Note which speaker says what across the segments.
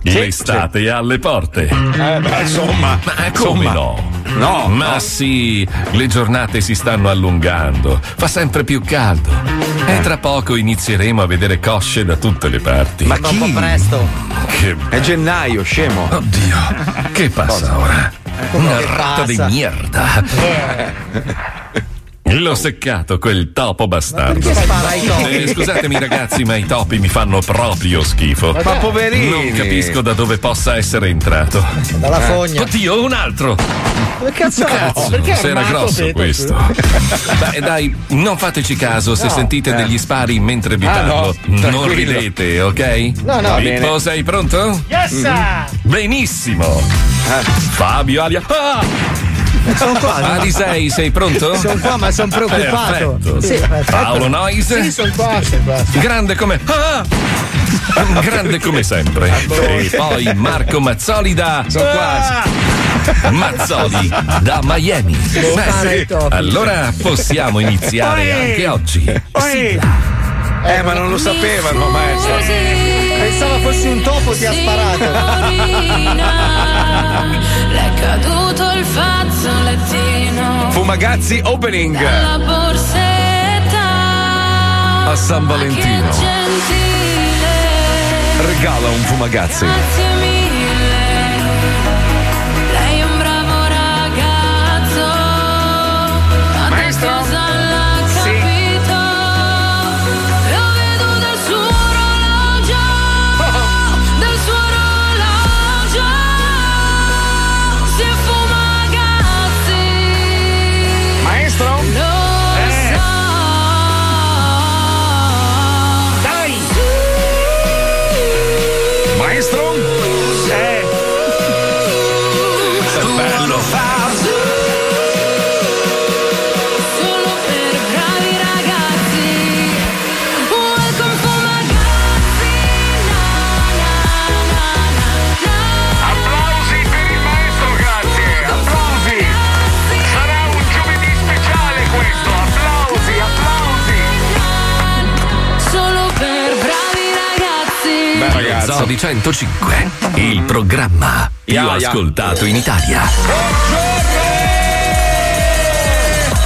Speaker 1: L'estate è alle porte.
Speaker 2: Eh, beh, insomma.
Speaker 1: Ma come
Speaker 2: Insomma.
Speaker 1: no?
Speaker 2: No,
Speaker 1: ma sì, le giornate si stanno allungando, fa sempre più caldo e tra poco inizieremo a vedere cosce da tutte le parti.
Speaker 3: Ma chi? Un po' presto.
Speaker 1: Che...
Speaker 4: È gennaio, scemo.
Speaker 1: Oddio, che passa ora? Una rata di merda.
Speaker 4: Eh,
Speaker 1: L'ho seccato quel topo bastardo.
Speaker 5: perché spara ai topi?
Speaker 1: Eh, scusatemi ragazzi, ma i topi mi fanno proprio schifo.
Speaker 5: Ma poverini!
Speaker 1: Non capisco da dove possa essere entrato.
Speaker 5: Dalla
Speaker 1: Eh.
Speaker 5: fogna.
Speaker 1: Oddio, un altro.
Speaker 5: Che cazzo,
Speaker 1: Cazzo,
Speaker 5: perché
Speaker 1: se era
Speaker 5: armato,
Speaker 1: grosso
Speaker 5: Peter?
Speaker 1: questo. Beh, dai, non fateci caso se
Speaker 5: No.
Speaker 1: sentite
Speaker 5: Eh.
Speaker 1: degli spari mentre vi
Speaker 5: Ah,
Speaker 1: parlo.
Speaker 5: no,
Speaker 1: non
Speaker 5: tranquillo.
Speaker 1: ridete, ok?
Speaker 5: No, no. Va bene.
Speaker 1: Pippo, sei pronto? Mm-hmm.
Speaker 5: Yes, sir. Eh.
Speaker 1: Benissimo. Fabio Alia. Ah!
Speaker 5: Sono qua.
Speaker 1: Alisei, sei pronto?
Speaker 5: Sono qua, ma sono preoccupato.
Speaker 1: Perfetto.
Speaker 5: Sì, perfetto.
Speaker 1: Paolo Noise.
Speaker 5: Sì, sono qua, sono qua.
Speaker 1: Grande come. Ah! Grande come sempre. E poi Marco Mazzoli da.
Speaker 5: Sono
Speaker 1: Ah! Mazzoli da Miami.
Speaker 5: Sì,
Speaker 1: Beh,
Speaker 5: spara
Speaker 1: sì.
Speaker 5: i topi.
Speaker 1: Allora possiamo iniziare
Speaker 5: Oi!
Speaker 1: anche oggi.
Speaker 4: Eh, ma non lo sapevano, maestro.
Speaker 5: Pensavo
Speaker 4: Eh,
Speaker 5: fossi un topo, ti ha
Speaker 6: sparato. L'è caduto il fazzolettino
Speaker 4: Fumagazzi opening
Speaker 6: dalla borsetta.
Speaker 4: a San
Speaker 6: Che
Speaker 4: Valentino.
Speaker 6: gentile,
Speaker 4: Regala un fumagazzi.
Speaker 6: grazie mille. Lei è un bravo ragazzo. Tanta
Speaker 7: Maestro?
Speaker 6: cosa l'ha capito. Lo vedo dal suo orologio. Dal suo orologio. Si è fumagazzi.
Speaker 7: Maestro?
Speaker 6: Lo
Speaker 7: Eh.
Speaker 6: so.
Speaker 7: Dai! Maestro? Eh!
Speaker 1: Che bello.
Speaker 6: Solo per bravi ragazzi Welcome for my ragazzi
Speaker 7: Applausi per il maestro, grazie! Applausi! Sarà un giovedì speciale questo! Applausi, applausi!
Speaker 6: Solo per bravi ragazzi
Speaker 1: Lo Zoo di 105, il programma più
Speaker 4: Ya, ya.
Speaker 1: ascoltato in Italia.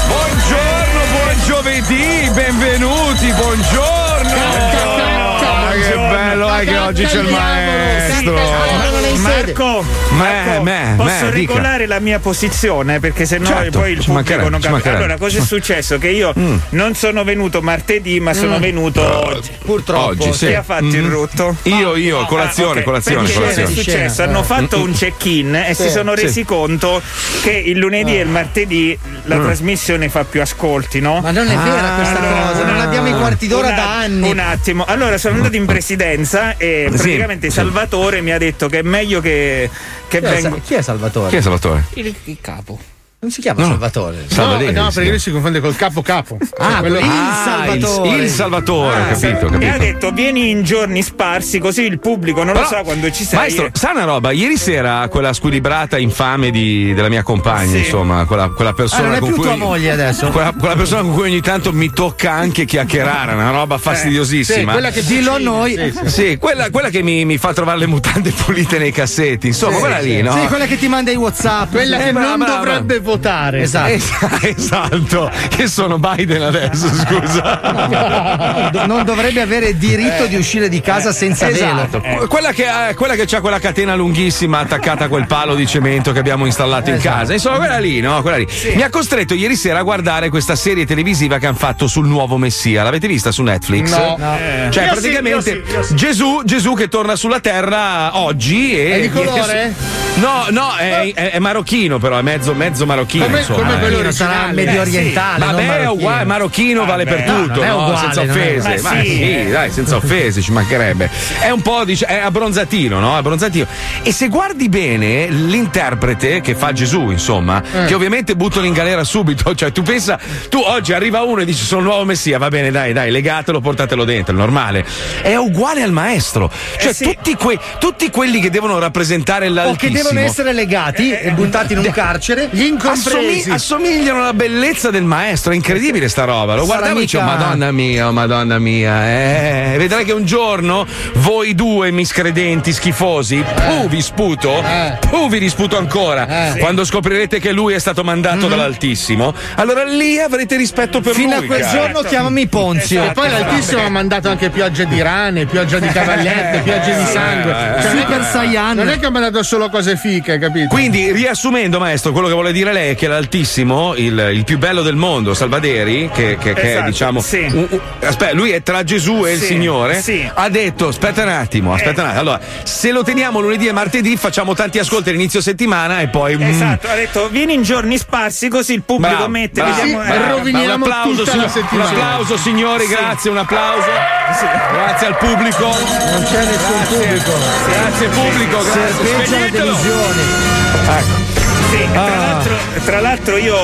Speaker 4: Buongiorno, buon giovedì, benvenuti, buongiorno. Ma che bello è che oggi c'è il maestro.
Speaker 8: Marco,
Speaker 4: Marco, me,
Speaker 8: posso
Speaker 4: me, dica.
Speaker 8: regolare la mia posizione perché sennò
Speaker 4: Certo,
Speaker 8: poi il
Speaker 4: ci
Speaker 8: pubblico
Speaker 4: mancherebbe,
Speaker 8: non
Speaker 4: ci
Speaker 8: capisce.
Speaker 4: mancherebbe.
Speaker 8: Allora, cosa è successo? Che io non sono venuto martedì, ma sono
Speaker 4: Mm.
Speaker 8: venuto oggi.
Speaker 4: Purtroppo. Oggi, sì.
Speaker 8: Chi ha fatto il
Speaker 4: Mm.
Speaker 8: rutto?
Speaker 4: Io, io, colazione, colazione,
Speaker 8: Ah, ok, perché
Speaker 4: colazione.
Speaker 8: Cosa è successo?
Speaker 4: Scena,
Speaker 8: Hanno
Speaker 4: eh.
Speaker 8: fatto
Speaker 4: Mm.
Speaker 8: un check-in e
Speaker 4: Sì.
Speaker 8: si sono
Speaker 4: Sì.
Speaker 8: resi conto che il
Speaker 3: Ah.
Speaker 8: lunedì e il martedì la
Speaker 4: Mm.
Speaker 8: trasmissione fa più ascolti, no? Ma
Speaker 3: non è vera questa cosa, non abbiamo i quarti d'ora da anni.
Speaker 8: Un attimo. Allora sono andato in presidenza e
Speaker 3: Sì,
Speaker 8: praticamente
Speaker 3: sì.
Speaker 8: Salvatore mi ha detto che è meglio che, che
Speaker 3: Chi è
Speaker 8: vengo.
Speaker 3: Sa- chi è Salvatore?
Speaker 4: Chi è Salvatore?
Speaker 3: Il, il capo. Non si chiama Salvatore.
Speaker 9: No, no, perché lui si confonde col capo capo. Cioè,
Speaker 3: Ah, il Salvatore.
Speaker 4: Il Salvatore, eh, ho capito, ho
Speaker 8: E ha
Speaker 4: capito.
Speaker 8: detto vieni in giorni sparsi così il pubblico non lo sa quando ci sei.
Speaker 4: Maestro, sa una roba? Ieri sera quella squilibrata infame di- della mia compagna,
Speaker 8: Sì.
Speaker 4: insomma, quella, quella persona
Speaker 3: Ah, non è
Speaker 4: con
Speaker 3: più
Speaker 4: cui.
Speaker 3: tua moglie adesso?
Speaker 4: Quella, Ah, quella persona con cui ogni tanto mi tocca anche chiacchierare, una roba fastidiosissima.
Speaker 3: Eh, Sì, quella che dillo a noi. Sì, sì.
Speaker 4: Sì, quella, quella che mi, mi fa trovare le mutande pulite nei cassetti, insomma, quella lì, no?
Speaker 3: Sì, quella che ti manda i WhatsApp.
Speaker 9: Quella
Speaker 3: Sì,
Speaker 9: che
Speaker 3: brava,
Speaker 9: non
Speaker 3: brava.
Speaker 9: dovrebbe votare.
Speaker 3: Esatto.
Speaker 4: Eh, Es- Esatto, che sono Biden adesso, scusa.
Speaker 3: Do- non dovrebbe avere diritto di uscire di casa senza
Speaker 4: Esatto.
Speaker 3: velo.
Speaker 4: Que- Quella che, ha, quella che ha quella catena lunghissima attaccata a quel palo di cemento che abbiamo installato in casa. Insomma, quella lì, no? Quella lì. Mi ha costretto ieri sera a guardare questa serie televisiva che hanno fatto sul nuovo Messia. L'avete vista su Netflix?
Speaker 9: No.
Speaker 8: Eh.
Speaker 4: Cioè,
Speaker 9: Io sì,
Speaker 4: praticamente
Speaker 9: io sì, io sì.
Speaker 4: Gesù, Gesù che torna sulla terra oggi e.
Speaker 9: È di
Speaker 4: viene
Speaker 9: colore?
Speaker 4: su- No, no, è, è- è marocchino, però, è mezzo, mezzo marocchino.
Speaker 3: Come-
Speaker 4: insomma,
Speaker 3: come
Speaker 4: eh.
Speaker 3: quello originale. Sarà medio orientale, non
Speaker 4: Vabbè, è
Speaker 3: marocchino. Ah,
Speaker 4: uguale, marocchino vale per
Speaker 3: no,
Speaker 4: tutto,
Speaker 3: non è
Speaker 4: no?
Speaker 3: uguale,
Speaker 4: senza
Speaker 3: non è-
Speaker 4: offese.
Speaker 3: Ma
Speaker 4: Ma
Speaker 3: sì.
Speaker 4: sì, dai, senza offese, ci mancherebbe. È un po' dice, è abbronzatino, no? Abbronzatino. E se guardi bene l'interprete che fa Gesù, insomma,
Speaker 3: Mm.
Speaker 2: Eh.
Speaker 4: che ovviamente buttano in galera subito. Cioè, tu pensa, tu oggi arriva uno e dici sono il nuovo messia, va bene, dai, dai, legatelo, portatelo dentro, è normale. È uguale al maestro. Cioè, tutti, que- tutti quelli che devono rappresentare
Speaker 3: Eh O che
Speaker 4: l'altissimo
Speaker 3: devono essere legati e buttati in un carcere. Gli
Speaker 4: Assomi- assomigliano alla bellezza del maestro, è incredibile sta roba. Lo
Speaker 3: Sarà
Speaker 4: guardavo e dicevo,
Speaker 3: mica-
Speaker 4: Madonna mia, oh, Madonna mia, eh. Vedrai che un giorno voi due miscredenti schifosi, puh vi sputo, puh vi risputo ancora.
Speaker 3: Eh. Mm-hmm.
Speaker 4: Quando scoprirete che lui è stato mandato dall'Altissimo, allora lì avrete rispetto per
Speaker 3: Fino
Speaker 4: lui. Esatto.
Speaker 3: a quel
Speaker 4: cara.
Speaker 3: giorno chiamami Ponzio.
Speaker 9: E poi l'Altissimo ha mandato anche pioggia di rane, pioggia di cavallette, pioggia di
Speaker 4: Eh,
Speaker 9: sangue. Cioè,
Speaker 4: eh, eh,
Speaker 9: non è
Speaker 4: Super
Speaker 9: che-
Speaker 4: Saiyan.
Speaker 9: Non è che ha mandato solo cose fiche, capito?
Speaker 4: Quindi, riassumendo, maestro, quello che vuole dire lei è che l'Altissimo, il, il più bello del mondo, Salvaderi, che, che- che è
Speaker 8: Esatto,
Speaker 4: diciamo.
Speaker 8: sì.
Speaker 4: un- un- aspetta, lui è tra Gesù e il
Speaker 8: Sì,
Speaker 4: Signore.
Speaker 8: sì. Eh.
Speaker 4: Ha detto: aspetta un attimo, aspetta un attimo. Allora, se lo teniamo lunedì e martedì, facciamo tanti ascolti all'inizio settimana e poi. mm,
Speaker 8: Esatto, ha detto vieni in giorni sparsi così il pubblico
Speaker 4: Bravo,
Speaker 8: mette
Speaker 4: bravo,
Speaker 8: vediamo,
Speaker 4: bravo, bravo.
Speaker 8: roviniamo
Speaker 4: un applauso,
Speaker 8: tutta
Speaker 4: signor-
Speaker 8: la settimana.
Speaker 4: Un applauso, signori,
Speaker 8: Sì.
Speaker 4: grazie, un applauso. Grazie al pubblico. Non c'è nessun pubblico. Grazie pubblico, grazie. Spegnetelo.
Speaker 8: Sì,
Speaker 3: Ah.
Speaker 8: tra, l'altro, tra l'altro io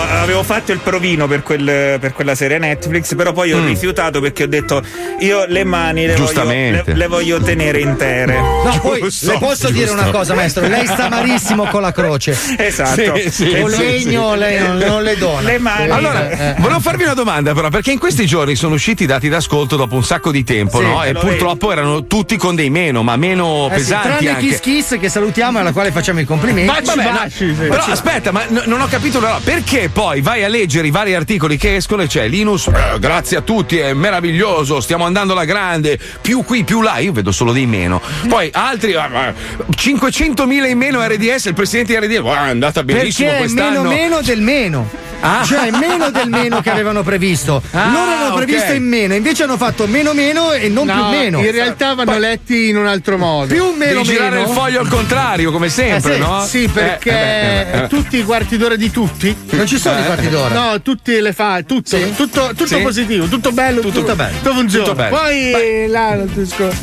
Speaker 8: avevo fatto il provino per, quel- per quella serie Netflix, però poi ho
Speaker 4: Mm.
Speaker 8: rifiutato perché ho detto io le mani le, voglio, le,
Speaker 4: Giustamente.
Speaker 8: le voglio tenere intere.
Speaker 3: Eh, No, poi
Speaker 8: Giusto,
Speaker 3: le posso dire
Speaker 8: giusto.
Speaker 3: una cosa, maestro? Lei sta malissimo con la croce.
Speaker 8: Esatto.
Speaker 4: Eh,
Speaker 8: Sì, sì,
Speaker 3: Con
Speaker 8: sì,
Speaker 3: legno
Speaker 8: sì.
Speaker 3: lei non, non le dona. Eh,
Speaker 8: Le mani.
Speaker 4: Allora, volevo farvi una domanda, però, perché in questi giorni sono usciti i dati d'ascolto dopo un sacco di tempo,
Speaker 3: Sì,
Speaker 4: no? E
Speaker 3: lo
Speaker 4: purtroppo erano tutti con dei meno, ma meno
Speaker 3: Eh sì,
Speaker 4: pesanti.
Speaker 3: tranne
Speaker 4: anche.
Speaker 3: Kiss Kiss che salutiamo e alla quale facciamo i complimenti.
Speaker 4: Vabbè, no, però aspetta, ma n- non ho capito una roba. Perché poi vai a leggere i vari articoli che escono e c'è Linus, eh, grazie a tutti, è meraviglioso, stiamo andando alla grande, più qui, più là, io vedo solo dei meno. Poi altri, ah, ma 500.000 in meno RDS, il presidente di RDS, "Ah, è andata benissimo
Speaker 3: Perché è
Speaker 4: quest'anno.
Speaker 3: meno meno del meno.
Speaker 4: Ah.
Speaker 3: Cioè meno del meno che avevano previsto.
Speaker 9: Ah,
Speaker 3: Loro avevano
Speaker 9: ok.
Speaker 3: previsto in meno, invece hanno fatto meno meno e non
Speaker 9: No,
Speaker 3: più meno.
Speaker 9: In realtà vanno letti in un altro modo.
Speaker 3: Più meno
Speaker 4: Devi girare
Speaker 9: meno.
Speaker 4: il foglio al contrario, come sempre,
Speaker 9: Eh, sì,
Speaker 4: no?
Speaker 9: Sì,
Speaker 4: Eh,
Speaker 9: perché
Speaker 4: eh beh, eh beh, eh.
Speaker 9: tutti i quarti d'ora di tutti.
Speaker 3: Non ci sono i quarti d'ora.
Speaker 9: Eh, No, tutti le fa. Tutto, tutto, tutto
Speaker 4: Sì.
Speaker 9: positivo, tutto bello, tutto,
Speaker 4: bello.
Speaker 9: Tutto funziona.
Speaker 4: Tutto bello.
Speaker 9: Poi là non ti scor-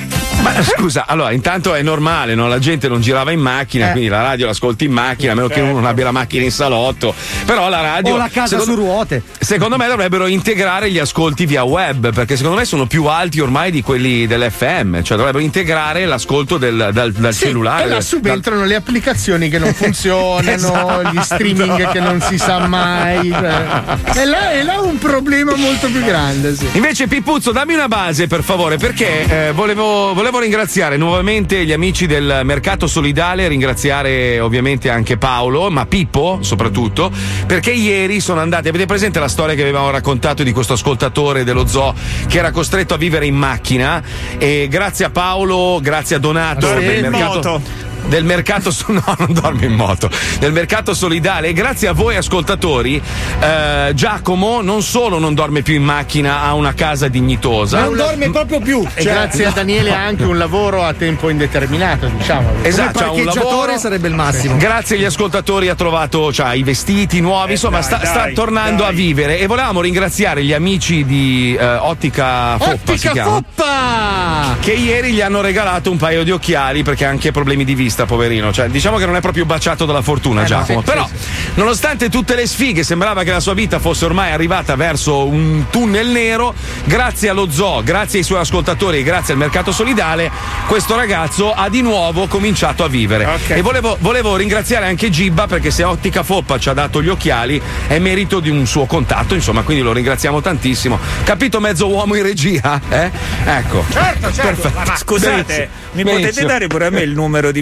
Speaker 4: Ma scusa, allora intanto è normale, no? la gente non girava in macchina,
Speaker 9: Eh.
Speaker 4: quindi la radio l'ascolti in macchina, a meno che uno non abbia la macchina in salotto. Però la radio.
Speaker 3: o la casa
Speaker 4: secondo,
Speaker 3: su ruote.
Speaker 4: secondo me dovrebbero integrare gli ascolti via web, perché secondo me sono più alti ormai di quelli dell'FM, cioè dovrebbero integrare l'ascolto del, dal, dal
Speaker 9: Sì,
Speaker 4: cellulare.
Speaker 9: E là
Speaker 4: dal-
Speaker 9: subentrano le applicazioni che non funzionano,
Speaker 4: Esatto.
Speaker 9: gli streaming che non si sa mai. cioè. E là, e là un problema molto più grande, sì.
Speaker 4: Invece Pipuzzo, dammi una base per favore, perché eh, volevo, volevo ringraziare nuovamente gli amici del Mercato Solidale, ringraziare ovviamente anche Paolo, ma Pippo soprattutto, perché ieri sono andati, avete presente la storia che avevamo raccontato di questo ascoltatore dello zoo che era costretto a vivere in macchina e grazie a Paolo, grazie a Donato
Speaker 8: Dorme
Speaker 4: del
Speaker 8: in
Speaker 4: mercato
Speaker 8: moto.
Speaker 4: del mercato so- no, non dormo in moto del mercato solidale e grazie a voi ascoltatori eh, Giacomo non solo non dorme più in macchina ha una casa dignitosa
Speaker 3: Non dorme proprio più.
Speaker 4: Eh,
Speaker 9: E grazie a Cioè, Daniele ha anche un lavoro a tempo indeterminato, diciamo.
Speaker 4: Esatto,
Speaker 3: Come
Speaker 4: ha un
Speaker 3: parcheggiatore
Speaker 4: lavoro.
Speaker 3: sarebbe il massimo.
Speaker 4: Grazie agli ascoltatori ha trovato cioè, i vestiti nuovi, insomma sta,
Speaker 3: Eh, dai,
Speaker 4: sta
Speaker 3: dai,
Speaker 4: tornando
Speaker 3: dai.
Speaker 4: a vivere e volevamo ringraziare gli amici di eh, Ottica Foppa si
Speaker 9: Ottica
Speaker 4: chiama.
Speaker 9: Foppa!
Speaker 4: Che ieri gli hanno regalato un paio di occhiali perché ha anche problemi di vista, poverino. Cioè, diciamo che non è proprio baciato dalla fortuna,
Speaker 9: Eh,
Speaker 4: Giacomo.
Speaker 9: no, sì,
Speaker 4: Però,
Speaker 9: sì,
Speaker 4: nonostante tutte le sfighe, sembrava che la sua vita fosse ormai arrivata verso un tunnel nero. Grazie allo zoo, grazie ai suoi ascoltatori e grazie al mercato solidale, questo ragazzo ha di nuovo cominciato a vivere.
Speaker 8: Ok.
Speaker 4: E volevo, volevo ringraziare anche Gibba perché se Ottica Foppa ci ha dato gli occhiali è merito di un suo contatto, insomma, quindi lo ringraziamo tantissimo. Capito mezzo uomo in regia? Eh? Ecco.
Speaker 8: Certo, certo. Ma- ma Scusate,
Speaker 4: Grazie.
Speaker 8: mi
Speaker 4: Benissimo.
Speaker 8: potete dare pure a me il numero di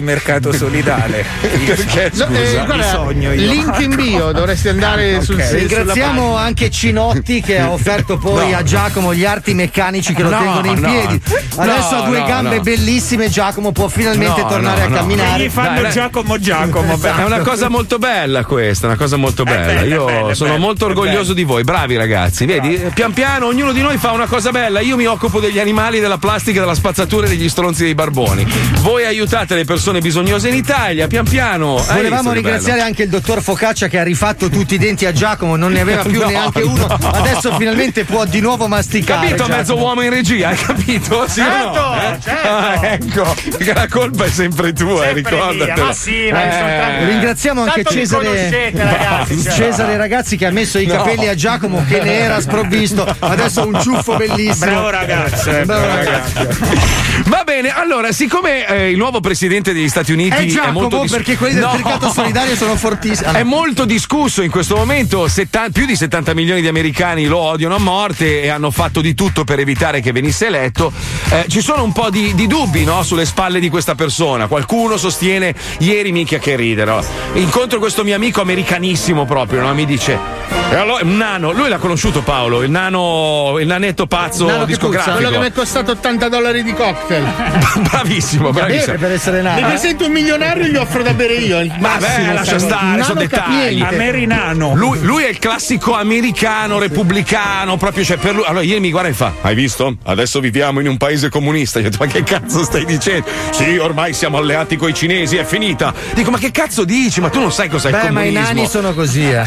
Speaker 8: mercato solidale?
Speaker 4: Perché?
Speaker 9: No, eh,
Speaker 8: Scusa,
Speaker 9: guarda,
Speaker 8: di sogno io.
Speaker 9: link in bio, dovresti andare
Speaker 8: Ah,
Speaker 9: sul
Speaker 8: ok.
Speaker 9: sito.
Speaker 3: Ringraziamo anche Cinotti che ha offerto poi
Speaker 9: No.
Speaker 3: a Giacomo gli arti meccanici che lo
Speaker 9: No,
Speaker 3: tengono in
Speaker 9: no.
Speaker 3: piedi. Adesso
Speaker 9: No,
Speaker 3: ha due
Speaker 9: no,
Speaker 3: gambe
Speaker 9: no.
Speaker 3: bellissime, Giacomo può finalmente
Speaker 4: No,
Speaker 3: tornare
Speaker 4: no,
Speaker 3: a
Speaker 4: no.
Speaker 3: camminare.
Speaker 4: Che gli fanno Dai, dai.
Speaker 8: Giacomo Giacomo.
Speaker 4: È una cosa molto bella questa, una cosa
Speaker 8: Eh,
Speaker 4: molto bella. Io sono molto orgoglioso di voi, bravi ragazzi. Vedi, pian piano ognuno di noi fa una cosa bella. Io mi occupo degli animali, della plastica, della spazzatura e degli stronzi dei barboni. Voi aiutate le persone bisognose in Italia, pian piano.
Speaker 9: Eh,
Speaker 4: Hai visto
Speaker 3: Volevamo
Speaker 4: che
Speaker 3: ringraziare
Speaker 4: bello?
Speaker 3: anche il dottor Focaccia che ha rifatto tutti i denti a Giacomo, non ne aveva più
Speaker 4: No,
Speaker 3: neanche uno.
Speaker 4: no.
Speaker 3: Adesso finalmente può di nuovo masticare.
Speaker 4: Capito,
Speaker 3: Giacomo.
Speaker 4: mezzo uomo in regia, hai capito? Sì o no?
Speaker 3: Certo,
Speaker 4: Eh? Ah, ecco, perché la colpa è sempre tua, ricordatelo. Eh.
Speaker 3: Ringraziamo anche
Speaker 2: Tanto mi
Speaker 3: Cesare,
Speaker 2: conoscete, ragazzi, cioè.
Speaker 3: Cesare Ragazzi che ha messo i
Speaker 2: No.
Speaker 3: capelli a Giacomo che ne era sprovvisto. Adesso ha un ciuffo bellissimo.
Speaker 8: Bravo ragazzo, eh,
Speaker 3: Bravo
Speaker 8: bravo
Speaker 3: ragazzo.
Speaker 4: Va bene, allora, siccome eh, il nuovo presidente degli Stati Uniti
Speaker 3: È
Speaker 4: è,
Speaker 3: Eh, Giacomo,
Speaker 4: molto dis-
Speaker 3: perché quelli del
Speaker 4: No.
Speaker 3: mercato solidario sono fortissimi.
Speaker 9: Ah.
Speaker 4: È molto discusso in questo momento, setta- più di 70 milioni di americani lo odiano a morte e hanno fatto di tutto per evitare che venisse eletto. Eh, ci sono un po' di, di dubbi no, sulle spalle di questa persona. Qualcuno sostiene, ieri minchia che ridere, incontro questo mio amico americanissimo proprio, no? mi dice, "E allora, un nano, lui l'ha conosciuto Paolo, il nano, il nanetto pazzo
Speaker 9: Nano che puzza, quello che mi è
Speaker 4: discografico.
Speaker 9: costato 80 dollari di cocktail.
Speaker 4: Bravissimo, bravissimo.
Speaker 9: Mi presento un milionario e gli offro da bere io. il
Speaker 4: Ma
Speaker 9: massimo, cioè.
Speaker 4: beh, lascia
Speaker 9: sai.
Speaker 4: stare, sono dettagli.
Speaker 9: capiente.
Speaker 4: Lui, lui è il classico americano, repubblicano, proprio cioè per lui. Allora ieri mi guarda e fa: Hai visto? Adesso viviamo in un paese comunista. Io ho detto, ma che cazzo stai dicendo? Sì, ormai siamo alleati coi cinesi, è finita. Dico, ma che cazzo dici? Ma tu non sai cos'è il
Speaker 3: Beh, ma i
Speaker 4: comunismo.
Speaker 3: nani sono così, eh.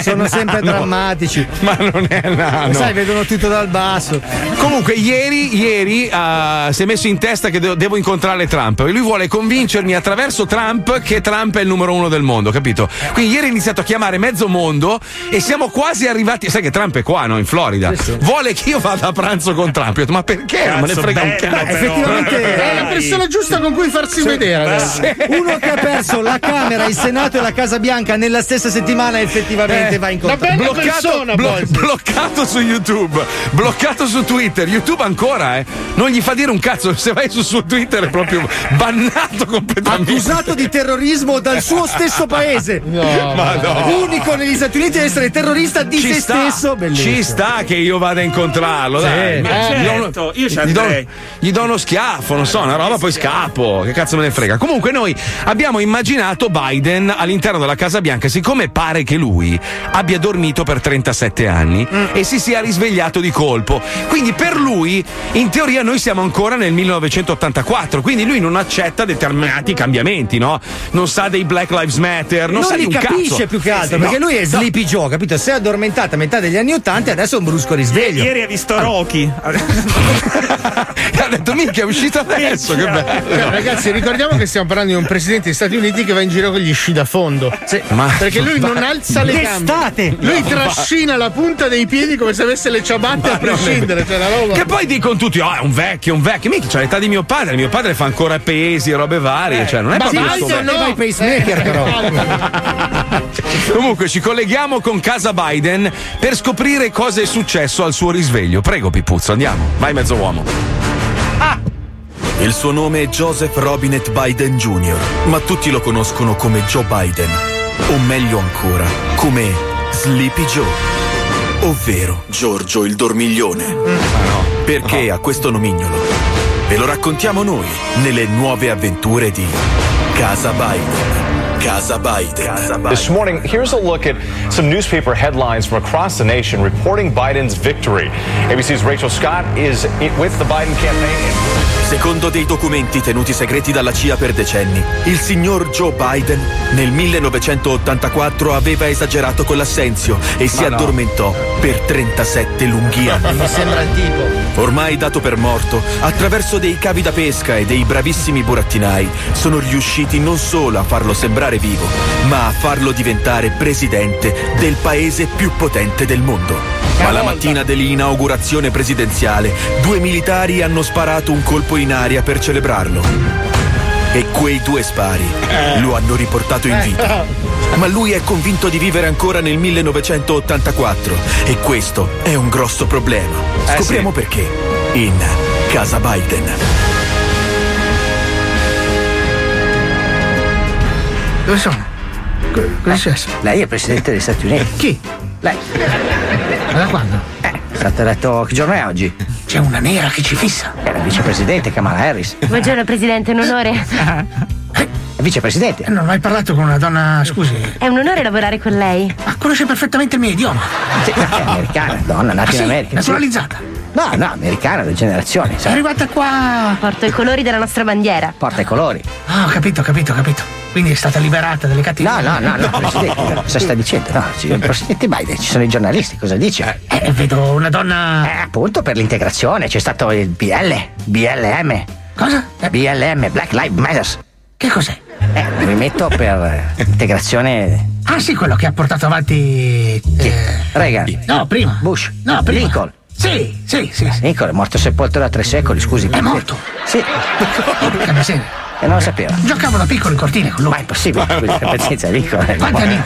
Speaker 3: sono sempre
Speaker 4: nano.
Speaker 3: drammatici.
Speaker 4: Ma Ah, non è nano.
Speaker 3: Sai, vedono tutto dal basso.
Speaker 4: Comunque, ieri, ieri ah, si è messo in testa che de- devo incontrare Trump e lui vuole convincermi attraverso Trump che Trump è il numero uno del mondo, capito? Quindi ieri ha iniziato a chiamare mezzo mondo e siamo quasi arrivati. Sai che Trump è qua, no? In Florida. Vuole che io vada a pranzo con Trump. Io ho detto, ma perché? non me ne
Speaker 9: Cazzo,
Speaker 4: frega un
Speaker 9: bello,
Speaker 4: cazzo.
Speaker 9: però, Effettivamente è la persona giusta con cui farsi vedere. adesso.
Speaker 3: Uno che ha perso la Camera, il Senato e la Casa Bianca nella stessa settimana effettivamente
Speaker 4: Eh,
Speaker 3: va in contatto.
Speaker 4: blo- bloccato su YouTube, bloccato su Twitter. YouTube ancora, eh. Non gli fa dire un cazzo. Se vai su suo Twitter è proprio bannato completamente.
Speaker 3: Accusato di terrorismo dal suo stesso paese.
Speaker 4: ma no.
Speaker 3: Unico negli Stati Uniti ad essere terrorista di
Speaker 4: Ci
Speaker 3: se
Speaker 4: sta,
Speaker 3: stesso. Bellissimo.
Speaker 4: Ci sta che io vada a incontrarlo,
Speaker 3: Sì,
Speaker 4: dai.
Speaker 3: ma
Speaker 4: Eh, gli do uno-
Speaker 8: certo, io ci
Speaker 4: gli do-
Speaker 8: andrei.
Speaker 4: Gli do uno schiaffo, non so, una roba, poi scappo. Che cazzo me ne frega. Comunque, noi abbiamo immaginato Biden all'interno della Casa Bianca, siccome pare che lui abbia dormito per 37 anni
Speaker 8: Mm.
Speaker 4: e si sia risvegliato di colpo. Quindi, per lui, in teoria, noi siamo ancora nel 1984. Quindi, lui non accetta determinati cambiamenti, no? Non sa dei Black Lives Matter, non,
Speaker 3: non,
Speaker 4: sa di
Speaker 3: li
Speaker 4: un
Speaker 3: capisce
Speaker 4: cazzo.
Speaker 3: più che altro
Speaker 4: No.
Speaker 3: perché lui è
Speaker 4: No.
Speaker 3: Sleepy Joe, capito? Si è addormentata a metà degli anni Ottanta e adesso è un brusco risveglio. Ah.
Speaker 8: Ieri ha visto Rocky.
Speaker 4: ha detto minchia è uscito adesso che bello
Speaker 9: Cioè, ragazzi, ricordiamo che stiamo parlando di un presidente degli Stati Uniti che va in giro con gli sci da fondo.
Speaker 4: Ma-
Speaker 9: Perché lui non
Speaker 4: Ma-
Speaker 9: alza le
Speaker 4: D'estate!
Speaker 9: gambe. Lui
Speaker 4: No,
Speaker 9: trascina la punta dei piedi come se avesse le ciabatte a prescindere. Cioè, la roba.
Speaker 4: Che poi dicono tutti, oh, è un vecchio, un vecchio. Minchia, c'ha l'età di mio padre. Mio padre fa ancora pesi e robe varie. cioè, non è
Speaker 3: Ma
Speaker 4: proprio
Speaker 3: sì,
Speaker 4: questo
Speaker 3: Biden
Speaker 4: vecchio.
Speaker 3: aveva i pacemaker, però.
Speaker 4: Comunque, ci colleghiamo con casa Biden per scoprire cosa è successo al suo risveglio. Prego, Pipuzzo, andiamo. Vai, mezzo uomo.
Speaker 10: Il suo nome è Joseph Robinette Biden Jr., ma tutti lo conoscono come Joe Biden, o meglio ancora, come Sleepy Joe, ovvero Giorgio il dormiglione. Perché ha questo nomignolo? Ve lo raccontiamo noi nelle nuove avventure di Casa Biden. Casa Biden. Casa
Speaker 11: This morning, here's a look at some newspaper headlines from across the nation reporting Biden's victory. ABC's Rachel Scott is with the Biden campaign.
Speaker 10: Secondo dei documenti tenuti segreti dalla CIA per decenni, il signor Joe Biden nel 1984 aveva esagerato con l'assenzio e si
Speaker 12: Ma no.
Speaker 10: addormentò per 37 lunghi
Speaker 3: Eh.
Speaker 10: anni.
Speaker 12: Mi sembra il
Speaker 10: tipo. Ormai dato per morto, attraverso dei cavi da pesca e dei bravissimi burattinai, sono riusciti non solo a farlo sembrare vivo, ma a farlo diventare presidente del paese più potente del mondo. Ma la mattina dell'inaugurazione presidenziale, due militari hanno sparato un colpo in aria per celebrarlo. E quei due spari
Speaker 12: Eh.
Speaker 10: lo hanno riportato in vita. Ma lui è convinto di vivere ancora nel 1984 e questo è un grosso problema.
Speaker 12: Eh,
Speaker 10: Scopriamo
Speaker 12: sì.
Speaker 10: perché in Casa Biden.
Speaker 9: Dove sono? Cosa è successo?
Speaker 13: Eh, Lei è presidente degli Stati Uniti.
Speaker 9: Chi?
Speaker 13: Lei. Eh,
Speaker 9: Ma da quando?
Speaker 13: È stato eletto. Che giorno è oggi? C'è una nera che ci fissa. Era il vicepresidente Kamala Harris.
Speaker 14: Buongiorno Presidente, è un onore.
Speaker 13: È Vicepresidente.
Speaker 9: Non ho mai parlato con una donna, scusi.
Speaker 14: È un onore lavorare con lei.
Speaker 9: Ma conosce perfettamente il mio idioma.
Speaker 13: Sì, ma è americana, donna, nata
Speaker 9: Ah,
Speaker 13: in
Speaker 9: sì?
Speaker 13: America.
Speaker 9: Naturalizzata.
Speaker 13: Sì. No, no, americana, la generazione.
Speaker 14: È
Speaker 13: sai.
Speaker 14: arrivata qua! Porto i colori della nostra bandiera.
Speaker 13: Porta i colori.
Speaker 2: Ah, ho capito, ho capito, ho capito. Quindi è stata liberata dalle cattive.
Speaker 13: No, no, no, no, presidente, no, cosa sta dicendo? No, ci- il presidente Biden, ci sono i giornalisti, cosa dice? Eh, vedo una donna. Eh, appunto per l'integrazione, c'è stato il BL, BLM. Cosa? BLM, Black Lives Matter. Che cos'è? Eh, movimento per eh, integrazione.
Speaker 2: Ah, sì, quello che ha portato avanti. eh,
Speaker 13: Reagan.
Speaker 2: No, prima.
Speaker 13: Ah, Bush.
Speaker 2: No, prima.
Speaker 13: Lincoln.
Speaker 2: Sì, sì, sì. sì.
Speaker 13: Lincoln è morto sepolto da tre secoli, scusi. È morto? Sì.
Speaker 2: Porca miseria.
Speaker 13: E non lo sapeva.
Speaker 2: Giocavo da piccolo in cortile con lui.
Speaker 13: Ma è impossibile, scusi, per pazienza, Lincoln. è
Speaker 2: Quanti
Speaker 13: morto.
Speaker 2: anni?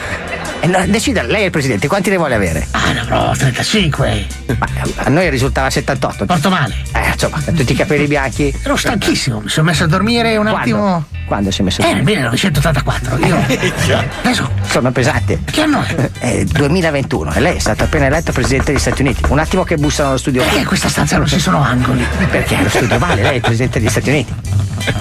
Speaker 13: Eh, no, decida, lei è il presidente, quanti ne vuole avere?
Speaker 2: Ah, ne avrò 35.
Speaker 13: Ma eh, a noi risultava 78.
Speaker 2: Porto male.
Speaker 13: Eh, insomma, con tutti i capelli bianchi.
Speaker 2: Ero stanchissimo, mi sono messo a dormire un
Speaker 13: Quando?
Speaker 2: attimo.
Speaker 13: Quando si è messo
Speaker 2: Eh, nel
Speaker 13: bene?
Speaker 2: 1984. Io. Adesso.
Speaker 13: Sono pesante.
Speaker 2: Che anno
Speaker 13: è? 2021 e lei è stato appena eletto presidente degli Stati Uniti. Un attimo che bussano allo studio.
Speaker 2: Perché in questa stanza non ci sono angoli?
Speaker 13: Perché lo studio vale, lei è il presidente degli Stati Uniti.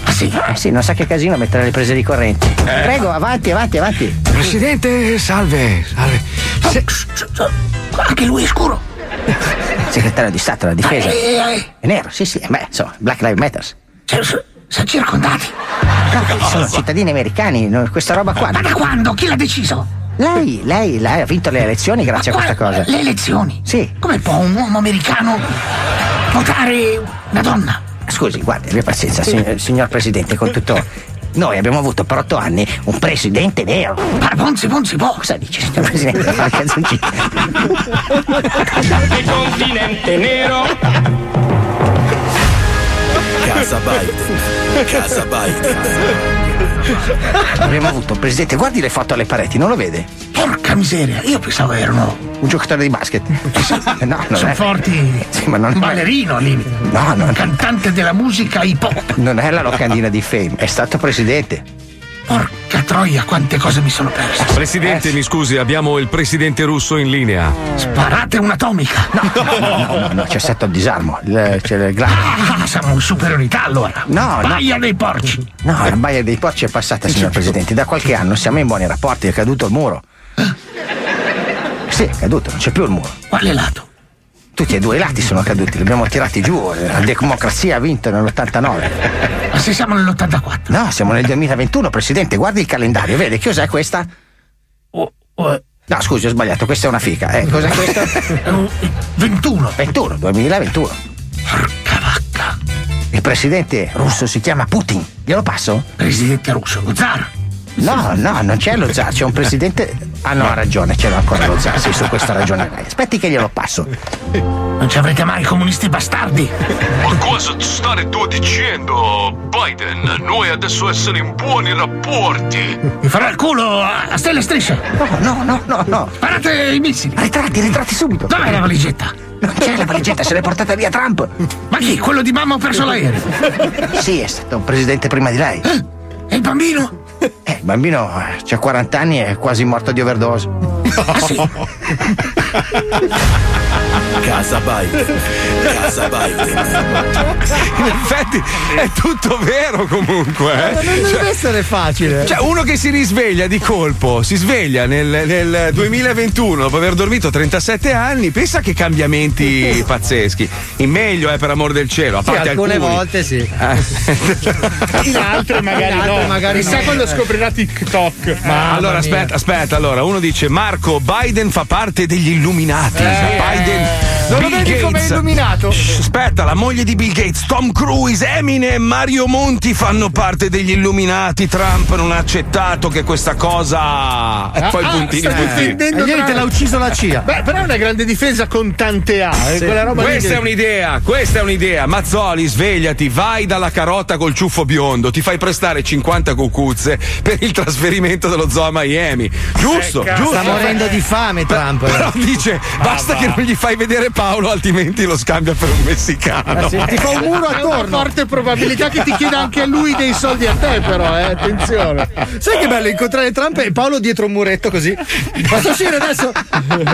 Speaker 2: Ah sì?
Speaker 13: Eh sì, non sa che casino mettere le prese di corrente.
Speaker 2: Eh,
Speaker 3: Eh.
Speaker 13: Prego, avanti, avanti, avanti.
Speaker 12: Presidente,
Speaker 13: Eh,
Speaker 12: salve, salve.
Speaker 2: Ah, Anche lui è scuro.
Speaker 13: Segretario di Stato della Difesa.
Speaker 2: Ah, eh, eh.
Speaker 13: È nero, sì, sì, eh, beh, insomma, Black Lives Matter.
Speaker 2: Sono circondati.
Speaker 13: No, sono cittadini americani, no, questa roba qua.
Speaker 2: Ma da quando? Chi l'ha deciso?
Speaker 13: Lei, lei, lei ha vinto le elezioni grazie a
Speaker 2: Ma
Speaker 13: questa cosa.
Speaker 2: Le elezioni?
Speaker 13: Sì.
Speaker 2: Come può un uomo americano votare una donna?
Speaker 13: Scusi, guardi, abbia pazienza, sig- signor Presidente, con tutto. Noi abbiamo avuto per otto anni un presidente nero.
Speaker 2: Ma boh. non si può,
Speaker 13: Cosa dice, signor Presidente? Fa la canzoncina.
Speaker 7: Il continente nero.
Speaker 10: Casa Biden. Casa Biden.
Speaker 13: Abbiamo avuto un presidente. Guardi le foto alle pareti, non lo vede?
Speaker 2: Porca miseria, io pensavo erano.
Speaker 13: Un giocatore di basket. No, non
Speaker 2: Sono
Speaker 13: è.
Speaker 2: forti.
Speaker 13: Sì, ma non è.
Speaker 2: Un ballerino al limite.
Speaker 13: No, no, no.
Speaker 2: Cantante della musica hip hop.
Speaker 13: Non è la locandina di fame, è stato presidente.
Speaker 2: Porca troia, quante cose mi sono perse.
Speaker 4: Presidente, mi scusi, abbiamo il presidente russo in linea.
Speaker 2: Sparate un'atomica. No,
Speaker 13: No, no, no, c'è stato il disarmo. il- c'è il gladiator.
Speaker 2: Ah, siamo in superiorità allora.
Speaker 13: No, no.
Speaker 2: Baia dei porci.
Speaker 13: No, la baia dei porci è passata, signor Presidente. Da qualche anno siamo in buoni rapporti, è caduto il muro. Sì, è caduto, non c'è più il muro.
Speaker 2: Quale lato?
Speaker 13: Tutti e due i lati sono caduti, li abbiamo tirati giù. La democrazia ha vinto nell'89.
Speaker 2: Ma se siamo nell'84?
Speaker 13: No, siamo nel 2021, Presidente. Guardi il calendario, vede che cos'è questa?
Speaker 2: Oh, eh.
Speaker 13: No, scusi, ho sbagliato, questa è una fica. Eh, cos'è questo?
Speaker 2: Oh, 21.
Speaker 13: 21, 2021. Porca vacca. Il presidente russo si chiama Putin. Glielo passo?
Speaker 2: Presidente russo, lo zar.
Speaker 13: No, no, non c'è lo zar, c'è un presidente. Ah no, ha ragione, ce l'ho ancora lo zar, sì, su questa ragione. Aspetti che glielo passo.
Speaker 2: Non ci avrete mai i comunisti bastardi.
Speaker 15: Ma cosa ti stare tu dicendo, Biden? Noi adesso essere in buoni rapporti.
Speaker 2: Mi farò il culo a, a stelle e strisce.
Speaker 13: No, no, no, no, no.
Speaker 2: Sparate i missili.
Speaker 13: Ritratti, ritratti subito.
Speaker 2: Dov'è la valigetta?
Speaker 13: Non c'è la valigetta, se l'è portata via Trump.
Speaker 2: Ma chi? Quello di mamma ho perso l'aereo.
Speaker 13: Sì, è stato un presidente prima di lei.
Speaker 2: E il bambino?
Speaker 13: Eh, il bambino ha 40 anni e è quasi morto di overdose.
Speaker 2: Ah,
Speaker 10: Casa Biden. Casa Biden.
Speaker 4: In effetti è tutto vero comunque. eh.
Speaker 3: Ma non deve
Speaker 4: Cioè-
Speaker 3: essere facile.
Speaker 4: Cioè, uno che si risveglia di colpo, si sveglia nel, nel 2021 dopo aver dormito 37 anni, pensa che cambiamenti pazzeschi. In meglio, eh, per amor del cielo, a
Speaker 3: Sì,
Speaker 4: parte
Speaker 3: alcune
Speaker 4: alcuni.
Speaker 3: volte sì.
Speaker 4: Eh.
Speaker 9: In altre magari
Speaker 3: In altre
Speaker 9: no.
Speaker 3: magari
Speaker 9: Chissà
Speaker 3: no.
Speaker 9: quando
Speaker 3: Eh.
Speaker 9: scoprirà TikTok.
Speaker 4: Ma Eh, allora aspetta, aspetta, allora uno dice Marco Biden fa parte degli illuminati.
Speaker 3: Eh.
Speaker 4: Biden
Speaker 9: Eh. Non lo
Speaker 4: Bill
Speaker 9: vedi come è
Speaker 4: Gates.
Speaker 9: illuminato?
Speaker 4: Shh, Aspetta, la moglie di Bill Gates, Tom Cruise, Eminem, Mario Monti fanno parte degli illuminati. Trump non ha accettato che questa cosa. E
Speaker 9: Ah,
Speaker 4: poi Eh, puntini, puntini.
Speaker 9: niente, l'ha ucciso la CIA. Beh, però è una grande difesa con tante A. eh,
Speaker 4: Sì.
Speaker 9: Quella roba lì
Speaker 4: Questa
Speaker 9: che-
Speaker 4: è un'idea, questa è un'idea. Mazzoli, svegliati, vai dalla carota col ciuffo biondo, ti fai prestare 50 cucuzze per il trasferimento dello zoo a Miami. Giusto,
Speaker 3: Ecco.
Speaker 4: giusto.
Speaker 3: Sta morendo di fame Trump.
Speaker 4: Però dice,
Speaker 9: Ah,
Speaker 4: basta
Speaker 3: va.
Speaker 4: che non gli fai vedere Paolo, altrimenti lo scambia per un messicano.
Speaker 3: Ah,
Speaker 9: Eh sì, ti fa un muro attorno. È una forte probabilità che ti chieda anche lui dei soldi a te, però, eh, attenzione.
Speaker 3: Sai che bello incontrare Trump e Paolo dietro un muretto così. Posso uscire adesso?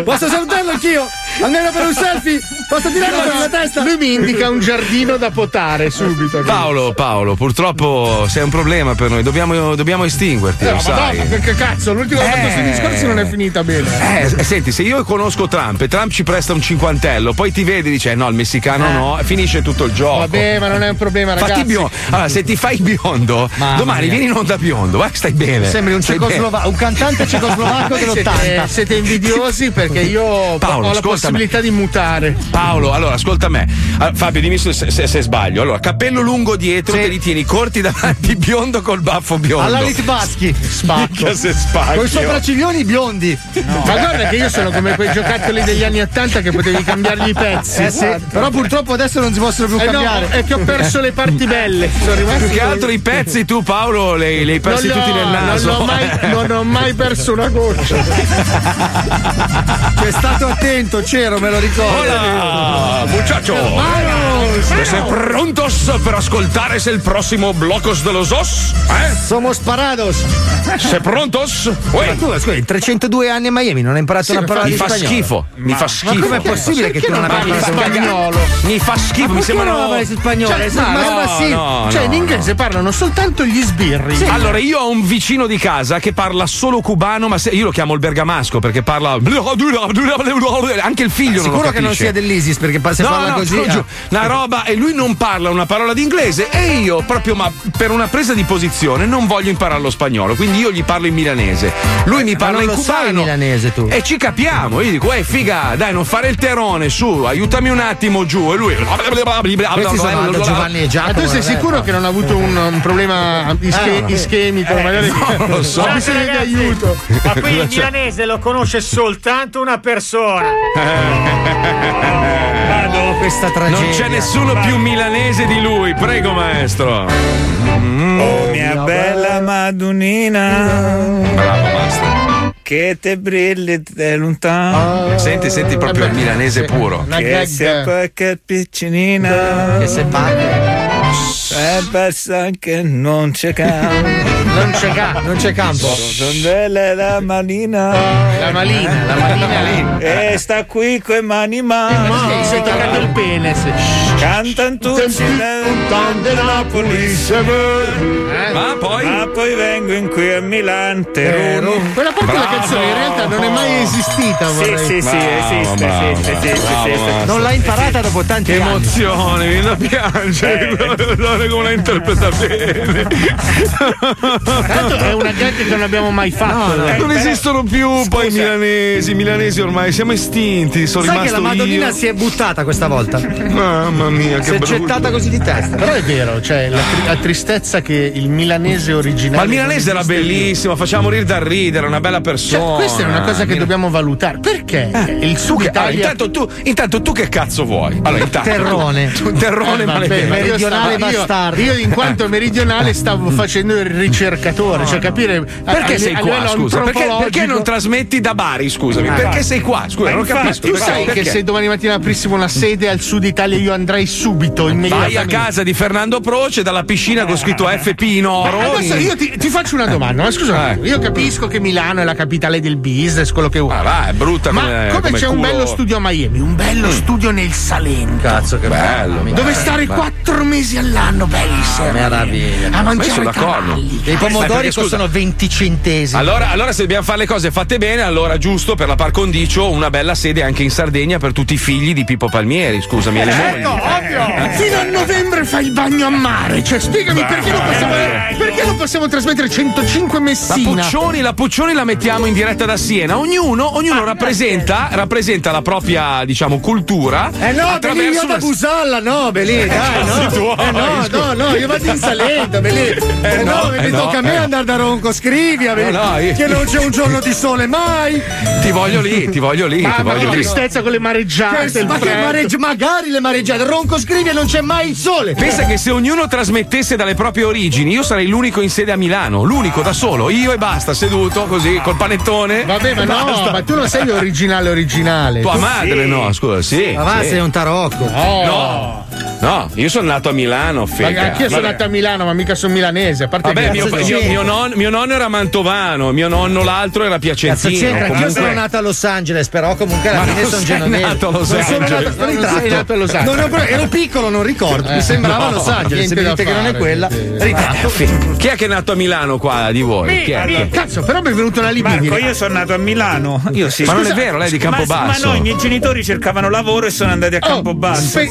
Speaker 3: Posso salutarlo anch'io? Almeno per un selfie? Posso tirarlo per la testa?
Speaker 9: Lui mi indica un giardino da potare subito.
Speaker 4: Paolo, Paolo, purtroppo sei un problema per noi, dobbiamo, dobbiamo estinguerti,
Speaker 9: Eh,
Speaker 4: lo
Speaker 9: ma no,
Speaker 4: sai.
Speaker 9: ma che cazzo, l'ultima volta
Speaker 4: Eh.
Speaker 9: questi discorsi non è finita bene.
Speaker 4: Eh, s- senti, se io conosco Trump e Trump ci presta un cinquantello, poi ti vede e dice: "Eh, No, il messicano no, e finisce tutto il gioco.
Speaker 9: Vabbè, ma non è un problema,
Speaker 4: Fatti
Speaker 9: ragazzi.
Speaker 4: biondo. Allora, se ti fai biondo,
Speaker 9: Mamma
Speaker 4: domani
Speaker 9: mia.
Speaker 4: vieni in onda biondo, vai che stai bene.
Speaker 9: Sembri un
Speaker 4: Stai bene.
Speaker 9: cecoslovacco, un cantante cecoslovacco dell'80. Siete, siete invidiosi perché io
Speaker 4: Paolo,
Speaker 9: ho la
Speaker 4: ascoltami.
Speaker 9: possibilità di mutare.
Speaker 4: Paolo, allora ascolta me. Allora, Fabio, dimmi se, se- se sbaglio. Allora, cappello lungo dietro, te li tieni corti davanti, biondo col baffo biondo.
Speaker 9: Alla Litvaschi.
Speaker 4: Spacco. se spacchi.
Speaker 9: Coi sopra-
Speaker 3: Ciglioni biondi.
Speaker 9: Ma guarda che io sono come quei giocattoli degli anni 80 che potevi cambiargli i pezzi.
Speaker 3: Eh sì, però purtroppo adesso non si possono più
Speaker 9: Eh no,
Speaker 3: cambiare.
Speaker 9: è che ho perso le parti belle. Mm. Sono rimasti
Speaker 4: Più che altro i pezzi tu Paolo li li hai persi
Speaker 9: Non l'ho-
Speaker 4: tutti nel naso.
Speaker 9: Non, l'ho mai- non ho mai perso una goccia.
Speaker 3: C'è stato attento, c'ero, me lo ricordo.
Speaker 4: Hola, muchacho. ¿Te sei prontos per ascoltare se il prossimo blocos de los os? Eh?
Speaker 3: Somos parados.
Speaker 4: Sei prontos? Uè.
Speaker 3: Ma tu, scusa, in 302 anni a Miami non hai imparato
Speaker 4: Sì,
Speaker 3: una
Speaker 4: mi fa-
Speaker 3: parola
Speaker 4: mi
Speaker 3: di
Speaker 4: fa
Speaker 3: spagnolo.
Speaker 4: schifo, mi fa schifo.
Speaker 3: Ma com'è possibile che
Speaker 4: Perché
Speaker 3: tu non
Speaker 4: non
Speaker 3: abbia
Speaker 4: parli
Speaker 3: imparato
Speaker 4: spagnolo? Mi fa schifo, mi sembra
Speaker 3: non
Speaker 4: una-
Speaker 3: parlare spagnolo?
Speaker 9: Cioè,
Speaker 3: Sì, ma-
Speaker 9: ma-
Speaker 3: ma
Speaker 9: sì.
Speaker 3: sì.
Speaker 4: no,
Speaker 9: Cioè, in
Speaker 4: no,
Speaker 9: inglese parlano soltanto gli sbirri.
Speaker 4: Allora, io ho un vicino di casa che parla solo cubano, ma se- io lo chiamo il bergamasco perché parla. Anche il figlio non lo
Speaker 3: Eh, Sicuro che non
Speaker 4: capisce.
Speaker 3: sia dell'ISIS perché pa- se
Speaker 4: no,
Speaker 3: parla
Speaker 4: no,
Speaker 3: così.
Speaker 4: te lo
Speaker 3: ah.
Speaker 4: giuro, una roba e lui non parla una parola d'inglese e io proprio ma per una presa di posizione non voglio imparare lo spagnolo, quindi io gli parlo in milanese. Lui mi parla
Speaker 3: non
Speaker 4: in
Speaker 3: lo sai
Speaker 4: cubano
Speaker 3: il milanese tu.
Speaker 4: e ci capiamo. Io dico "Eh figa, dai, non fare il terone, su, aiutami un attimo giù" e lui
Speaker 9: Questi sono Aldo, Giovanni
Speaker 3: e
Speaker 9: Ma Eh, tu sei sicuro che non ha avuto un, un problema
Speaker 3: Ah,
Speaker 9: ische-
Speaker 16: Eh, no.
Speaker 9: ischemico?
Speaker 16: Eh,
Speaker 9: magari
Speaker 4: non lo so.
Speaker 9: Ha bisogno di
Speaker 16: Ragazzi,
Speaker 9: aiuto.
Speaker 16: Ma qui il
Speaker 9: Cosa c'è?
Speaker 16: milanese lo conosce soltanto una persona.
Speaker 4: Vado
Speaker 3: Ah, questa
Speaker 16: tragedia.
Speaker 4: Eh. Non c'è nessuno più milanese di lui, prego maestro.
Speaker 8: Oh, mia bella madunina.
Speaker 4: Bravo, maestro. Ah.
Speaker 8: Che te brilli da lontano.
Speaker 4: Senti, senti proprio
Speaker 9: Eh
Speaker 4: il milanese puro.
Speaker 8: Che se pacca piccinina. Che se pacca. E basta che non c'è campo.
Speaker 9: Non c'è ca- non c'è campo.
Speaker 8: Donde la malina.
Speaker 9: La malina, la malina lì.
Speaker 8: E sta qui coi mani mani.
Speaker 9: Ma sei toccato il pene.
Speaker 8: Cantan tutti della Napoli.
Speaker 4: Ma poi?
Speaker 8: Eh? Ma poi vengo qui a Milan, Teruno.
Speaker 9: Eh, Quella parte della
Speaker 8: Bravo.
Speaker 9: canzone in realtà non è mai esistita.
Speaker 8: Sì,
Speaker 9: vorrei-
Speaker 8: sì, sì,
Speaker 4: Bravo, bravo,
Speaker 8: esiste, esiste,
Speaker 4: bravo,
Speaker 8: esiste,
Speaker 4: bravo,
Speaker 8: esiste.
Speaker 4: bravo.
Speaker 3: Non l'ha imparata dopo tanti
Speaker 4: Che
Speaker 3: anni.
Speaker 4: emozione, viene da
Speaker 3: Eh.
Speaker 4: piangere. Guarda come la interpreta bene.
Speaker 9: Tanto è una gag che non abbiamo mai fatto.
Speaker 4: non
Speaker 3: eh,
Speaker 4: esistono più poi i milanesi, i milanesi ormai siamo estinti, sono
Speaker 3: Sai che
Speaker 4: rimasto
Speaker 3: la Madonnina
Speaker 4: io.
Speaker 3: si è buttata questa volta.
Speaker 4: Mamma mia, che
Speaker 3: Si è
Speaker 4: brutto.
Speaker 3: gettata così di testa.
Speaker 9: Però è vero, cioè la, tri- la tristezza che il milanese originale.
Speaker 4: Ma il milanese era
Speaker 9: non esiste
Speaker 4: bellissimo, faceva morire da ridere, una bella
Speaker 9: più. Cioè,
Speaker 4: persona.
Speaker 9: questa è una cosa che
Speaker 4: Mila-
Speaker 9: dobbiamo valutare. Perché il sud
Speaker 4: Che- allora,
Speaker 9: Italia. Eh,
Speaker 4: intanto, tu, intanto tu che cazzo vuoi? Allora, intanto tu-
Speaker 9: Terrone.
Speaker 4: tu- terrone
Speaker 9: Eh, vabbè,
Speaker 4: maledetto.
Speaker 9: ma io stavo- io- Io, in quanto meridionale, stavo facendo il ricercatore,
Speaker 4: Ah,
Speaker 9: cioè capire. a-
Speaker 4: Mm. Perché
Speaker 9: a-
Speaker 4: sei
Speaker 9: a
Speaker 4: qua?
Speaker 9: livello
Speaker 4: Scusa, perché,
Speaker 9: antropologico-
Speaker 4: perché non trasmetti da Bari? Scusami,
Speaker 9: Ah.
Speaker 4: perché sei qua? Scusa,
Speaker 9: Ma
Speaker 4: non
Speaker 9: infatti,
Speaker 4: capisco.
Speaker 9: Tu
Speaker 4: perché-
Speaker 9: sai che
Speaker 4: perché?
Speaker 9: se domani mattina aprissimo una sede al sud Italia, io andrei subito,
Speaker 4: Vai a
Speaker 9: immediatamente.
Speaker 4: casa di Fernando Proce dalla piscina con scritto FP in oro.
Speaker 9: Eh. Ma adesso io ti, ti faccio una domanda, ma scusa,
Speaker 4: Eh.
Speaker 9: io capisco che Milano è la capitale del business, quello che vuoi.
Speaker 4: Ma va, Ah, è brutta
Speaker 9: Ma
Speaker 4: come-
Speaker 9: come,
Speaker 4: come
Speaker 9: c'è un
Speaker 4: culo. Mm.
Speaker 9: bello studio a Miami, un bello studio nel Salento.
Speaker 3: Cazzo, che
Speaker 4: bello.
Speaker 9: Dove stare quattro mesi all'anno, belli sereni.
Speaker 3: Meraviglia.
Speaker 9: A
Speaker 4: Ma io
Speaker 9: mangiare
Speaker 4: sono
Speaker 9: i
Speaker 4: d'accordo.
Speaker 9: cavalli.
Speaker 4: Dei pomodori Eh, perché, scusa, costano
Speaker 3: 20 centesimi.
Speaker 4: Allora, allora se dobbiamo fare le cose fatte bene, allora giusto per la par condicio una bella sede anche in Sardegna per tutti i figli di Pippo Palmieri,
Speaker 9: Eh,
Speaker 4: scusami, e le mogli. Eh.
Speaker 9: Fino a novembre fai il bagno a mare, cioè spiegami
Speaker 4: Beh,
Speaker 9: perché, non possiamo, perché non possiamo trasmettere 105
Speaker 4: La
Speaker 9: Messina.
Speaker 4: Eh, Puccioni, la Puccioni la mettiamo in diretta da Siena. Ognuno, ognuno
Speaker 9: Ah,
Speaker 4: rappresenta, rappresenta la propria, diciamo, cultura.
Speaker 3: Eh no, Belì, io da Busalla, no,
Speaker 4: Eh,
Speaker 3: Belì, dai, no.
Speaker 4: Cazzi tuoi,
Speaker 3: Eh no, no,
Speaker 4: scusa.
Speaker 3: no, io vado in Salento, Belì. Eh, no,
Speaker 4: no, eh
Speaker 3: mi
Speaker 4: no,
Speaker 3: tocca a me
Speaker 4: eh no.
Speaker 3: andare da Ronco, scrivi, Belì,
Speaker 4: No, no, io-
Speaker 3: che non c'è un giorno di sole mai.
Speaker 4: Ti voglio lì, ti voglio lì, ti
Speaker 9: Mamma,
Speaker 4: voglio
Speaker 9: che
Speaker 4: lì.
Speaker 9: tristezza con le mareggiate.
Speaker 3: Che-
Speaker 9: il
Speaker 3: ma che
Speaker 9: freddo.
Speaker 3: mareggi- magari le mareggiate, Ronco scrivi e non c'è mai il sole.
Speaker 4: Pensa che se ognuno trasmettesse dalle proprie origini, io sarei l'unico in sede a Milano, l'unico da solo, io e basta, seduto così, col panettone.
Speaker 9: Vabbè, ma no,
Speaker 4: Basta.
Speaker 9: ma tu non sei originale originale.
Speaker 4: Tua
Speaker 9: Tu-
Speaker 4: madre, no, scusa, sì.
Speaker 9: Ma va,
Speaker 4: sì.
Speaker 9: sei un
Speaker 3: tarocco.
Speaker 4: No. No, io sono nato a Milano,
Speaker 9: Ma
Speaker 4: figa.
Speaker 9: anch'io sono
Speaker 4: Vabbè.
Speaker 9: nato a Milano, ma mica sono milanese. A parte
Speaker 4: Vabbè,
Speaker 9: che-
Speaker 4: mio,
Speaker 9: Cazzo
Speaker 4: mio-
Speaker 9: c'entra?
Speaker 4: mio non- mio nonno era mantovano, mio nonno l'altro era
Speaker 2: Cazzo
Speaker 4: piacentino.
Speaker 2: c'entra? Anch'io sono
Speaker 4: comunque-
Speaker 2: nato a Los Angeles, però comunque alla
Speaker 4: Ma
Speaker 2: fine
Speaker 4: non
Speaker 2: sono
Speaker 4: sei
Speaker 2: genovese.
Speaker 4: nato a Los
Speaker 2: non sono
Speaker 4: Angeles.
Speaker 2: nato, sono
Speaker 4: Non
Speaker 2: ritratto.
Speaker 4: sei nato a Los Angeles.
Speaker 2: Non ho pro- ero piccolo, non ricordo.
Speaker 4: Eh,
Speaker 2: Mi sembrava
Speaker 4: no.
Speaker 2: Los Angeles, se
Speaker 4: Niente
Speaker 2: mi
Speaker 4: da
Speaker 2: dite che non è
Speaker 4: fare,
Speaker 2: quella. Ritratto.
Speaker 4: Eh, Chi è che è nato a Milano qua di voi? Chi è?
Speaker 8: Allora,
Speaker 9: Cazzo, però mi è venuto una libidine.
Speaker 8: Marco, io sono nato a Milano. Io sì.
Speaker 4: Ma non è
Speaker 8: Scusa,
Speaker 4: vero, lei è di
Speaker 8: ma-
Speaker 4: Campobasso.
Speaker 8: Ma, no, i miei genitori cercavano lavoro e sono andati a Campobasso.
Speaker 9: Oh, Spe-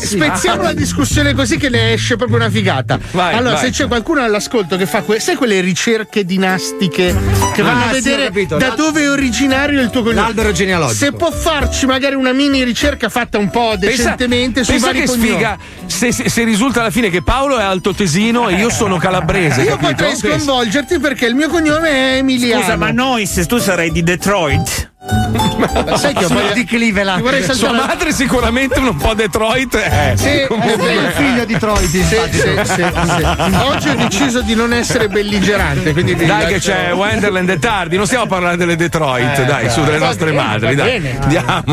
Speaker 9: spezziamo la discussione così che ne esce proprio una figata.
Speaker 8: Vai,
Speaker 9: allora,
Speaker 8: vai.
Speaker 9: se c'è qualcuno all'ascolto che fa que- sai quelle ricerche dinastiche che
Speaker 2: Ah,
Speaker 9: vanno
Speaker 2: sì,
Speaker 9: a
Speaker 2: ho
Speaker 9: vedere
Speaker 2: capito.
Speaker 9: da
Speaker 2: L'al-
Speaker 9: dove è originario il tuo cognome.
Speaker 2: L'albero genealogico.
Speaker 9: Se può farci magari una mini ricerca fatta un po'
Speaker 4: Pensa,
Speaker 9: decentemente sui
Speaker 4: pensa
Speaker 9: vari
Speaker 4: che
Speaker 9: cognomi.
Speaker 4: sfiga se, se- se risulta alla fine che Paolo è altotesino e io sono calabrese.
Speaker 9: Io
Speaker 4: capito?
Speaker 9: potrei
Speaker 4: Pensa.
Speaker 9: sconvolgerti perché il mio cognome è Emiliano.
Speaker 8: Scusa, ma Nois, tu sarai di Detroit.
Speaker 9: Sai che ho voglia- Ti Vorrei
Speaker 4: Sua
Speaker 9: saltare
Speaker 4: madre sicuramente un po' Detroit. Eh.
Speaker 9: Sì, eh,
Speaker 4: Comunque-
Speaker 9: sì, il figlio di Troy, sì, sì, sì, sì. Oggi ho deciso di non essere belligerante, quindi vi
Speaker 4: Dai, che
Speaker 9: lascio-
Speaker 4: c'è Wenderland e tardi, non stiamo parlando delle Detroit,
Speaker 9: Eh,
Speaker 4: dai, su delle
Speaker 9: va
Speaker 4: nostre
Speaker 9: bene,
Speaker 4: madri,
Speaker 9: va
Speaker 4: dai.
Speaker 9: bene.
Speaker 4: Andiamo.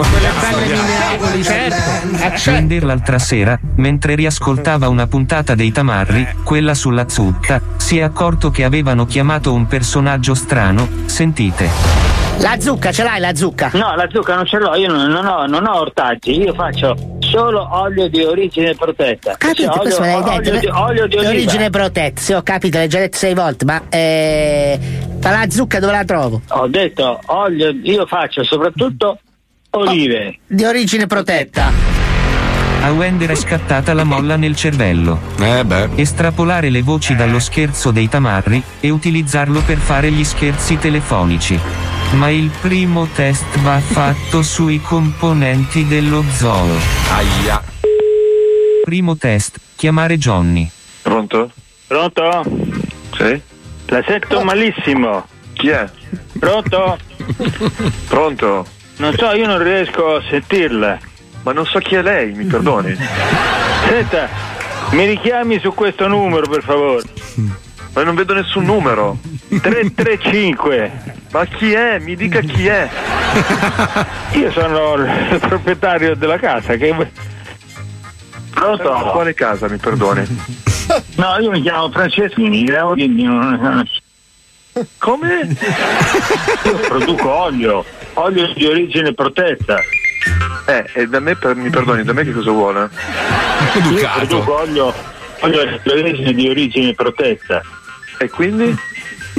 Speaker 17: Fender l'altra sera, mentre riascoltava una puntata dei Tamarri, quella sulla zutta, si è accorto che avevano chiamato un personaggio strano, sentite.
Speaker 13: La zucca, ce l'hai la zucca?
Speaker 18: No, la zucca non ce l'ho, io non, non ho, non ho ortaggi, io faccio solo olio di origine protetta.
Speaker 13: Capito,
Speaker 18: Cioè, olio,
Speaker 13: questo me l'hai detto.
Speaker 18: olio di, olio di oliva.
Speaker 13: L'origine protetta, sì, ho capito, l'hai già detto sei volte, ma eh, ma la zucca dove la trovo?
Speaker 18: Ho detto olio, io faccio soprattutto olive.
Speaker 13: Di origine protetta.
Speaker 17: A Wender è scattata la molla nel cervello. Estrapolare le voci dallo scherzo dei Tamarri e utilizzarlo per fare gli scherzi telefonici. Ma il primo test va fatto sui componenti dello zoo.
Speaker 19: Aia.
Speaker 17: Primo test, chiamare Johnny.
Speaker 10: Pronto?
Speaker 18: Pronto?
Speaker 10: Sì? Ah.
Speaker 18: La sento malissimo.
Speaker 10: Chi è?
Speaker 18: Pronto?
Speaker 10: Pronto?
Speaker 18: Non so, io non riesco a sentirla.
Speaker 10: Ma non so chi è lei, mi perdoni?
Speaker 18: Senta, mi richiami su questo numero per favore.
Speaker 10: Ma non vedo nessun numero.
Speaker 18: 335.
Speaker 10: Ma chi è? Mi dica chi è.
Speaker 18: Io sono il proprietario della casa che... Pronto?
Speaker 10: Ma quale casa, mi perdoni?
Speaker 18: No, io mi chiamo Franceschini, credo che non... Come? Io produco olio, olio di origine protetta.
Speaker 10: Eh, e da me, per- mi perdoni, da me che cosa vuole?
Speaker 18: Io produco olio, olio di origine, di origine protetta.
Speaker 10: E quindi?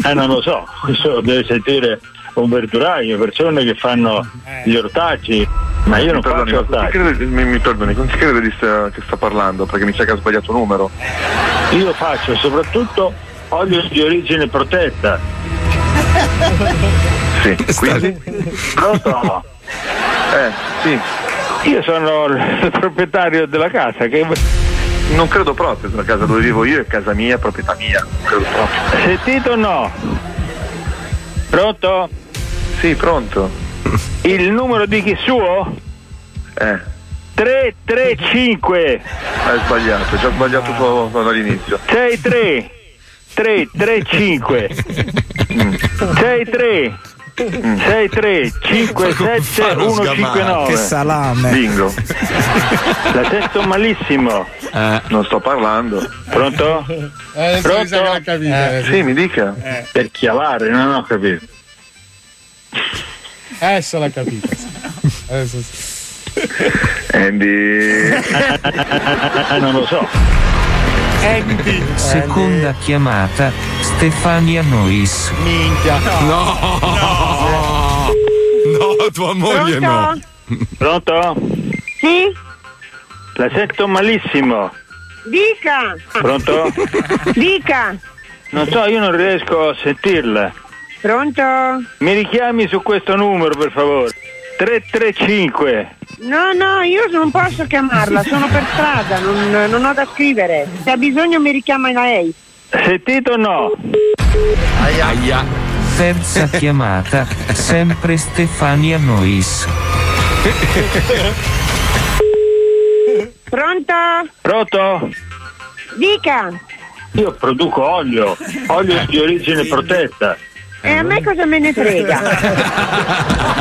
Speaker 18: Eh, non lo so, questo deve sentire un verduraio, persone che fanno gli ortaggi, ma io non
Speaker 10: mi perdoni,
Speaker 18: faccio
Speaker 10: ma con chi
Speaker 18: ortaggi.
Speaker 10: crede- mi, mi perdoni, con chi crede di sta- che sta parlando? Perché mi sa che ha sbagliato numero.
Speaker 18: Io faccio soprattutto olio di origine protetta.
Speaker 10: Sì, quindi?
Speaker 18: Pronto?
Speaker 10: Eh, sì.
Speaker 18: Io sono il proprietario della casa che...
Speaker 10: Non credo proprio, la casa dove vivo io è casa mia, proprietà mia. Non credo proprio.
Speaker 18: Sentito o no? Pronto?
Speaker 10: Sì, pronto.
Speaker 18: Il numero di chi suo?
Speaker 10: Eh,
Speaker 18: 335
Speaker 10: hai sbagliato, hai già sbagliato tu- tu dall'inizio.
Speaker 18: 63 335
Speaker 10: Mm.
Speaker 18: 63 63 57 159
Speaker 10: Bingo.
Speaker 18: La sento malissimo.
Speaker 10: Non sto parlando.
Speaker 18: Pronto? Pronto?
Speaker 10: Eh, sì, mi dica.
Speaker 18: Per chiavare, non ho capito.
Speaker 9: Adesso l'ha capito. Adesso sì.
Speaker 10: Andy.
Speaker 18: Ah, non lo so.
Speaker 20: Eh,
Speaker 17: Seconda chiamata, Stefania Nois.
Speaker 9: Minchia.
Speaker 4: No. No. tua moglie no.
Speaker 18: Pronto?
Speaker 20: Sì,
Speaker 18: La sento malissimo.
Speaker 20: dica,
Speaker 18: Pronto?
Speaker 20: dica.
Speaker 18: Non so, io non riesco a sentirla.
Speaker 20: Pronto?
Speaker 18: Mi richiami su questo numero, per favore. 335.
Speaker 20: No, no, io non posso chiamarla, sono per strada, non, non ho da scrivere. Se ha bisogno mi richiama lei.
Speaker 18: Sentito o no?
Speaker 17: Terza chiamata, sempre Stefania Nois.
Speaker 20: Pronto?
Speaker 18: Pronto?
Speaker 20: Dica.
Speaker 18: Io produco olio, olio di origine protetta.
Speaker 20: E a me cosa me ne frega?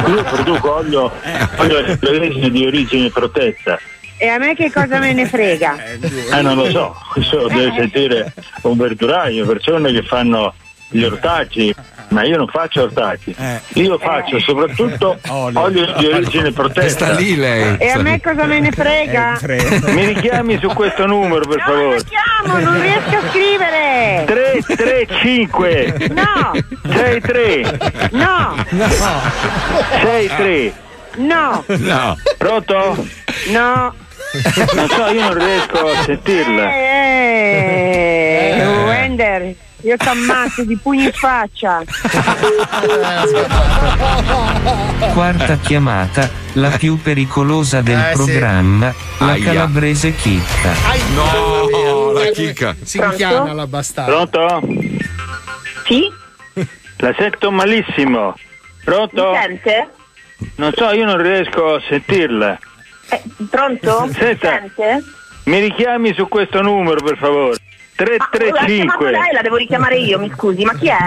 Speaker 18: Io produco olio, olio di origine, di origine protetta.
Speaker 20: E a me che cosa me ne frega?
Speaker 18: Eh, non lo so, questo
Speaker 20: Eh.
Speaker 18: deve sentire un verduraio, persone che fanno gli ortaggi, ma io non faccio ortaggi,
Speaker 20: Eh.
Speaker 18: io faccio soprattutto olio di origine protetta.
Speaker 4: Sta lì lei.
Speaker 20: E a me cosa me ne frega?
Speaker 18: Mi richiami su questo numero per favore.
Speaker 20: Amo, non riesco a scrivere!
Speaker 18: 335
Speaker 20: No!
Speaker 18: 63
Speaker 20: No!
Speaker 18: No 63
Speaker 20: No!
Speaker 18: No Pronto?
Speaker 20: No
Speaker 18: Non so, io non riesco a sentirla
Speaker 20: Eh, Wender, io ti ammazzo di pugni in faccia!
Speaker 17: Quarta chiamata, la più pericolosa del
Speaker 20: Eh, sì.
Speaker 17: programma, la
Speaker 4: Aia.
Speaker 17: calabrese chicca.
Speaker 4: No, la chicca.
Speaker 21: Si
Speaker 18: Pronto?
Speaker 21: chiama la bastarda.
Speaker 18: Pronto?
Speaker 20: Sì?
Speaker 18: La sento malissimo Pronto?
Speaker 20: sente?
Speaker 18: Non so, io non riesco a sentirla
Speaker 20: Pronto?
Speaker 18: Senta,
Speaker 20: Sente?
Speaker 18: mi richiami su questo numero per favore
Speaker 20: l'ha chiamato
Speaker 18: 335
Speaker 20: lei, la devo richiamare io, mi scusi, ma chi è?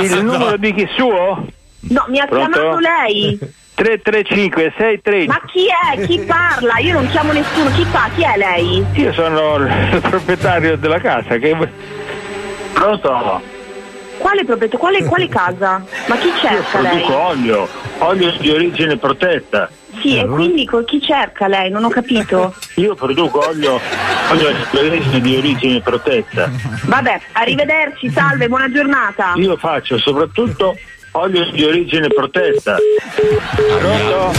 Speaker 18: Il numero di chi suo?
Speaker 20: No, mi ha
Speaker 18: Pronto?
Speaker 20: chiamato lei!
Speaker 18: 335 63
Speaker 20: Ma chi è? Chi parla? Io non chiamo nessuno, chi fa? Chi è lei?
Speaker 18: Io sono il proprietario della casa che... Pronto?
Speaker 20: Quale proprietario? Quale, quale casa? Ma chi cerca lei?
Speaker 18: Produco olio, olio di origine protetta.
Speaker 20: Sì, e quindi co- chi cerca lei? Non ho capito.
Speaker 18: Io produco olio, olio di origine- di origine protetta.
Speaker 20: Vabbè, arrivederci, salve, buona giornata.
Speaker 18: Io faccio soprattutto olio di origine protetta. Pronto?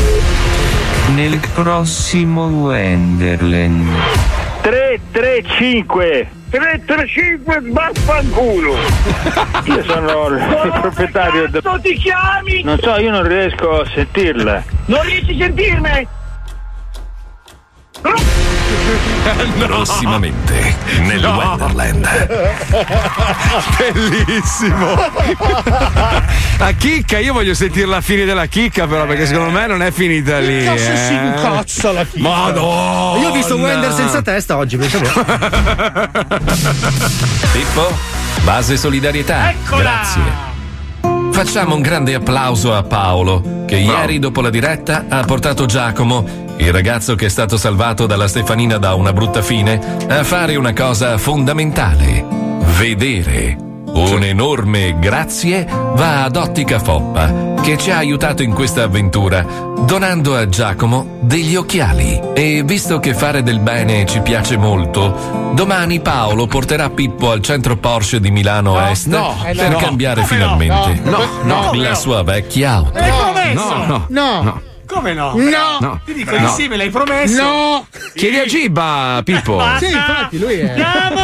Speaker 17: Nel prossimo Wenderland.
Speaker 18: 335 335 baffanculo Io sono il proprietario del...
Speaker 22: ti chiami?
Speaker 18: Non so, io non riesco a sentirla.
Speaker 22: Non riesci a sentirmi?
Speaker 1: Prossimamente nel Wonderland.
Speaker 4: Bellissimo. La chicca, io voglio sentire la fine della chicca, però, perché secondo me non è finita lì.
Speaker 2: Cazzo,
Speaker 4: eh.
Speaker 2: si incazza la figlia.
Speaker 4: Madonna.
Speaker 2: Io ho visto Wender senza testa oggi, pensa voi.
Speaker 1: Pippo, base solidarietà. Grazie. Facciamo un grande applauso a Paolo, che ieri dopo la diretta ha portato Giacomo, il ragazzo che è stato salvato dalla Stefanina da una brutta fine, a fare una cosa fondamentale. Vedere. Un enorme grazie va ad Ottica Foppa, che ci ha aiutato in questa avventura, donando a Giacomo degli occhiali. E visto che fare del bene ci piace molto, domani Paolo porterà Pippo al centro Porsche di Milano Est
Speaker 4: no, eh,
Speaker 1: per
Speaker 4: no.
Speaker 1: cambiare
Speaker 4: Come no?
Speaker 1: finalmente
Speaker 4: No, no,
Speaker 1: la sua vecchia auto.
Speaker 9: L'hai promesso?
Speaker 4: No, no,
Speaker 9: no. Come no?
Speaker 4: No. No.
Speaker 9: Ti dico
Speaker 4: No.
Speaker 9: insieme, l'hai promesso?
Speaker 4: No. Chiedi a Giba, Pippo.
Speaker 9: Basta.
Speaker 21: Sì, infatti, lui è.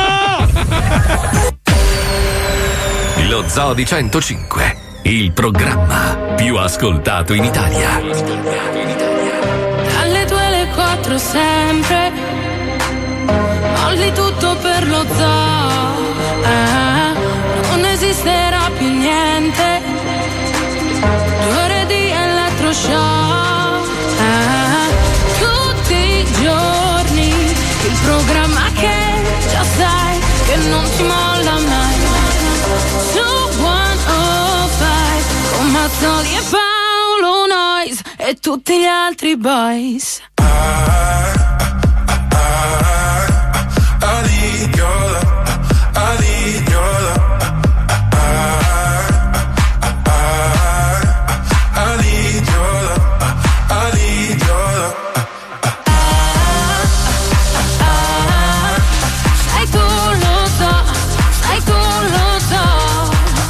Speaker 1: Lo Zoo di 105, il programma più ascoltato in Italia.
Speaker 6: Alle 2 alle 4 sempre Molli tutto per lo zoo Ah, Non esisterà più niente Due ore di elettroshock Ah, Tutti i giorni Il programma che già sai Che non ti molla mai Su 105 Con Mazzoli e Paolo Nois E tutti gli altri boys
Speaker 22: I need your love. I need your love. I, I, I, I need your love. I need your love.
Speaker 6: Sai tu lo so, sai tu lo so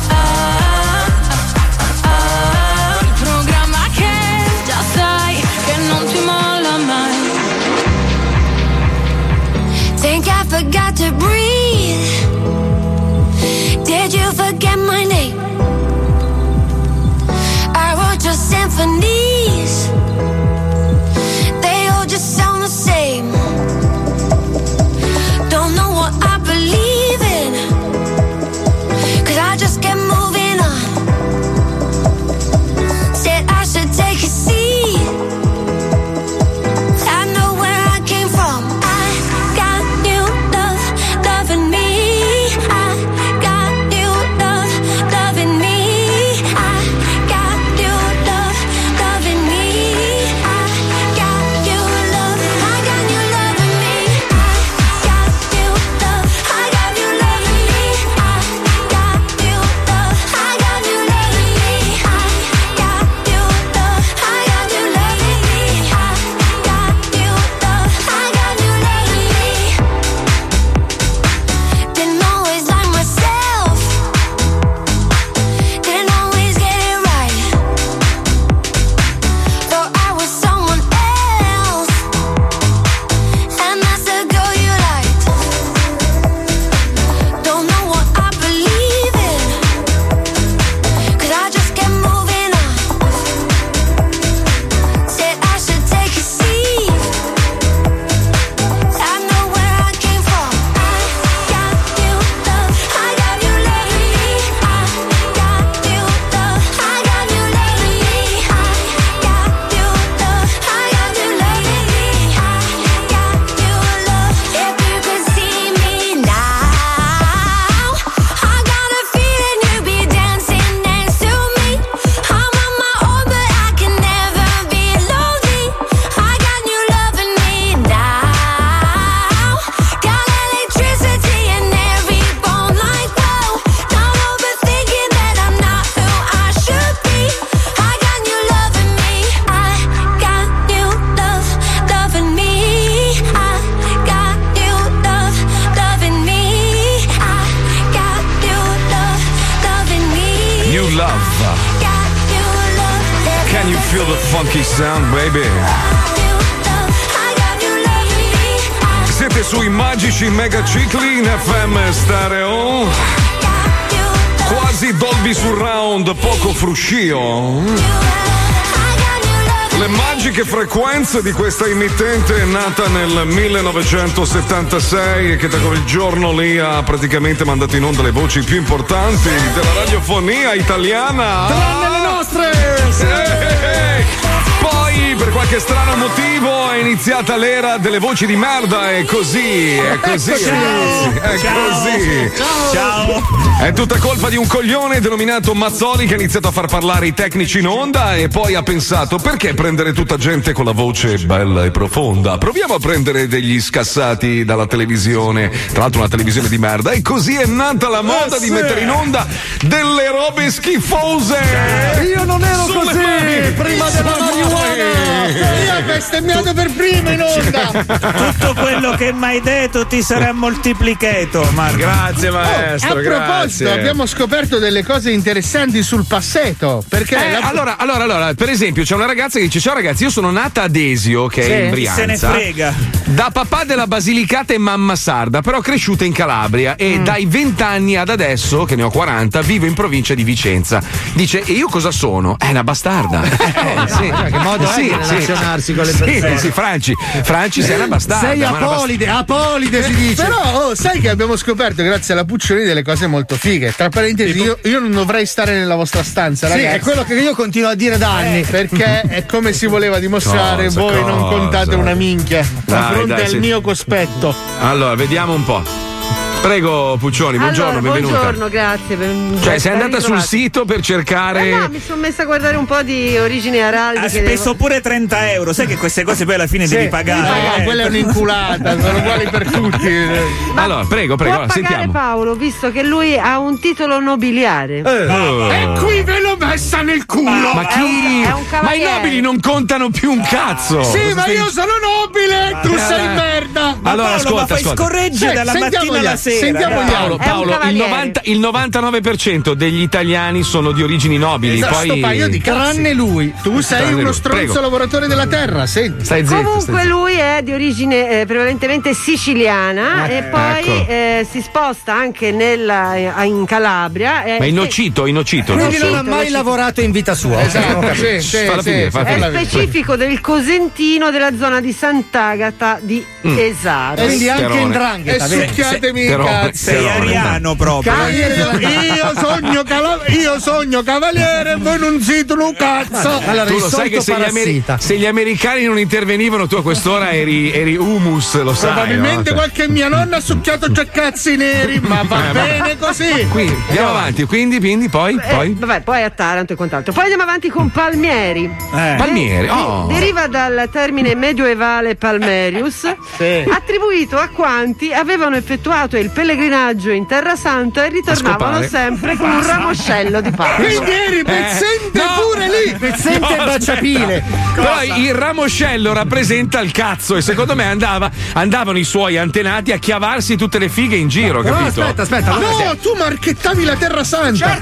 Speaker 6: Ah, ah, ah, Il programma che già sai che non ti molla mai
Speaker 4: love? Can you feel the funky sound, baby? Siete sui magici megacicli in FM stereo? Quasi Dolby Surround, poco fruscio. Le magiche frequenze di questa emittente è nata nel 1976 e che da quel giorno lì ha praticamente mandato in onda le voci più importanti della radiofonia italiana.
Speaker 3: Tranne le nostre!
Speaker 4: Poi, per qualche strano motivo, è iniziata l'era delle voci di merda. È così, è così,
Speaker 5: Eccoci.
Speaker 4: ragazzi, è così. È tutta colpa di un coglione denominato Mazzoli che ha iniziato a far parlare i tecnici in onda e poi ha pensato perché prendere tutta gente con la voce bella e profonda? Proviamo a prendere degli scassati dalla televisione, tra l'altro una televisione di merda. E così è nata la moda
Speaker 5: Eh,
Speaker 4: di
Speaker 5: sì.
Speaker 4: mettere in onda delle robe schifose.
Speaker 5: Io non ero
Speaker 4: Sulle
Speaker 5: così
Speaker 4: mani.
Speaker 5: prima della
Speaker 4: Sulle
Speaker 5: marijuana.
Speaker 4: mani.
Speaker 5: Io ho bestemmiato per prima in onda.
Speaker 8: Tutto quello che mi hai detto ti sarà moltiplicato, Marco.
Speaker 4: Grazie,
Speaker 9: a proposito, abbiamo scoperto delle cose interessanti sul passeto. Perché
Speaker 4: Eh,
Speaker 9: la-
Speaker 4: allora, allora, allora, per esempio, c'è una ragazza che dice: Ciao ragazzi, io sono nata ad Esio, che
Speaker 9: Sì.
Speaker 4: è in
Speaker 9: Chi
Speaker 4: Brianza.
Speaker 9: se ne frega.
Speaker 4: Da papà della Basilicata e mamma sarda, però cresciuta in Calabria.
Speaker 9: Mm.
Speaker 4: E dai 20 anni ad adesso, che ne ho 40, vivo in provincia di Vicenza. Dice: E io cosa sono? È una bastarda. Eh, sì.
Speaker 2: cioè,
Speaker 9: Cioè,
Speaker 5: guarda che modo è
Speaker 4: Sì,
Speaker 5: di
Speaker 4: sì.
Speaker 5: relazionarsi con le
Speaker 4: Sì,
Speaker 5: persone.
Speaker 4: Sì, Franci, Franci, Ah, sei una bastarda.
Speaker 9: Sei
Speaker 4: ma una bast-
Speaker 9: apolide, ah, apolide si dice. Però oh, sai che abbiamo scoperto, grazie alla Puccioni, delle cose molto fighe. Tra parentesi, io, io non dovrei stare nella vostra stanza,
Speaker 3: Sì,
Speaker 9: ragazzi.
Speaker 3: è quello
Speaker 9: che io continuo a dire da anni. perché è come si voleva dimostrare,
Speaker 4: Cosa,
Speaker 9: voi non
Speaker 4: cosa?
Speaker 9: contate una minchia.
Speaker 4: Dai,
Speaker 9: a fronte
Speaker 4: dai,
Speaker 9: al
Speaker 4: sì.
Speaker 9: mio cospetto.
Speaker 4: Allora, vediamo un po'. Prego, Puccioni, buongiorno,
Speaker 23: allora,
Speaker 4: benvenuta.
Speaker 23: buongiorno, grazie. ben-
Speaker 4: Cioè, sei
Speaker 23: ben
Speaker 4: andata sul
Speaker 23: ritrovati.
Speaker 4: sito per cercare.
Speaker 23: Eh no, mi sono messa a guardare un po' di origine araldiche.
Speaker 4: Ah,
Speaker 8: Ha speso pure 30 euro, sai che queste cose poi alla fine
Speaker 23: Sì,
Speaker 8: devi
Speaker 23: devi
Speaker 8: pagare. eh?
Speaker 23: pagare,
Speaker 9: quella Ah, è un'inculata, sono uguali per tutti.
Speaker 4: Allora, prego,
Speaker 23: Può
Speaker 4: prego,
Speaker 23: pagare
Speaker 4: sentiamo.
Speaker 23: Paolo, visto che lui ha un titolo nobiliare.
Speaker 4: Oh.
Speaker 23: E qui ve l'ho messa nel culo!
Speaker 4: Ma chi?
Speaker 23: È un,
Speaker 4: ma i
Speaker 23: cavaliere.
Speaker 4: nobili non contano più un cazzo.
Speaker 23: Sì, ma io
Speaker 9: sono nobile,
Speaker 23: tu
Speaker 9: sei merda.
Speaker 4: Ma Ah, allora,
Speaker 8: Paolo,
Speaker 4: ascolta,
Speaker 8: ma fai
Speaker 4: ascolta.
Speaker 8: scorreggere dalla
Speaker 9: sentiamo
Speaker 8: mattina
Speaker 9: gli
Speaker 8: alla
Speaker 9: altri,
Speaker 8: sera.
Speaker 9: sentiamo
Speaker 8: dai.
Speaker 9: gli
Speaker 4: Paolo, Paolo, il, 90 il 99% degli italiani sono di origini nobili.
Speaker 9: Esatto,
Speaker 4: poi...
Speaker 9: sto paio di cazzi. Tranne lui, tu sei
Speaker 4: Tranne
Speaker 9: uno
Speaker 4: lui.
Speaker 9: stronzo
Speaker 4: Prego.
Speaker 9: lavoratore della terra, senti.
Speaker 4: Stai zitto.
Speaker 23: Comunque
Speaker 4: stai zitto.
Speaker 23: lui è di origine eh, prevalentemente siciliana
Speaker 4: Eh,
Speaker 23: e poi
Speaker 4: ecco.
Speaker 23: eh, si sposta anche nella- eh, in Calabria. eh, e-
Speaker 4: Ma innocito, innocito.
Speaker 23: Quindi
Speaker 4: giusto?
Speaker 23: non ha mai Innocito.
Speaker 2: lavorato in vita sua.
Speaker 23: Esatto,
Speaker 2: sì,
Speaker 4: sì, Falla sì, finire, falla
Speaker 23: È
Speaker 4: finire.
Speaker 23: specifico del Cosentino della zona di Sant'Agata di
Speaker 4: Mm.
Speaker 23: Pesaro.
Speaker 4: E quindi anche Terone. in 'ndrangheta,
Speaker 9: E
Speaker 4: vedi?
Speaker 9: succhiatemi i
Speaker 4: Terone,
Speaker 9: cazzi.
Speaker 4: Terone. Sei ariano proprio.
Speaker 9: Cazzo, Io, io sogno cala- io sogno cavaliere e voi non siete un cazzo.
Speaker 4: tu lo sai che se gli, ameri- se gli americani non intervenivano, tu a quest'ora eri, eri humus, lo sai.
Speaker 9: Probabilmente
Speaker 4: no?
Speaker 9: qualche mia nonna ha succhiato già cazzi neri, ma va
Speaker 4: Eh, vabbè.
Speaker 9: bene così.
Speaker 4: Quindi, andiamo avanti. Quindi, quindi, poi,
Speaker 23: Eh,
Speaker 4: poi.
Speaker 23: vabbè, poi a Taranto e quant'altro. Poi andiamo avanti con Palmieri. Eh.
Speaker 4: Palmieri, oh.
Speaker 23: Deriva dal termine medioevale palmerius, attribuito a quanti avevano effettuato il pellegrinaggio in Terra Santa e ritornavano
Speaker 5: scopare.
Speaker 23: sempre con un ramoscello di palme.
Speaker 5: Quindi
Speaker 9: Eh.
Speaker 5: eri
Speaker 23: pezzente pure lì!
Speaker 4: No, aspetta. Però il ramoscello rappresenta il cazzo e secondo me andava, andavano i suoi antenati a chiavarsi tutte le fighe in giro,
Speaker 9: Però
Speaker 4: capito? Ah,
Speaker 9: No, tu marchettavi la Terra Santa.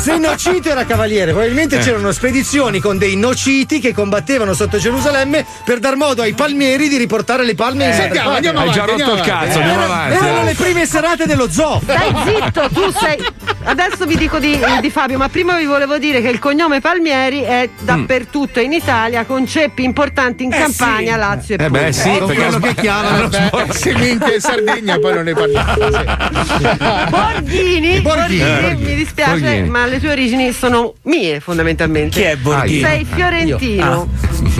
Speaker 2: Se Nocito era cavaliere, probabilmente
Speaker 4: Certo, Eh.
Speaker 2: c'erano spedizioni con dei nociti che combattevano sotto Gerusalemme per dar modo ai palmieri di riportare le palme in
Speaker 4: Eh,
Speaker 2: Santa
Speaker 4: andiamo,
Speaker 2: Patria.
Speaker 4: andiamo Hai già avanti, rotto andiamo il avanti. cazzo, andiamo
Speaker 2: Erano-
Speaker 4: avanti, dai.
Speaker 2: Erano le prime serate dello zoo.
Speaker 23: Stai zitto, tu sei. Adesso vi dico di, di Fabio, ma prima vi volevo dire che il cognome Palmieri è dappertutto in Italia, con ceppi importanti
Speaker 2: Eh,
Speaker 23: in Campania, Lazio e
Speaker 4: Eh beh,
Speaker 23: Puglia.
Speaker 4: sì,
Speaker 23: Ecco
Speaker 4: perché
Speaker 23: quello
Speaker 4: sbag-
Speaker 23: che chiama.
Speaker 4: hanno sbagliato.
Speaker 9: Se minchia in Sardegna poi non ne parliamo. Borghini.
Speaker 23: Borghini, Borghini,
Speaker 9: Eh,
Speaker 23: mi dispiace,
Speaker 9: Borghini.
Speaker 23: ma le tue origini sono mie fondamentalmente.
Speaker 9: Chi è Borghini?
Speaker 23: Sei
Speaker 9: Ah,
Speaker 23: fiorentino.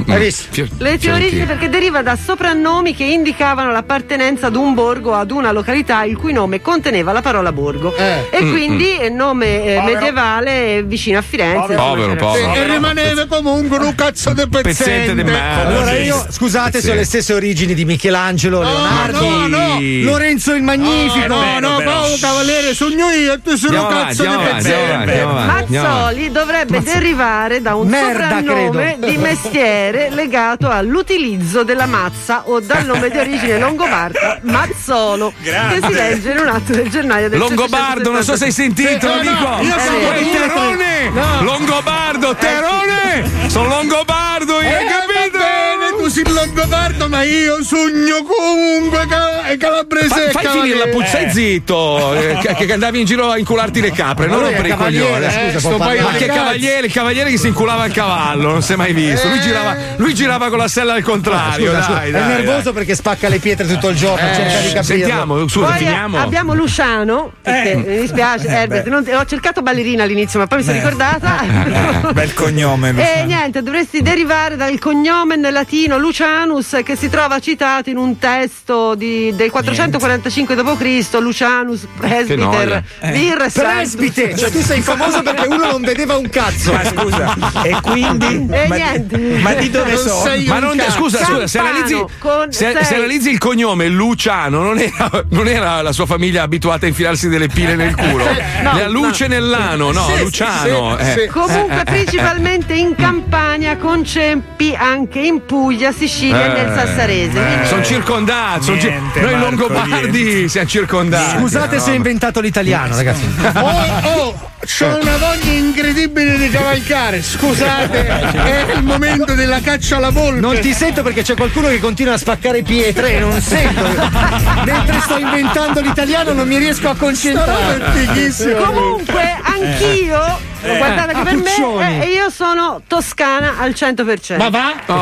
Speaker 2: Ah.
Speaker 4: Hai visto?
Speaker 23: Le tue origini
Speaker 4: certo.
Speaker 23: perché deriva da soprannomi che indicavano l'appartenenza ad un borgo o ad una località il cui nome conteneva la parola borgo. E
Speaker 4: Mm,
Speaker 23: quindi eh, nome eh, medievale eh, vicino a Firenze.
Speaker 4: Povero,
Speaker 23: insomma, c'era-
Speaker 4: povero.
Speaker 9: E rimaneva comunque un cazzo di pezzente.
Speaker 4: Pezzente di merda.
Speaker 2: Allora
Speaker 4: sì.
Speaker 2: io, scusate se ho le stesse origini di Michelangelo, Leonardo,
Speaker 9: no, no.
Speaker 2: Lorenzo il Magnifico.
Speaker 9: No, no, Paolo Cavaliere, sogno io e tu sono un
Speaker 2: Andiamo
Speaker 9: cazzo di
Speaker 2: avanti, andiamo avanti,
Speaker 9: pezzente.
Speaker 4: andiamo avanti, andiamo avanti.
Speaker 23: Mazzoli dovrebbe derivare da un
Speaker 2: Merda,
Speaker 23: soprannome
Speaker 2: credo.
Speaker 23: di mestiere legato all'utilizzo della mazza o dal nome di origine longobarda Mazzolo
Speaker 4: Grazie.
Speaker 23: che si legge in un atto del Eh, gennaio del
Speaker 4: Longobardo, non so se hai sentito, lo dico.
Speaker 23: Eh,
Speaker 4: Quel terone capito, Terone? Sono longobardo, io,
Speaker 9: Eh,
Speaker 4: hai capito?
Speaker 9: va bene, tu sei longobardo, ma io sogno comunque cal- e calabrese.
Speaker 4: Fa-
Speaker 9: e
Speaker 4: fai
Speaker 9: cavaliere.
Speaker 4: finire la puzza, stai
Speaker 9: Eh.
Speaker 4: zitto, eh, che, che andavi in giro a incularti le capre,
Speaker 9: Ma
Speaker 4: non
Speaker 9: lui è
Speaker 4: rompere i
Speaker 9: cavaliere,
Speaker 4: coglioni.
Speaker 9: eh,
Speaker 4: Scusa,
Speaker 9: sto
Speaker 4: può
Speaker 9: paio
Speaker 4: parlare.
Speaker 9: di
Speaker 4: Ma che
Speaker 9: cazzi.
Speaker 4: cavaliere, il cavaliere che si inculava il cavallo, non si è mai visto. Lui, girava, lui girava con la sella al contrario.
Speaker 2: Scusa, scusa,
Speaker 4: dai, dai,
Speaker 2: è
Speaker 4: dai.
Speaker 2: nervoso perché spacca le pietre tutto il cioè, giorno.
Speaker 4: Eh,
Speaker 2: cerca di
Speaker 4: sh-
Speaker 2: capirlo.
Speaker 4: sentiamo, scusa,
Speaker 23: poi
Speaker 4: finiamo.
Speaker 23: abbiamo Luciano, perché mi dispiace,
Speaker 8: Eh,
Speaker 23: Herbert,
Speaker 8: beh.
Speaker 23: non te- ho cercato ballerina all'inizio, ma poi mi sono
Speaker 8: Eh.
Speaker 23: ricordata.
Speaker 8: Bel
Speaker 4: Eh,
Speaker 8: cognome,
Speaker 23: E
Speaker 8: Luciano.
Speaker 23: Eh, niente, dovresti derivare dal cognome nel latino Lucianus che si trova citato in un testo di- del 445 d.C. Lucianus presbiter
Speaker 4: Eh.
Speaker 23: vir sanctus.
Speaker 2: Presbite! Eh. Cioè, tu sei famoso perché uno non vedeva un cazzo.
Speaker 4: Eh,
Speaker 23: Ma scusa, e quindi? E Ma di- Eh, niente. ma di dove Non sono? sei
Speaker 4: Ma
Speaker 23: un
Speaker 4: non,
Speaker 23: cazzo.
Speaker 4: scusa, scusa, se
Speaker 23: Campano,
Speaker 4: analizzi,
Speaker 23: con-
Speaker 4: se-
Speaker 23: sei-
Speaker 4: se analizzi il cognome Luciano, non era, non era la sua famiglia abituata a infilarsi delle pile nel culo.
Speaker 23: No,
Speaker 4: la luce nell'ano, no,
Speaker 23: Sì, sì,
Speaker 4: Luciano. eh.
Speaker 23: Comunque,
Speaker 4: Eh, eh,
Speaker 23: principalmente in Campania, con Cempi anche in Puglia, Sicilia e nel Sassarese.
Speaker 4: eh,
Speaker 23: Quindi-
Speaker 4: sono circondato. sono cir-
Speaker 2: Niente,
Speaker 4: noi
Speaker 2: Marco,
Speaker 4: Longobardi siamo circondati.
Speaker 2: Scusate
Speaker 4: no?
Speaker 2: se ho inventato l'italiano, ragazzi.
Speaker 9: Oh, oh,
Speaker 4: Certo.
Speaker 9: c'ho una voglia incredibile di cavalcare.
Speaker 4: Eh,
Speaker 9: Scusate,
Speaker 4: certo.
Speaker 9: Eh, è il momento della caccia alla volpe.
Speaker 2: Non ti sento perché c'è qualcuno che continua a spaccare pietre e non sento. Mentre sto inventando l'italiano non mi riesco a concentrare.
Speaker 23: Comunque, anch'io,
Speaker 2: Eh.
Speaker 23: guardate che per
Speaker 2: Puccioni.
Speaker 23: me, eh, io sono toscana al 100%.
Speaker 2: Ma va? Tu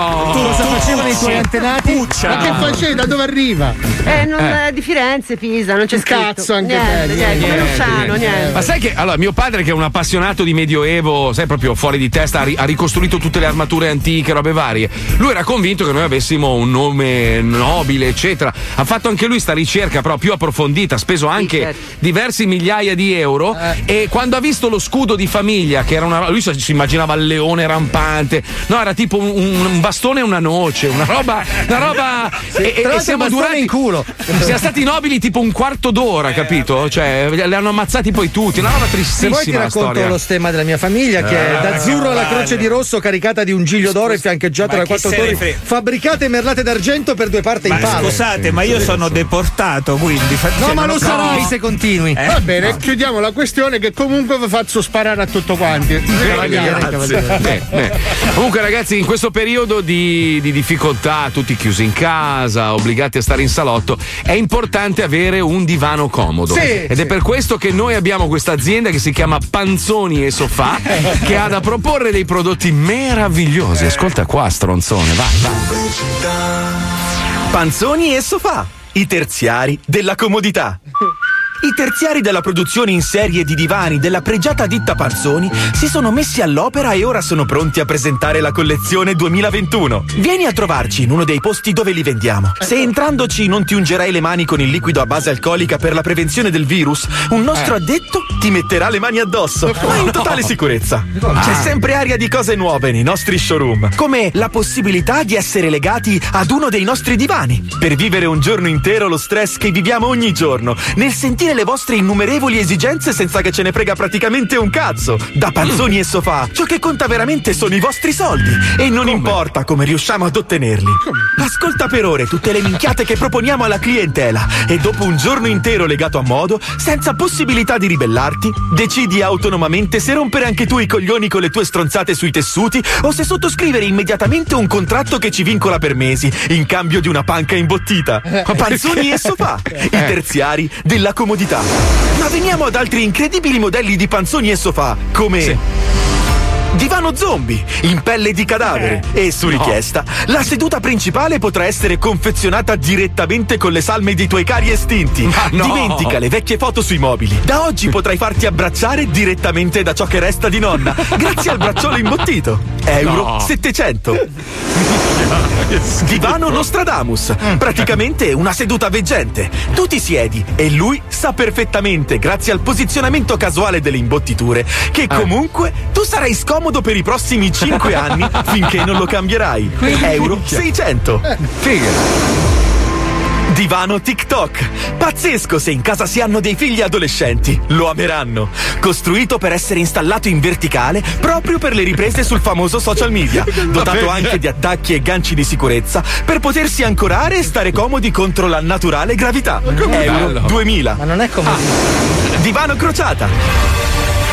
Speaker 2: cosa facevano i tuoi antenati?
Speaker 9: Ma che facevi? Da dove arriva?
Speaker 23: Eh, non,
Speaker 4: Eh.
Speaker 23: eh, di Firenze, Pisa, non c'è scritto.
Speaker 9: Cazzo, anche
Speaker 23: niente,
Speaker 9: te,
Speaker 23: niente, come Luciano, niente.
Speaker 4: Ma sai che allora mio padre, che è un appassionato di medioevo, sai proprio fuori di testa, ha, ri- ha ricostruito tutte le armature antiche, robe varie. Lui era convinto che noi avessimo un nome nobile, eccetera. Ha fatto anche lui sta ricerca però più approfondita, ha speso anche
Speaker 2: certo.
Speaker 4: diversi migliaia di euro.
Speaker 2: Eh.
Speaker 4: E quando ha visto lo scudo di famiglia, che era una. Lui si si immaginava il leone rampante, no, era tipo un, un- un bastone e una noce, una roba. Una roba. e- e-
Speaker 2: Tra l'altro
Speaker 4: e siamo
Speaker 2: un bastone
Speaker 4: durati-
Speaker 2: in culo.
Speaker 4: siamo stati nobili tipo un quarto d'ora, capito? Cioè, li hanno ammazzati poi tutti. Una roba
Speaker 2: Se
Speaker 4: tristissima
Speaker 2: vuoi ti
Speaker 4: la
Speaker 2: racconto
Speaker 4: storia.
Speaker 2: lo stemma della mia famiglia che
Speaker 4: Eh,
Speaker 2: è d'azzurro alla
Speaker 4: cavallo.
Speaker 2: croce di rosso caricata di un giglio d'oro e fiancheggiata
Speaker 8: ma
Speaker 2: da
Speaker 8: chi
Speaker 2: quattro
Speaker 8: se ne
Speaker 2: torri
Speaker 8: frega?
Speaker 2: fabbricate e merlate d'argento per due parti in
Speaker 8: Ma
Speaker 2: palo.
Speaker 8: scusate, ma io sono deportato, quindi. fa-
Speaker 9: No,
Speaker 8: cioè,
Speaker 9: ma
Speaker 8: non
Speaker 9: lo sarai
Speaker 8: no.
Speaker 9: se
Speaker 2: continui.
Speaker 9: Va bene, chiudiamo la questione che comunque vi faccio sparare a tutto quanti. Cavaliere,
Speaker 4: Grazie.
Speaker 9: cavaliere. Eh.
Speaker 4: Beh, beh. Comunque, ragazzi, in questo periodo di, di difficoltà, tutti chiusi in casa, obbligati a stare in salotto, è importante avere un divano comodo.
Speaker 11: Sì,
Speaker 4: Ed
Speaker 11: sì.
Speaker 4: è per questo che noi abbiamo questa azienda che si chiama Panzoni e Sofà,
Speaker 2: Eh.
Speaker 4: che ha da proporre dei prodotti meravigliosi. Ascolta qua, stronzone, vai, vai.
Speaker 10: Panzoni e sofà, i terziari della comodità. I terziari della produzione in serie di divani della pregiata ditta Panzoni si sono messi all'opera e ora sono pronti a presentare la collezione 2021. Vieni a trovarci in uno dei posti dove li vendiamo. Se entrandoci non ti ungerai le mani con il liquido a base alcolica per la prevenzione del virus, un nostro addetto ti metterà le mani addosso, ma in totale sicurezza. C'è sempre aria di cose nuove nei nostri showroom, come la possibilità di essere legati ad uno dei nostri divani, per vivere un giorno intero lo stress che viviamo ogni giorno, nel sentire le vostre innumerevoli esigenze senza che ce ne frega praticamente un cazzo. Da panzoni e sofà, ciò che conta veramente sono i vostri soldi e non importa come riusciamo ad ottenerli. Ascolta per ore tutte le minchiate che proponiamo alla clientela e dopo un giorno intero legato a modo, senza possibilità di ribellarti, decidi autonomamente se rompere anche tu i coglioni con le tue stronzate sui tessuti o se sottoscrivere immediatamente un contratto che ci vincola per mesi in cambio di una panca imbottita.
Speaker 4: Eh.
Speaker 10: Panzoni e sofà, i terziari della comodità. Ma veniamo ad altri incredibili modelli di panzoni e sofà, come Divano zombie, in pelle di cadavere
Speaker 4: Eh.
Speaker 10: e su richiesta la seduta principale potrà essere confezionata direttamente con le salme dei tuoi cari estinti.
Speaker 4: Ma no!
Speaker 10: Dimentica le vecchie foto sui mobili. Da oggi potrai farti abbracciare direttamente da ciò che resta di nonna, grazie al bracciolo imbottito. Euro
Speaker 4: No.
Speaker 10: 700. Divano Nostradamus, praticamente una seduta veggente. Tu ti siedi e lui sa perfettamente, grazie al posizionamento casuale delle imbottiture, che comunque tu sarai scomodo per i prossimi 5 anni finché non lo cambierai. Euro 600. Figa. Divano TikTok. Pazzesco se in casa si hanno dei figli adolescenti. Lo ameranno. Costruito per essere installato in verticale proprio per le riprese sul famoso social media. Dotato anche di attacchi e ganci di sicurezza per potersi ancorare e stare comodi contro la naturale gravità. Euro
Speaker 4: bello.
Speaker 10: 2000. Ma non è come Divano crociata.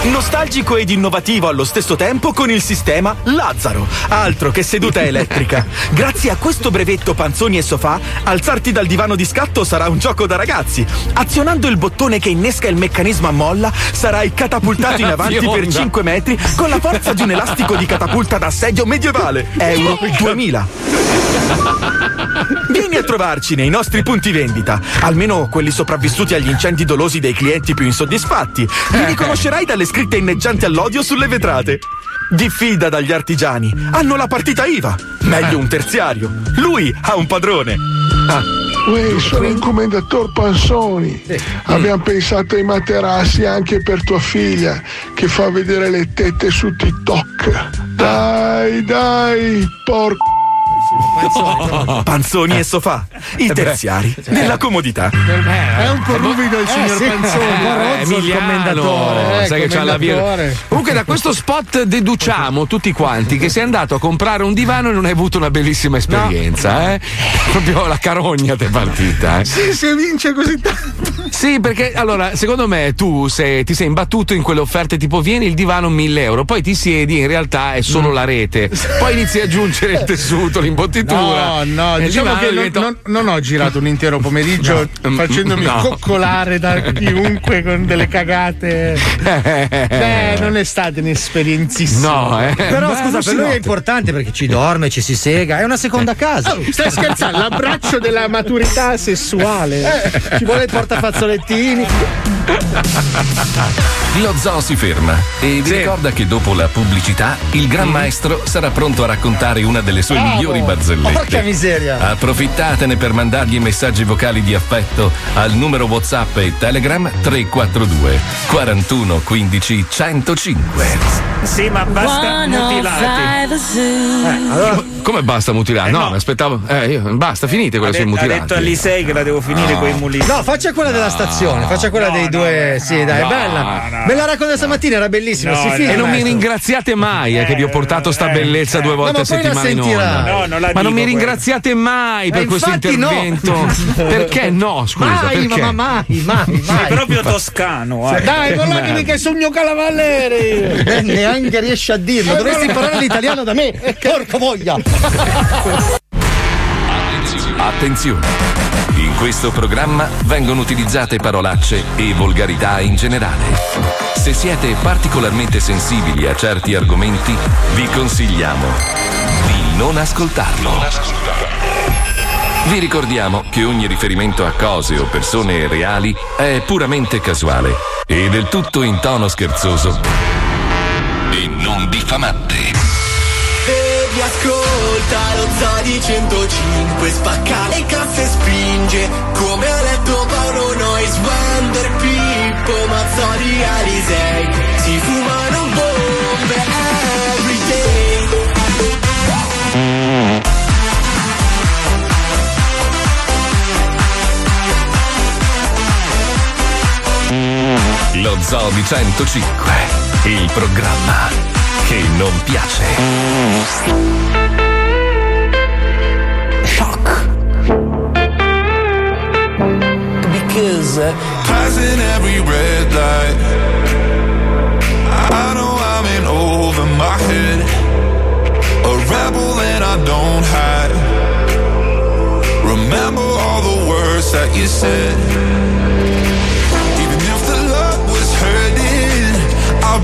Speaker 10: Nostalgico ed innovativo allo stesso tempo con il sistema Lazzaro. Altro che seduta elettrica. Grazie a questo brevetto panzoni e sofà, alzarti dal divano di scatto sarà un gioco da ragazzi. Azionando il bottone che innesca il meccanismo a molla, sarai catapultato in avanti per
Speaker 7: Fionda.
Speaker 10: 5 metri con la forza di un elastico di catapulta da seggio medievale. Euro 2000. Vieni a trovarci nei nostri punti vendita, almeno quelli sopravvissuti agli incendi dolosi dei clienti più insoddisfatti.
Speaker 9: Eh.
Speaker 10: Li riconoscerai dalle scritte inneggianti all'odio sulle vetrate. Diffida dagli artigiani, hanno la partita IVA. Meglio un terziario. Lui ha un padrone. Ah,
Speaker 11: Uè, sono il commendator Panzoni. Abbiamo pensato ai materassi anche per tua figlia, che fa vedere le tette su TikTok. Dai, dai, porco.
Speaker 10: Panzoni e sofà, i terziari della comodità.
Speaker 9: Eh È un po' ruvido il signor Panzoni.
Speaker 4: boh. Eh,
Speaker 9: Barozzo, il
Speaker 4: Emiliano,
Speaker 9: commendatore. Eh,
Speaker 4: sai che c'ha la vir-
Speaker 9: commendatore.
Speaker 4: Comunque, da questo spot deduciamo tutti quanti che sei andato a comprare un divano e non hai avuto una bellissima esperienza, eh? Proprio la carogna ti è partita, eh?
Speaker 9: Sì, se vince così tanto.
Speaker 4: Sì, perché allora, secondo me tu sei- ti sei imbattuto in quelle offerte tipo vieni il divano 1000 euro, poi ti siedi e in realtà è
Speaker 9: Mm.
Speaker 4: solo la rete, poi inizi a aggiungere il tessuto, l'imbottitura.
Speaker 9: No, no,
Speaker 4: e il
Speaker 9: diciamo
Speaker 4: divano
Speaker 9: che non,
Speaker 4: diventa-
Speaker 9: non- non ho girato un intero pomeriggio
Speaker 4: No.
Speaker 9: facendomi
Speaker 4: No.
Speaker 9: coccolare da chiunque con delle cagate. Beh, non è stata un'esperienzissima.
Speaker 2: No, eh. Però scusa, per lui è
Speaker 9: importante.
Speaker 2: importante perché ci dorme, ci si sega, è una seconda casa.
Speaker 9: Oh, stai scherzando? L'abbraccio della maturità sessuale.
Speaker 2: Eh, ci vuole il portafazzolettini.
Speaker 1: Lo zoo si ferma e vi ricorda che dopo la pubblicità il Gran
Speaker 4: Mm.
Speaker 1: Maestro sarà pronto a raccontare una delle sue
Speaker 2: Bravo.
Speaker 1: migliori barzellette.
Speaker 2: Porca miseria.
Speaker 1: Approfittatene per mandargli messaggi vocali di affetto al numero WhatsApp e Telegram 342 41 15 105.
Speaker 8: Sì, ma basta mutilati.
Speaker 20: Eh.
Speaker 4: Come basta mutilare? no, mi aspettavo. Eh, io- basta, finite quella sui
Speaker 8: Ha
Speaker 4: mutilati.
Speaker 8: detto all'Isei che la devo finire
Speaker 4: No.
Speaker 8: con i mulini.
Speaker 2: No, faccia quella della stazione, faccia quella dei due. sì, dai,
Speaker 4: no,
Speaker 2: è bella.
Speaker 4: no,
Speaker 2: Me la racconta stamattina, era bellissima. si fida,
Speaker 4: e non mi
Speaker 2: maestro.
Speaker 4: ringraziate mai eh, che vi ho portato sta bellezza due
Speaker 2: No,
Speaker 4: volte
Speaker 2: ma
Speaker 4: a
Speaker 2: poi la
Speaker 4: settimana in onda.
Speaker 2: sentirà. No, non la
Speaker 4: ma non
Speaker 2: dico
Speaker 4: mi
Speaker 2: quella.
Speaker 4: ringraziate mai per
Speaker 2: Eh,
Speaker 4: questo
Speaker 2: infatti no.
Speaker 4: intervento. perché no? Scusa,
Speaker 2: mai,
Speaker 4: perché?
Speaker 2: ma mai, mai, mai.
Speaker 8: Sei proprio toscano. eh.
Speaker 9: Dai, volatemi che sogno cavallere.
Speaker 2: Eh, neanche riesce a dirlo,
Speaker 9: Eh,
Speaker 2: dovresti
Speaker 9: no, no.
Speaker 2: imparare l'italiano da me.
Speaker 4: Eh,
Speaker 2: Porco voglia!
Speaker 1: Attenzione! In questo programma vengono utilizzate parolacce e volgarità in generale. Se siete particolarmente sensibili a certi argomenti, vi consigliamo di non ascoltarlo. Vi ricordiamo che ogni riferimento a cose o persone reali è puramente casuale e del tutto in tono scherzoso e non diffamante.
Speaker 24: Devi ascoltare lo Zodi 105 Spacca le casse e spinge Come ha letto Paolo Nois Wander Pippo Mazzoli Alisei Si fumano bombe everyday
Speaker 1: Lo Zoo di 105, il programma che non piace.
Speaker 24: Because uh,
Speaker 25: Passing every red light. I know I'm in over my head. A rebel and I don't hide. Remember all the words that you said. Even if the love was hurting, I'll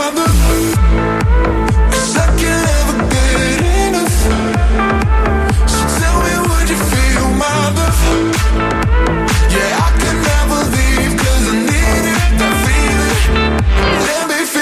Speaker 25: love? 'Cause I can never get enough. So tell me, would you feel my love? Yeah, I can never leave 'cause I need it, that feeling.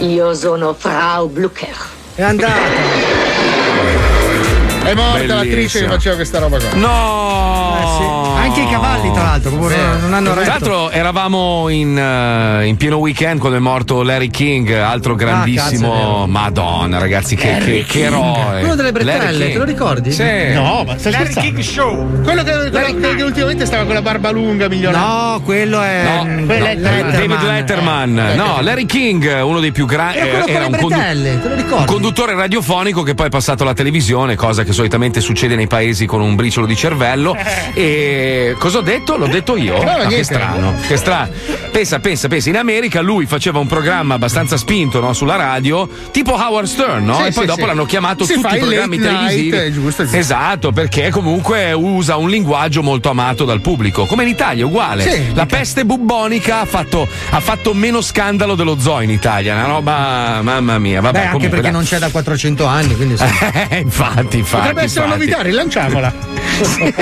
Speaker 12: Io sono Frau Blucher.
Speaker 2: È andata.
Speaker 9: È morta
Speaker 2: Bellissimo.
Speaker 9: l'attrice che faceva questa roba qua.
Speaker 4: No!
Speaker 2: Eh, Anche i cavalli, tra l'altro, proprio non- non hanno
Speaker 4: Tra
Speaker 2: retto.
Speaker 4: l'altro eravamo in, eh, in pieno weekend quando è morto Larry King, altro grandissimo.
Speaker 2: cazzo, è vero.
Speaker 4: Madonna, ragazzi, che, che, che eroe.
Speaker 2: Quello delle bretelle,
Speaker 4: Eh, Larry
Speaker 2: te lo
Speaker 4: King.
Speaker 2: ricordi?
Speaker 4: Sì.
Speaker 9: No, ma stai scherzando? Show. Quello che, quello che ultimamente stava con la barba lunga, migliore.
Speaker 2: No, quello è.
Speaker 4: No, no, David Letterman, no, Larry King, uno dei più eh, grandi.
Speaker 2: Era quello con le bretelle, te lo ricordi?
Speaker 4: un conduttore radiofonico che poi è passato alla televisione, cosa che solitamente succede nei paesi con un briciolo di cervello. E cosa ho detto? L'ho detto io.
Speaker 9: Eh. No,
Speaker 4: Ah, che
Speaker 9: niente.
Speaker 4: strano, che strano. Pensa, pensa, pensa. In America lui faceva un programma abbastanza spinto no, sulla radio, tipo Howard Stern, no?
Speaker 9: Sì,
Speaker 4: e
Speaker 9: sì,
Speaker 4: poi dopo
Speaker 9: sì.
Speaker 4: l'hanno chiamato
Speaker 9: Si
Speaker 4: tutti
Speaker 9: fa
Speaker 4: i
Speaker 9: il
Speaker 4: programmi
Speaker 9: late night,
Speaker 4: televisivi.
Speaker 9: eh, giusto, giusto.
Speaker 4: Esatto, perché comunque usa un linguaggio molto amato dal pubblico, come in Italia, uguale.
Speaker 9: Sì.
Speaker 4: La peste bubbonica ha fatto, ha fatto meno scandalo dello zoo in Italia, una roba, mamma mia. Vabbè,
Speaker 2: Beh, anche
Speaker 4: comunque,
Speaker 2: perché
Speaker 4: dai.
Speaker 2: non c'è da 400 anni, quindi. sì.
Speaker 4: Eh, infatti, infatti.
Speaker 2: Potrebbe essere una
Speaker 4: infatti.
Speaker 2: novità,
Speaker 9: rilanciamola.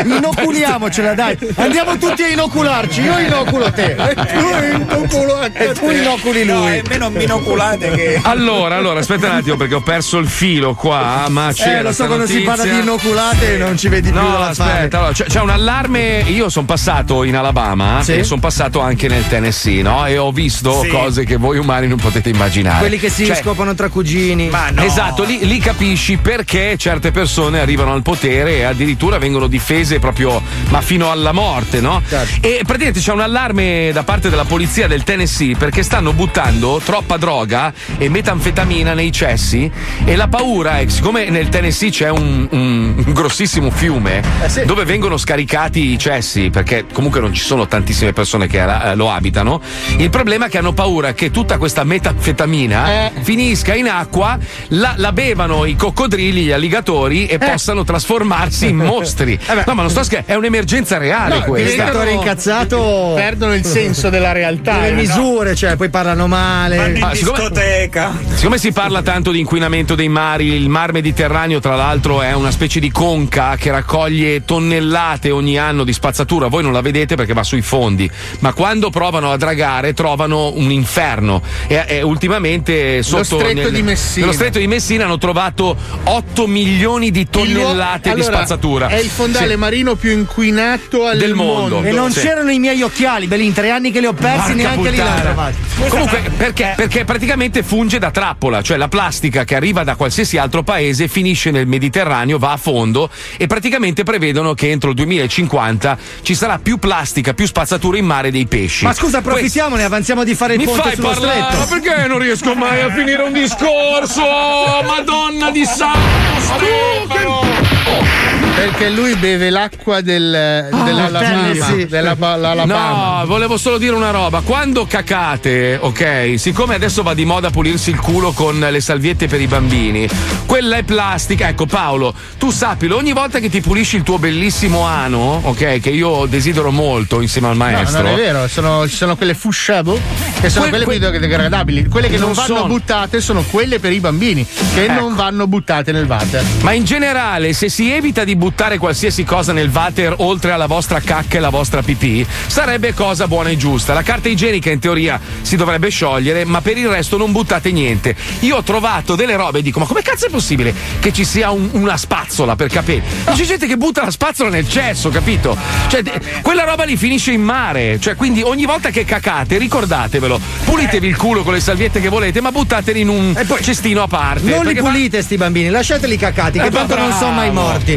Speaker 2: Inoculiamocela, dai. Andiamo tutti a inocularci. Io inoculo te. E tu inoculo a te. E tu inoculi lui.
Speaker 14: almeno minoculate che.
Speaker 4: Allora, allora, aspetta un attimo perché ho perso il filo qua, ah, ma c'era
Speaker 2: Eh, lo so
Speaker 4: sta
Speaker 2: quando si
Speaker 4: notizia.
Speaker 2: parla di inoculate non ci vedi più
Speaker 4: No,
Speaker 2: dalla fare.
Speaker 4: aspetta, allora, c'è, c'è un allarme. Io sono passato in Alabama
Speaker 2: Sì.
Speaker 4: e sono passato anche nel Tennessee, no? E ho visto
Speaker 2: Sì.
Speaker 4: cose che voi umani non potete immaginare.
Speaker 2: Quelli che si
Speaker 4: Cioè,
Speaker 2: scopano tra cugini. Ma
Speaker 4: Esatto, lì, lì capisci perché certe persone arrivano al potere e addirittura vengono difese proprio, ma fino alla morte, no? E praticamente c'è un allarme da parte della polizia del Tennessee perché stanno buttando troppa droga e metanfetamina nei cessi e la paura è che siccome nel Tennessee c'è un, un- un grossissimo fiume dove vengono scaricati i cessi perché comunque non ci sono tantissime persone che eh, lo abitano, il problema è che hanno paura che tutta questa metanfetamina finisca in acqua, la, la bevano i coccodrilli, gli alligatori e possano trasformarsi in mostri. No, ma non sto scherzando, è un'emergenza reale
Speaker 2: No,
Speaker 4: questa.
Speaker 2: diventano- incazzato.
Speaker 9: Perdono il senso della realtà.
Speaker 2: Le
Speaker 9: eh, no?
Speaker 2: misure, cioè, poi parlano male.
Speaker 4: Ah, siccome- Siccome si parla tanto di inquinamento dei mari, il mar Mediterraneo, tra l'altro, è una specie di conca che raccoglie tonnellate ogni anno di spazzatura. Voi non la vedete perché va sui fondi, ma quando provano a dragare trovano un inferno. E, e ultimamente sotto
Speaker 9: stretto di Messina.
Speaker 4: Nello stretto di Messina hanno trovato 8 milioni di
Speaker 9: Il luogo-
Speaker 4: tonnellate di
Speaker 9: allora,
Speaker 4: spazzatura.
Speaker 9: È il fondale
Speaker 4: Sì.
Speaker 9: marino più inquinato al
Speaker 4: Del mondo.
Speaker 9: mondo.
Speaker 2: E non
Speaker 4: Sì.
Speaker 2: c'erano i miei occhiali, belli in tre anni che li ho persi,
Speaker 4: Porca
Speaker 2: neanche lì li ho
Speaker 4: puttana.
Speaker 2: trovati.
Speaker 4: Comunque,
Speaker 2: Eh.
Speaker 4: perché, perché praticamente funge da trappola, cioè la plastica che arriva da qualsiasi altro paese finisce nel Mediterraneo, va a fondo e praticamente prevedono che entro il 2050 ci sarà più plastica, più spazzatura in mare dei pesci.
Speaker 2: Ma scusa,
Speaker 4: Questo-
Speaker 2: approfittiamone, avanziamo di fare il
Speaker 4: mi
Speaker 2: ponte
Speaker 4: fai
Speaker 2: sullo
Speaker 4: parlare?
Speaker 2: stretto.
Speaker 4: Ma perché non riesco mai a finire un discorso? Madonna di Santo Stefano!
Speaker 9: Perché lui beve l'acqua del,
Speaker 2: Ah,
Speaker 9: della Alabama, della ba- l'Alabama.
Speaker 4: No, volevo solo dire una roba. Quando cacate, ok, siccome adesso va di moda pulirsi il culo con le salviette per i bambini, quella è plastica. Ecco, Paolo, tu sappilo, ogni volta che ti pulisci il tuo bellissimo ano, ok, che io desidero molto insieme al
Speaker 9: No,
Speaker 4: maestro.
Speaker 9: non è vero, sono, ci sono quelle fushable che sono
Speaker 4: Que-
Speaker 9: quelle
Speaker 4: que-
Speaker 9: biodegradabili. Quelle che non,
Speaker 4: Non
Speaker 9: vanno
Speaker 4: sono.
Speaker 9: buttate sono quelle per i bambini che
Speaker 4: Ecco.
Speaker 9: non vanno buttate nel water.
Speaker 4: Ma in generale, se si evita di buttare qualsiasi cosa nel water oltre alla vostra cacca e la vostra pipì, sarebbe cosa buona e giusta. La carta igienica in teoria si dovrebbe sciogliere, ma per il resto non buttate niente. Io ho trovato delle robe e dico: ma come cazzo è possibile che ci sia un- una spazzola per capelli? Ma C'è gente che butta la spazzola nel cesso, capito? Cioè, de- quella roba lì finisce in mare. Cioè, quindi ogni volta che cacate, ricordatevelo, pulitevi il culo con le salviette che volete, ma buttateli in un cestino a parte.
Speaker 2: Non li
Speaker 4: perché fa-
Speaker 2: pulite sti bambini, lasciateli cacati, che
Speaker 4: Eh,
Speaker 2: tanto
Speaker 4: ma
Speaker 2: non sono mai
Speaker 4: bravo.
Speaker 2: morti.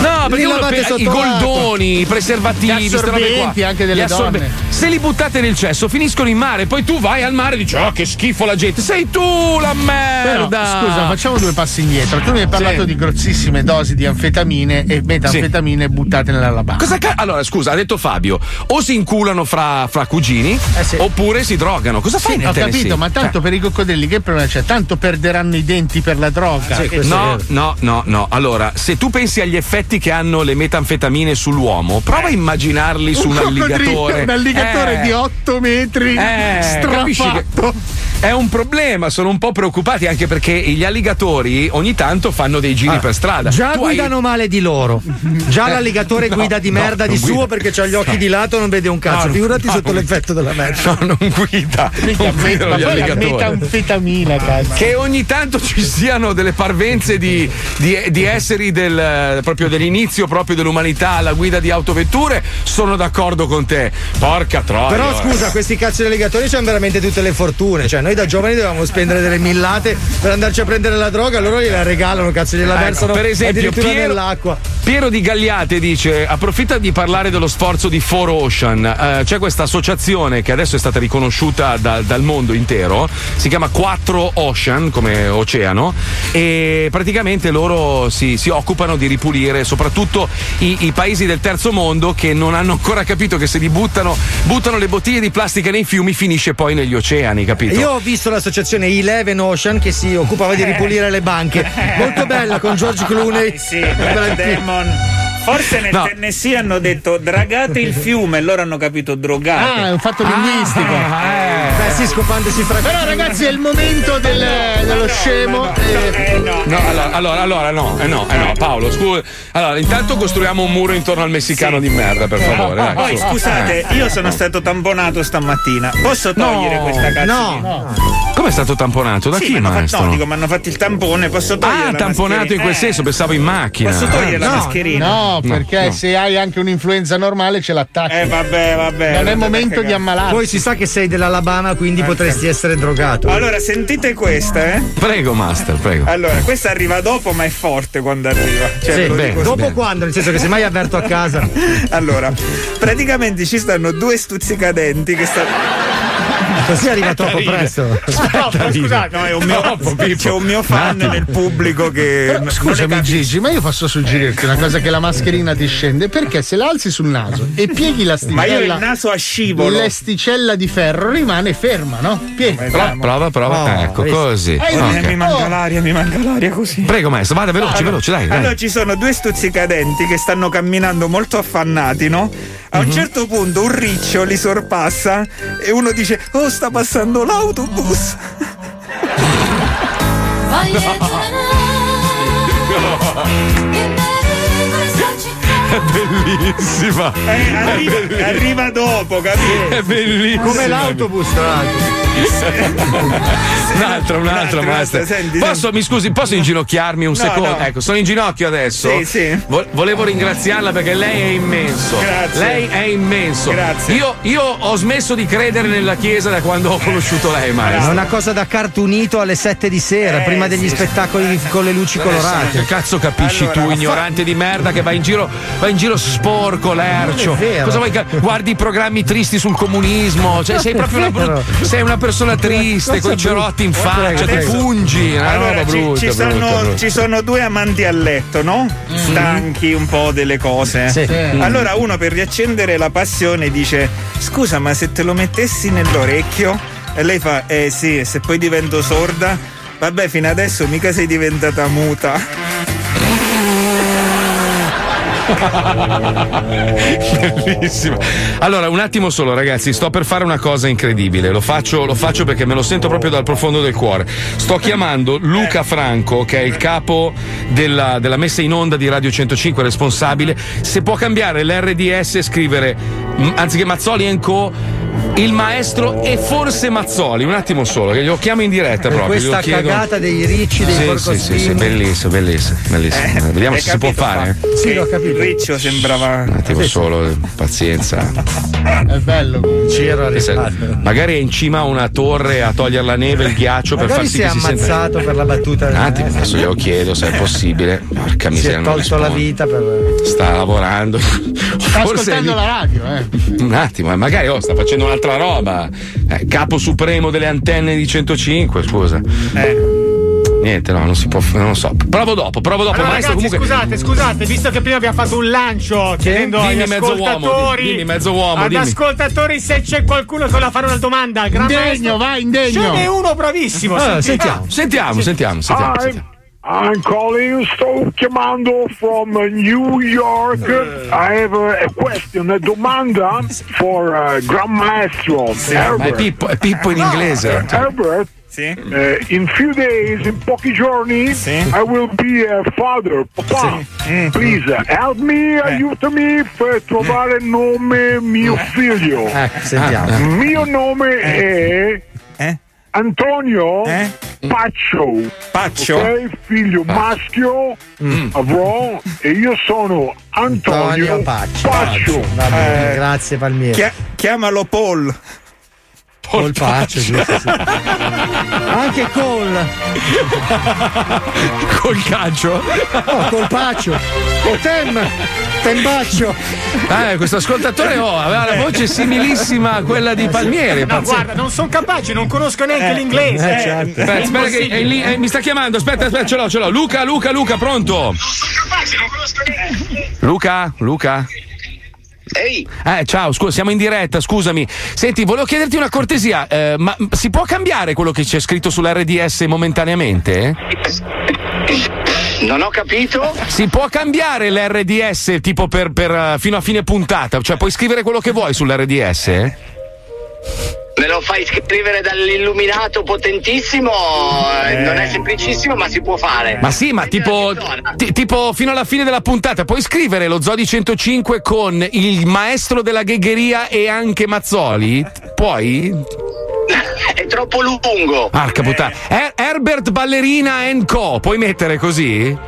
Speaker 4: No, perché
Speaker 2: li
Speaker 4: uno
Speaker 2: lavate
Speaker 4: pe-
Speaker 2: sotto
Speaker 4: i goldoni,
Speaker 2: l'acqua.
Speaker 4: i preservativi,
Speaker 9: Gli
Speaker 4: ste robe qua.
Speaker 9: assorbenti anche delle
Speaker 4: Gli
Speaker 9: donne.
Speaker 4: Se li buttate nel cesso, finiscono in mare. Poi tu vai al mare e dici: Oh, che schifo la gente! Sei tu la
Speaker 9: Però,
Speaker 4: merda!
Speaker 9: scusa, facciamo due passi indietro. Tu mi hai parlato
Speaker 4: Sì.
Speaker 9: di grossissime dosi di anfetamine e metanfetamine buttate nell'alabama.
Speaker 4: Cosa ca- allora, scusa, ha detto Fabio: o si inculano fra, fra cugini, oppure si drogano. Cosa fai
Speaker 9: Eh, Sì,
Speaker 4: nel
Speaker 9: ho
Speaker 4: Tennessee?
Speaker 9: capito, ma tanto per i coccodrilli che problema c'è? Tanto perderanno i denti per la droga.
Speaker 4: Cioè,
Speaker 9: Questo è
Speaker 4: no,
Speaker 9: vero.
Speaker 4: no, no, no. Allora, se tu pensi agli effetti che hanno le metanfetamine sull'uomo, prova a immaginarli su un
Speaker 9: coccodrillo,
Speaker 4: alligatore.
Speaker 9: Un alligatore
Speaker 4: Eh.
Speaker 9: di 8 metri
Speaker 4: Eh, capisci
Speaker 9: strappato.
Speaker 4: che- È un problema, sono un po' preoccupati anche perché gli alligatori ogni tanto fanno dei giri
Speaker 2: Ah,
Speaker 4: per strada.
Speaker 2: Già
Speaker 4: Tu hai-
Speaker 2: guidano male di loro. Già
Speaker 4: Eh,
Speaker 2: l'alligatore
Speaker 4: no,
Speaker 2: guida di
Speaker 4: no,
Speaker 2: merda
Speaker 4: non
Speaker 2: di
Speaker 4: guida.
Speaker 2: suo perché ha gli occhi
Speaker 4: No.
Speaker 2: di lato e non vede un cazzo.
Speaker 4: No, Ah,
Speaker 2: Figurati
Speaker 4: no,
Speaker 2: sotto
Speaker 4: no.
Speaker 2: l'effetto della merda.
Speaker 4: No, non guida. Non guidano gli alligatori.
Speaker 9: metanfetamina, cazzo.
Speaker 4: Che ogni tanto ci siano delle parvenze di, di- di esseri del, proprio dell'inizio proprio dell'umanità alla guida di autovetture, sono d'accordo con te. Porca troia.
Speaker 2: Però
Speaker 4: guarda.
Speaker 2: scusa, questi cazzo di allegatori hanno veramente tutte le fortune. Cioè, noi da giovani dovevamo spendere delle millate per andarci a prendere la droga, loro gliela regalano, cazzo, gliela
Speaker 4: Ecco,
Speaker 2: versano
Speaker 4: per esempio,
Speaker 2: addirittura
Speaker 4: Piero-
Speaker 2: nell'acqua.
Speaker 4: Piero di Gagliate dice: approfitta di parlare dello sforzo di Four Ocean. Eh, c'è questa associazione che adesso è stata riconosciuta da- dal mondo intero, si chiama 4 Ocean, come oceano, e praticamente loro si, si occupano di ripulire soprattutto i, i paesi del terzo mondo che non hanno ancora capito che se li buttano, buttano le bottiglie di plastica nei fiumi, finisce poi negli oceani, capito? Eh.
Speaker 2: Io ho visto l'associazione Eleven Ocean che si occupava di ripulire le banche. Molto bella con George Clooney.
Speaker 8: Ah, Sì, Matt Damon. Forse nel Tennessee hanno detto dragate il fiume e loro hanno capito drogate. Eh,
Speaker 9: Ah, è un fatto linguistico.
Speaker 2: Beh, sì, scopandosi fra
Speaker 9: Però, ragazzi, è il momento del- dello scemo. eh,
Speaker 4: No, allora, allora, allora, no, eh no, eh no, Paolo, scusa. Allora, intanto costruiamo un muro intorno al messicano di merda, per favore. dai,
Speaker 8: Eh, Poi
Speaker 4: su.
Speaker 8: oh, scusate,
Speaker 4: Eh.
Speaker 8: io sono stato tamponato stamattina. Posso togliere
Speaker 4: No,
Speaker 8: questa cazzo?
Speaker 4: no. Come è stato tamponato? Da
Speaker 8: Sì,
Speaker 4: chi,
Speaker 8: mi hanno fatto-
Speaker 4: maestro?
Speaker 8: no, dico, mi hanno fatto il tampone, posso togliere
Speaker 4: ah,
Speaker 8: la
Speaker 4: tamponato in
Speaker 8: mascherina? Eh,
Speaker 4: quel senso, pensavo in macchina.
Speaker 8: Posso togliere la
Speaker 4: Ah.
Speaker 8: mascherina?
Speaker 9: No,
Speaker 4: No,
Speaker 9: perché
Speaker 4: no.
Speaker 9: se hai anche un'influenza normale ce l'attacchi.
Speaker 8: Eh, vabbè, vabbè.
Speaker 9: Non è
Speaker 8: vabbè,
Speaker 9: momento
Speaker 8: cagare.
Speaker 9: di ammalarsi.
Speaker 2: Poi si sa che sei dell'Alabama, quindi potresti essere drogato.
Speaker 8: Allora, sentite questa, eh.
Speaker 4: Prego, master, prego.
Speaker 8: Allora, questa arriva dopo, ma è forte quando arriva. Cioè,
Speaker 2: Sì,
Speaker 8: lo
Speaker 2: bene,
Speaker 8: dico-
Speaker 2: dopo quando? Nel senso che se mai avverto a casa.
Speaker 8: allora, praticamente ci stanno due stuzzicadenti che stanno.
Speaker 2: Così arriva troppo
Speaker 8: Ride.
Speaker 2: presto.
Speaker 8: No, ma
Speaker 2: ride.
Speaker 8: scusate, no, è un mio,
Speaker 2: Troppo, Pippo.
Speaker 8: c'è un mio fan
Speaker 2: Un attimo.
Speaker 8: nel pubblico che.
Speaker 9: Però, Scusami Gigi, ma io posso suggerirti una cosa che la mascherina ti scende perché se la alzi sul naso e pieghi la
Speaker 8: Ma io il
Speaker 9: sticella,
Speaker 8: naso a scivolo.
Speaker 9: l'esticella di ferro rimane ferma, no? Piega.
Speaker 4: Pro- prova, prova, ecco, così.
Speaker 9: Hai
Speaker 4: Ok.
Speaker 9: visto?
Speaker 8: Eh, Mi manca l'aria, mi manca l'aria così.
Speaker 4: Prego, maestro, vada veloce,
Speaker 8: Allora-
Speaker 4: veloce, dai. dai.
Speaker 8: Allora ci sono due stuzzicadenti che stanno camminando molto affannati, no? A
Speaker 4: Mhm.
Speaker 8: un certo punto un riccio li sorpassa e uno dice: Oh, sta passando l'autobus.
Speaker 4: È bellissima.
Speaker 8: arriva,
Speaker 4: È bellissima.
Speaker 8: arriva dopo, capito?
Speaker 4: È bellissima.
Speaker 8: Come
Speaker 2: l'autobus, tra
Speaker 4: Un'altra, un'altra, master. Posso, mi scusi, posso inginocchiarmi un
Speaker 8: No,
Speaker 4: secondo?
Speaker 8: no.
Speaker 4: Ecco, sono in ginocchio adesso.
Speaker 8: Sì, sì.
Speaker 4: Vo- volevo ringraziarla perché lei è immenso.
Speaker 8: Grazie.
Speaker 4: Lei è immenso.
Speaker 8: Grazie.
Speaker 4: Io, io ho smesso di credere nella chiesa da quando ho conosciuto lei,
Speaker 2: È
Speaker 4: maestro.
Speaker 2: una cosa da cartunito alle 7 di
Speaker 4: Eh,
Speaker 2: sera, prima degli spettacoli con le luci
Speaker 4: Che
Speaker 2: colorate.
Speaker 4: cazzo capisci tu, ignorante di merda, che va in giro, va in giro sporco, lercio?
Speaker 2: Non è vero.
Speaker 4: Cosa vuoi che- Guardi i programmi tristi sul comunismo? Cioè,
Speaker 2: Non
Speaker 4: sei
Speaker 2: è
Speaker 4: proprio una,
Speaker 2: vero.
Speaker 4: brutta- sei una persona triste,
Speaker 8: Cosa
Speaker 4: con i
Speaker 8: brutta.
Speaker 4: cerotti in
Speaker 8: Guarda,
Speaker 4: faccia, ti
Speaker 8: adesso-
Speaker 4: pungi. Una
Speaker 8: Allora,
Speaker 4: roba
Speaker 8: ci,
Speaker 4: brutta,
Speaker 8: ci,
Speaker 4: brutta,
Speaker 8: sono,
Speaker 4: brutta. Mm.
Speaker 8: ci sono due amanti a letto, no? Stanchi un po' delle cose.
Speaker 4: Sì. Mm. Sì.
Speaker 8: Allora uno per riaccendere la passione dice: Scusa, ma se te lo mettessi nell'orecchio? E lei fa: Eh sì, e se poi divento sorda. Vabbè, fino adesso mica sei diventata muta.
Speaker 4: Bellissimo. Allora, un attimo solo, ragazzi. Sto per fare una cosa incredibile. Lo faccio, lo faccio perché me lo sento proprio dal profondo del cuore. Sto chiamando Luca Franco, che è il capo della, della messa in onda di Radio 105, responsabile. Se può cambiare l'RDS e scrivere mm, anziché Mazzoli and Co. Il maestro e forse Mazzoli, un attimo solo, che lo chiamo in diretta
Speaker 2: Per
Speaker 4: proprio.
Speaker 2: questa
Speaker 4: glielo chiedo.
Speaker 2: cagata dei ricci, dei
Speaker 4: sì, sì, sì, sì,
Speaker 2: porcospini.
Speaker 4: bellissimo, bellissimo, bellissimo.
Speaker 2: Eh,
Speaker 4: Vediamo
Speaker 8: Hai
Speaker 4: se si può
Speaker 8: capito,
Speaker 4: fare. eh.
Speaker 8: fa? Sì, l'ho capito. Riccio sembrava.
Speaker 4: Un attimo solo, eh, pazienza.
Speaker 9: È bello.
Speaker 2: C'era
Speaker 4: Magari è in cima a una torre a togliere la neve, il ghiaccio per
Speaker 2: Magari
Speaker 4: far sì
Speaker 2: si è
Speaker 4: che si senta. Ah,
Speaker 2: ammazzato per la battuta.
Speaker 4: Un attimo, adesso glielo chiedo se è possibile. Porca
Speaker 2: Si
Speaker 4: miseria,
Speaker 2: è
Speaker 4: non
Speaker 2: tolto la
Speaker 4: risponde.
Speaker 2: vita per.
Speaker 4: Sta lavorando.
Speaker 9: Sta
Speaker 4: Forse è lì.
Speaker 9: ascoltando la radio, eh.
Speaker 4: Un attimo, eh, magari oh, sta facendo un'altra roba. Eh, capo supremo delle antenne di 105, scusa. Niente, no, non si può. Non lo so. Provo dopo, provo dopo.
Speaker 16: Allora,
Speaker 4: maestro,
Speaker 16: ragazzi,
Speaker 4: comunque.
Speaker 16: scusate, scusate, visto che prima abbiamo fatto un lancio chiedendo
Speaker 4: Dimmi
Speaker 16: agli
Speaker 4: mezzo uomo,
Speaker 16: ascoltatori,
Speaker 4: dimmi mezzo uomo,
Speaker 16: ad
Speaker 4: dimmi.
Speaker 16: ascoltatori se c'è qualcuno che vuole fare una domanda al gran
Speaker 4: Indegno,
Speaker 16: maestro.
Speaker 4: vai, indegno.
Speaker 16: Ce n'è uno bravissimo,
Speaker 4: Ah,
Speaker 16: sentite.
Speaker 4: sentiamo, sentiamo, sentiamo, sentiamo,
Speaker 16: Ah,
Speaker 4: sentiamo.
Speaker 25: I'm calling Sto chiamando from uh, New York. I have uh, a question, a domanda for uh, Grand Maestro
Speaker 4: ma
Speaker 25: Herbert.
Speaker 4: è Pippo, è Pippo in
Speaker 25: No,
Speaker 4: inglese.
Speaker 25: eh, Herbert, eh, in few days, in pochi giorni, I will be a father. Papà, please
Speaker 8: Mm.
Speaker 25: uh, help
Speaker 8: Eh.
Speaker 25: me, aiutami per trovare nome mio
Speaker 8: Eh.
Speaker 25: figlio.
Speaker 8: Ah,
Speaker 25: Ah,
Speaker 2: sentiamo.
Speaker 25: Mio nome
Speaker 8: Eh.
Speaker 25: è Antonio Paccio.
Speaker 8: Paccio? Ah. Mm.
Speaker 25: Ok, figlio
Speaker 8: Paccio.
Speaker 25: maschio avrò e io sono Antonio,
Speaker 2: Antonio Paccio. Va bene,
Speaker 25: Eh,
Speaker 2: grazie Palmieri.
Speaker 8: Chia- chiamalo Paul.
Speaker 2: Paul Paccio, giusto, sì. Anche col.
Speaker 4: Col calcio?
Speaker 2: No, col Paccio. O tem. Tembaccio.
Speaker 4: Eh, questo ascoltatore oh, aveva la voce similissima a quella di Palmieri.
Speaker 16: No,
Speaker 4: pazzesco.
Speaker 16: guarda, non sono capace, non conosco neanche
Speaker 4: Eh,
Speaker 16: l'inglese.
Speaker 4: eh, certo. Aspetta, aspetta che è lì, eh, mi sta chiamando, aspetta, aspetta, ce l'ho, ce l'ho. Luca, Luca, Luca, pronto? Luca, Luca. Ehi. Eh, ciao, scusa, siamo in diretta, scusami. Senti, volevo chiederti una cortesia, eh, ma si può cambiare quello che c'è scritto sull'RDS momentaneamente?
Speaker 13: Non ho capito.
Speaker 4: Si può cambiare l'RDS tipo per, per, eh, fino a fine puntata, cioè puoi scrivere quello che vuoi sull'RDS?
Speaker 13: Me lo fai scrivere dall'illuminato potentissimo. eh, Non è semplicissimo, ma si può fare.
Speaker 4: Ma sì, ma tipo, ti- tipo fino alla fine della puntata puoi scrivere lo Zodi 105 con il maestro della ghegheria e anche Mazzoli? Puoi?
Speaker 13: È troppo lungo.
Speaker 4: Arca puttana. Her- Herbert Ballerina and Co. Puoi mettere così?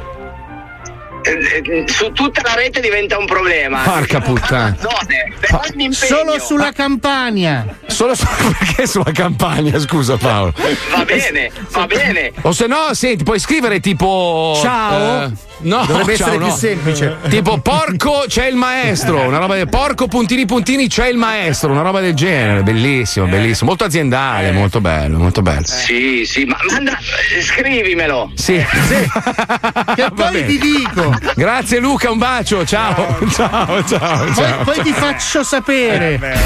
Speaker 13: Eh, eh, Su tutta la rete diventa un problema.
Speaker 4: Porca puttana.
Speaker 13: Zone, però mi impegno.
Speaker 9: Solo sulla Campania.
Speaker 4: Solo su- perché sulla campagna, scusa Paolo.
Speaker 13: Va bene, va bene.
Speaker 4: O se no, senti, puoi scrivere tipo. eh,
Speaker 13: Ciao?
Speaker 4: no,
Speaker 2: Dovrebbe
Speaker 4: ciao,
Speaker 2: essere
Speaker 4: no.
Speaker 2: più semplice.
Speaker 4: Tipo porco c'è il maestro, una roba del porco puntini puntini c'è il maestro, una roba del genere, bellissimo, bellissimo, molto aziendale, molto bello, molto bello.
Speaker 13: Sì, sì, ma manda, eh, scrivimelo.
Speaker 4: Sì.
Speaker 13: Che
Speaker 4: poi
Speaker 13: ti
Speaker 9: dico.
Speaker 4: Grazie Luca, un bacio, ciao. Ciao, ciao, ciao.
Speaker 9: Poi, poi ti faccio
Speaker 2: Eh,
Speaker 4: Eh,
Speaker 9: sapere.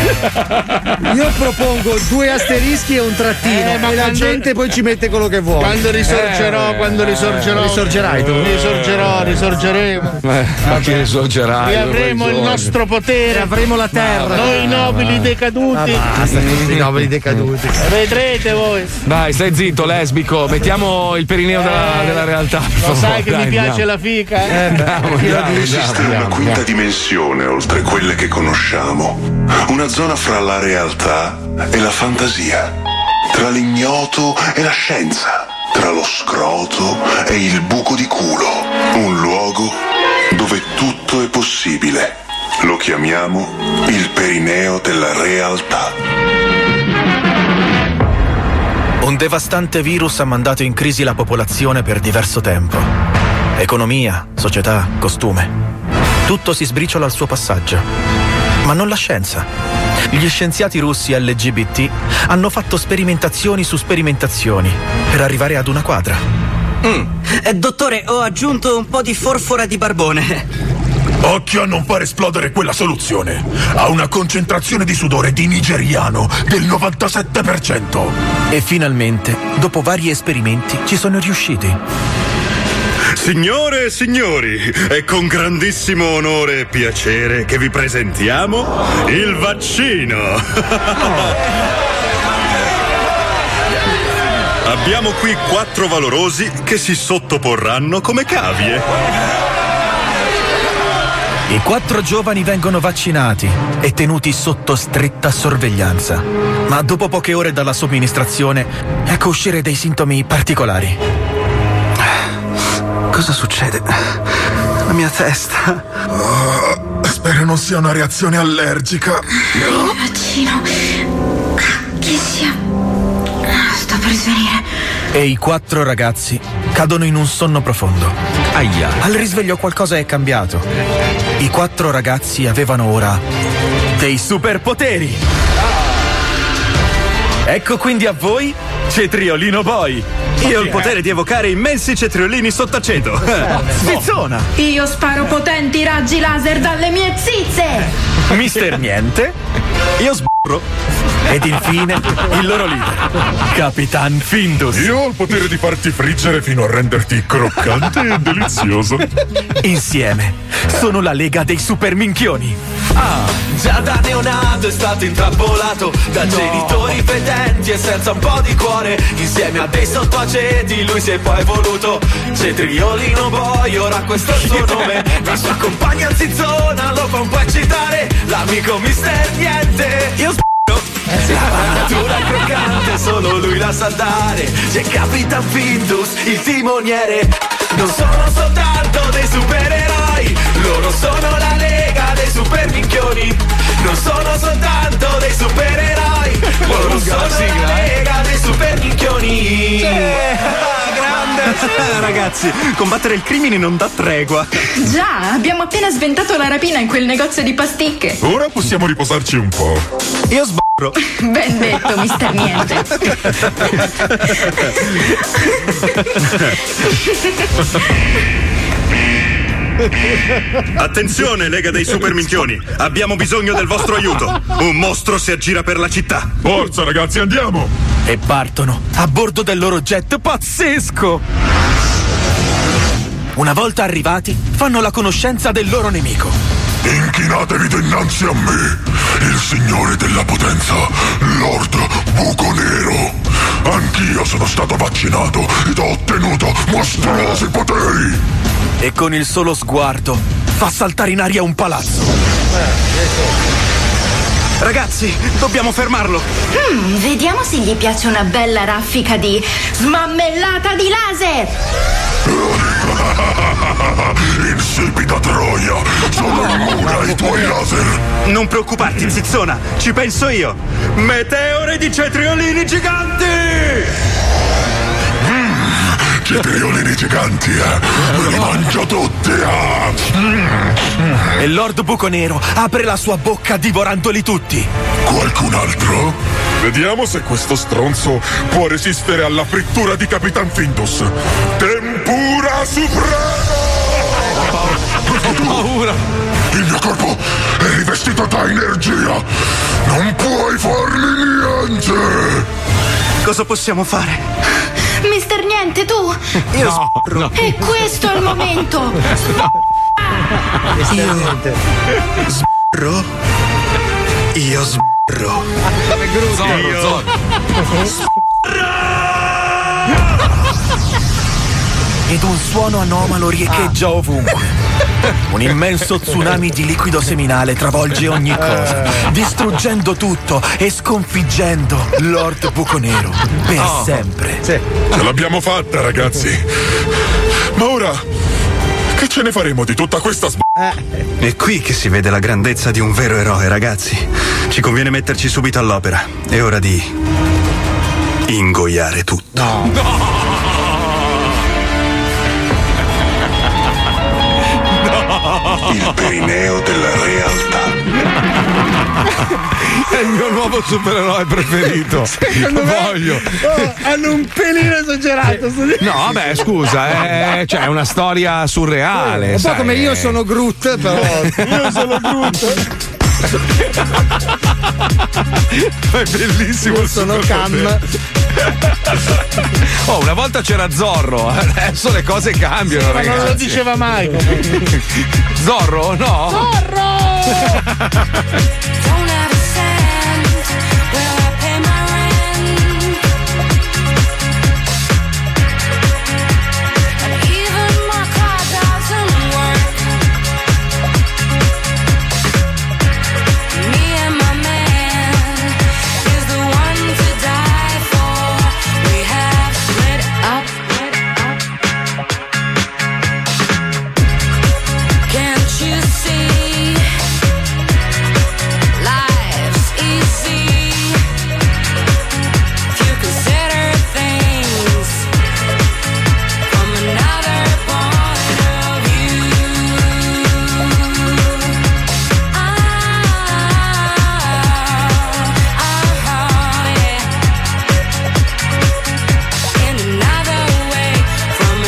Speaker 2: Io propongo due asterischi e un trattino.
Speaker 9: Eh, ma
Speaker 2: e la
Speaker 9: quando-
Speaker 2: gente poi ci mette quello che vuole. Eh.
Speaker 9: Quando risorgerò, quando risorgerò.
Speaker 2: Risorgerai tu.
Speaker 9: Risorgerò, risorgeremo.
Speaker 4: Eh, ma che esagerai,
Speaker 9: Riavremo il
Speaker 4: Lorenzo.
Speaker 9: nostro potere.
Speaker 2: Avremo la terra.
Speaker 9: Noi nobili
Speaker 4: Ah,
Speaker 2: Ah,
Speaker 9: decaduti.
Speaker 2: Basta con questi nobili decaduti.
Speaker 9: Vedrete voi.
Speaker 4: Dai, stai zitto, lesbico. Mettiamo il perineo della, della realtà. per
Speaker 9: Lo
Speaker 4: favore.
Speaker 9: sai che
Speaker 4: Oh, Dai,
Speaker 9: mi piace
Speaker 4: andiamo.
Speaker 9: la fica. eh?
Speaker 4: Andiamo, andiamo,
Speaker 15: Esiste
Speaker 4: andiamo,
Speaker 15: una quinta
Speaker 4: andiamo.
Speaker 15: dimensione oltre quelle che conosciamo, una zona fra la realtà e la fantasia, tra l'ignoto e la scienza, tra lo scroto e il buco di culo, un luogo dove tutto è possibile. Lo chiamiamo il perineo della realtà.
Speaker 10: Ah, Un devastante virus ha mandato in crisi la popolazione per diverso tempo. Economia, società, costume. Tutto si sbriciola al suo passaggio. Ma non la scienza. Gli scienziati russi LGBT hanno fatto sperimentazioni su sperimentazioni per arrivare ad una quadra.
Speaker 17: Eh, dottore, ho aggiunto un po' di forfora di barbone.
Speaker 26: Occhio a non far esplodere quella soluzione. Ha una concentrazione di sudore di nigeriano del 97%.
Speaker 10: E finalmente, dopo vari esperimenti, ci sono riusciti.
Speaker 27: Signore e signori, è con grandissimo onore e piacere che vi presentiamo il vaccino. Abbiamo qui quattro valorosi che si sottoporranno come cavie.
Speaker 10: I quattro giovani vengono vaccinati e tenuti sotto stretta sorveglianza. Ma dopo poche ore dalla somministrazione, ecco uscire dei sintomi particolari.
Speaker 26: Cosa succede? La mia testa. Ah, spero non sia una reazione allergica.
Speaker 27: Il vaccino. Che sia. Ah, Sto per svenire.
Speaker 10: E i quattro ragazzi cadono in un sonno profondo. Aia. Al risveglio qualcosa è cambiato. I quattro ragazzi avevano ora dei superpoteri. Ecco quindi a voi
Speaker 26: Cetriolino Boy. Io ho il potere di evocare immensi cetriolini sott'aceto. Sfizzona!
Speaker 27: Io sparo potenti
Speaker 10: Eh.
Speaker 27: raggi laser dalle mie zizze.
Speaker 26: Mister Niente. Io sburro.
Speaker 10: Ed infine il loro leader, Capitan Findus.
Speaker 15: Io ho il potere di farti friggere fino a renderti croccante e delizioso.
Speaker 10: Insieme sono la Lega dei Super Minchioni.
Speaker 28: Ah, già da neonato è stato intrappolato da genitori fedenti e senza un po' di cuore. Insieme a dei sottoaceti lui si è poi voluto. Cetriolino boy, ora questo è il suo nome. La sua compagna zizzona lo fa un po' eccitare. L'amico mister niente, io sbaglio. La bandatura è croccante, solo lui la sa dare. C'è Capitan Findus, il timoniere. Non sono soltanto dei supereroi, loro sono la lega dei super minchioni. Non sono soltanto dei supereroi, loro sono la
Speaker 10: eh.
Speaker 28: lega dei super minchioni. Ah,
Speaker 10: Grande! Ragazzi, combattere il crimine non dà tregua.
Speaker 20: Già, abbiamo appena sventato la rapina in quel negozio di pasticche.
Speaker 15: Ora possiamo riposarci un po'.
Speaker 10: Io sbarro.
Speaker 20: Ben detto, mister Niente.
Speaker 29: Attenzione, Lega dei Super Minchioni! Abbiamo bisogno del vostro aiuto! Un mostro si aggira per la città!
Speaker 15: Forza ragazzi, andiamo!
Speaker 10: E partono a bordo del loro jet pazzesco! Una volta arrivati, fanno la conoscenza del loro nemico.
Speaker 15: Inchinatevi dinanzi a me, il signore della potenza, Lord Buco Nero. Anch'io sono stato vaccinato ed ho ottenuto mostruosi poteri.
Speaker 10: E con il solo sguardo fa saltare in aria un palazzo. Ragazzi, dobbiamo fermarlo.
Speaker 20: Hmm, vediamo se gli piace una bella raffica di smammellata di laser.
Speaker 15: Insipida troia, sono immune ai tuoi laser.
Speaker 10: Non preoccuparti, zizzona, ci penso io. Meteore di cetriolini giganti!
Speaker 15: Mm, Cetriolini giganti, eh? Me li mangio tutti, ah!
Speaker 10: E Lord Buco Nero apre la sua bocca divorandoli tutti.
Speaker 15: Qualcun altro? Vediamo se questo stronzo può resistere alla frittura di Capitan Findus. Tempura supremo!
Speaker 10: Paura!
Speaker 15: Il mio corpo è rivestito da energia! Non puoi farmi niente!
Speaker 10: Cosa possiamo fare?
Speaker 20: Mister Niente, tu!
Speaker 10: Io Eh.
Speaker 20: E questo è il momento!
Speaker 10: Io sbro. Io sbro.
Speaker 30: Zorro,
Speaker 10: Ed un suono anomalo riecheggia ovunque. Un immenso tsunami di liquido seminale travolge ogni cosa, distruggendo tutto e sconfiggendo Lord Buco Nero per
Speaker 15: Oh.
Speaker 10: sempre.
Speaker 15: Ce l'abbiamo fatta, ragazzi! Ma ora, che ce ne faremo di tutta questa sb...
Speaker 31: È qui che si vede la grandezza di un vero eroe, ragazzi. Ci conviene metterci subito all'opera. È ora di ingoiare tutto.
Speaker 32: Il perineo della realtà.
Speaker 4: È il mio nuovo supereroe preferito.
Speaker 9: Secondo
Speaker 4: Lo
Speaker 9: me-
Speaker 4: voglio.
Speaker 9: Oh, hanno un pelino esagerato.
Speaker 4: No, vabbè, scusa, eh, cioè, è una storia surreale.
Speaker 2: un po'
Speaker 4: sai,
Speaker 2: come io
Speaker 4: eh.
Speaker 2: sono Groot, però. io sono Groot.
Speaker 4: È bellissimo.
Speaker 2: Io sono Cam.
Speaker 4: Oh, una volta c'era Zorro, adesso le cose cambiano,
Speaker 9: Ma
Speaker 4: ragazzi.
Speaker 9: non lo diceva mai. comunque.
Speaker 4: Zorro? No.
Speaker 6: Can't you see? Life
Speaker 20: Ah, ah,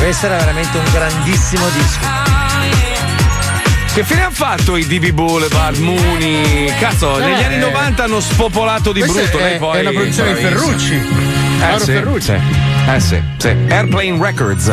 Speaker 2: Questo era veramente un grandissimo disco.
Speaker 4: Che fine hanno fatto i DB Boulevard, Muni? Cazzo,
Speaker 9: Eh.
Speaker 4: negli anni 90 hanno spopolato di
Speaker 9: Questa
Speaker 4: brutto.
Speaker 9: è-
Speaker 4: lei poi
Speaker 9: è una produzione di
Speaker 4: bravissimo.
Speaker 9: Ferrucci.
Speaker 4: Eh
Speaker 9: Mauro
Speaker 4: sì,
Speaker 9: Ferrucci.
Speaker 4: sì. Eh sì, sì. Airplane Records.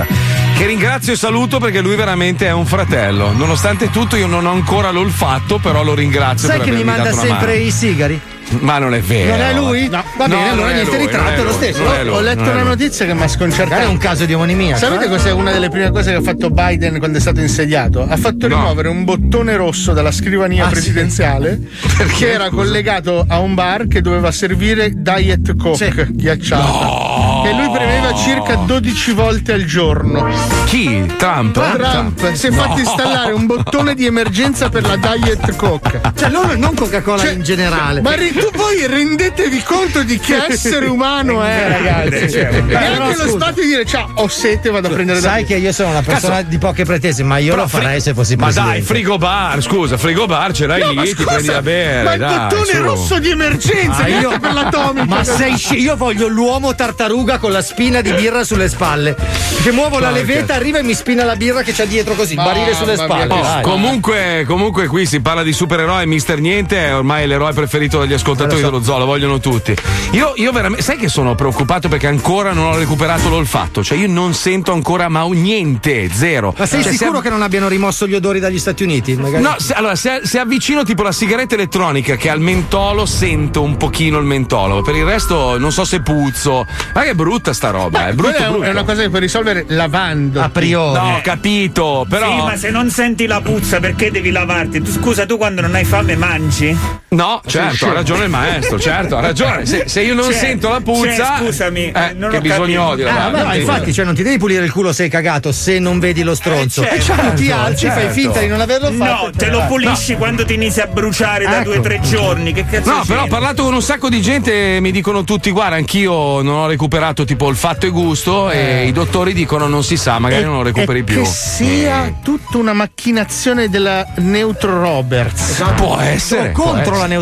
Speaker 4: Che ringrazio e saluto perché lui veramente è un fratello. Nonostante tutto, io non ho ancora l'olfatto, però lo ringrazio
Speaker 2: Sai
Speaker 4: per
Speaker 2: che mi
Speaker 4: avermi
Speaker 2: manda
Speaker 4: dato una
Speaker 2: sempre
Speaker 4: mano.
Speaker 2: i sigari?
Speaker 4: Ma non è vero.
Speaker 2: Non è lui? No.
Speaker 9: Va
Speaker 4: No,
Speaker 9: bene,
Speaker 4: non
Speaker 9: allora
Speaker 4: è
Speaker 9: niente,
Speaker 4: lui,
Speaker 9: ritratto
Speaker 4: non è
Speaker 9: lo
Speaker 4: lui,
Speaker 9: stesso.
Speaker 4: non è lui,
Speaker 9: Ho
Speaker 4: non
Speaker 9: letto
Speaker 4: è
Speaker 9: una
Speaker 4: lui.
Speaker 9: notizia che mi ha sconcertato.
Speaker 2: Magari è un caso di omonimia,
Speaker 9: Sapete
Speaker 2: eh?
Speaker 9: cos'è una delle prime cose che ha fatto Biden quando è stato insediato? Ha fatto rimuovere un bottone rosso dalla scrivania
Speaker 2: Ah, sì?
Speaker 9: presidenziale
Speaker 2: Perché,
Speaker 9: che era
Speaker 2: scusa?
Speaker 9: collegato a un bar che doveva servire Diet Coke ghiacciata. E lui premeva circa 12 volte al giorno.
Speaker 4: Chi? Trump?
Speaker 9: Trump si è
Speaker 4: No.
Speaker 9: fatto installare un bottone di emergenza per la Diet Coke.
Speaker 2: Cioè, loro non Coca-Cola in generale.
Speaker 9: Ma re- tu voi rendetevi conto di che essere umano è, ragazzi.
Speaker 2: Cioè,
Speaker 9: Neanche
Speaker 2: però,
Speaker 9: lo
Speaker 2: scusa. Cioè,
Speaker 9: stato di dire, ciao, ho sete, vado a prendere da
Speaker 2: Sai che io sono una persona
Speaker 9: Cazzo.
Speaker 2: di poche pretese, ma io
Speaker 9: Però
Speaker 2: lo farei
Speaker 9: fri-
Speaker 2: se fossi
Speaker 4: Ma
Speaker 2: presidente.
Speaker 4: dai, frigobar, scusa, frigobar ce l'hai
Speaker 2: No,
Speaker 4: lì,
Speaker 2: ma
Speaker 4: ti
Speaker 2: scusa,
Speaker 4: prendi da bere.
Speaker 2: ma il
Speaker 4: dai,
Speaker 2: bottone
Speaker 4: su.
Speaker 2: rosso
Speaker 9: di emergenza,
Speaker 2: Ah,
Speaker 9: neanche
Speaker 2: io-
Speaker 9: per l'atomico.
Speaker 2: Ma sei sci- io voglio l'uomo tartaruga con la spina di birra sulle spalle. Che muovo la
Speaker 4: Porca.
Speaker 9: certo.
Speaker 2: levetta, arriva e mi spina la birra che c'ha dietro così, barile sulle spalle.
Speaker 4: Oh,
Speaker 2: Dai.
Speaker 4: comunque, comunque qui si parla di supereroi, Mister Niente è ormai l'eroe preferito dagli ascoltatori dello zoo, lo vogliono tutti. Io, io veramente, sai che sono preoccupato perché ancora non ho recuperato l'olfatto, cioè io non sento ancora ma un niente, zero.
Speaker 2: Ma sei
Speaker 4: Cioè, se
Speaker 2: sicuro che non abbiano rimosso gli odori dagli Stati Uniti? Magari-
Speaker 4: No, se, allora se, se avvicino tipo la sigaretta elettronica che al mentolo sento un pochino il mentolo, per il resto non so se puzzo. Ma che brutta sta roba, è brutto,
Speaker 9: Quella è, un-
Speaker 4: brutto.
Speaker 9: è una cosa che puoi risolvere lavando. A
Speaker 4: No, ho capito, però
Speaker 8: Sì, ma se non senti la puzza, perché devi lavarti? Tu, scusa, tu quando non hai fame mangi?
Speaker 4: No, certo, ha ragione il maestro, certo, ha ragione. Se, se io non
Speaker 8: Cioè,
Speaker 4: sento la puzza,
Speaker 8: cioè, scusami,
Speaker 4: eh,
Speaker 8: non
Speaker 4: che
Speaker 8: ho
Speaker 4: bisogno
Speaker 8: capito.
Speaker 4: ho di eh,
Speaker 8: Ah,
Speaker 2: Ah,
Speaker 4: lavare.
Speaker 2: vabbè, ma infatti, cioè, non ti devi pulire il culo se hai cagato se non vedi
Speaker 4: Eh,
Speaker 2: lo stronzo.
Speaker 8: Certo,
Speaker 2: E cioè, ti alzi,
Speaker 8: certo.
Speaker 2: fai finta di non averlo fatto.
Speaker 8: No, te
Speaker 4: eh,
Speaker 8: lo pulisci quando ti inizi a bruciare da due o tre giorni. Che cazzo
Speaker 4: Ecco. No,
Speaker 8: c'è?
Speaker 4: però ho parlato con un sacco di gente e mi dicono tutti: guarda, anch'io non ho recuperato tipo il fatto e gusto.
Speaker 5: Eh.
Speaker 4: E i dottori dicono: non si sa, magari non lo recuperi più. Eh.
Speaker 9: Che sia tutta una macchinazione della Neutro Roberts.
Speaker 4: Esatto. Può essere, può essere. Eh,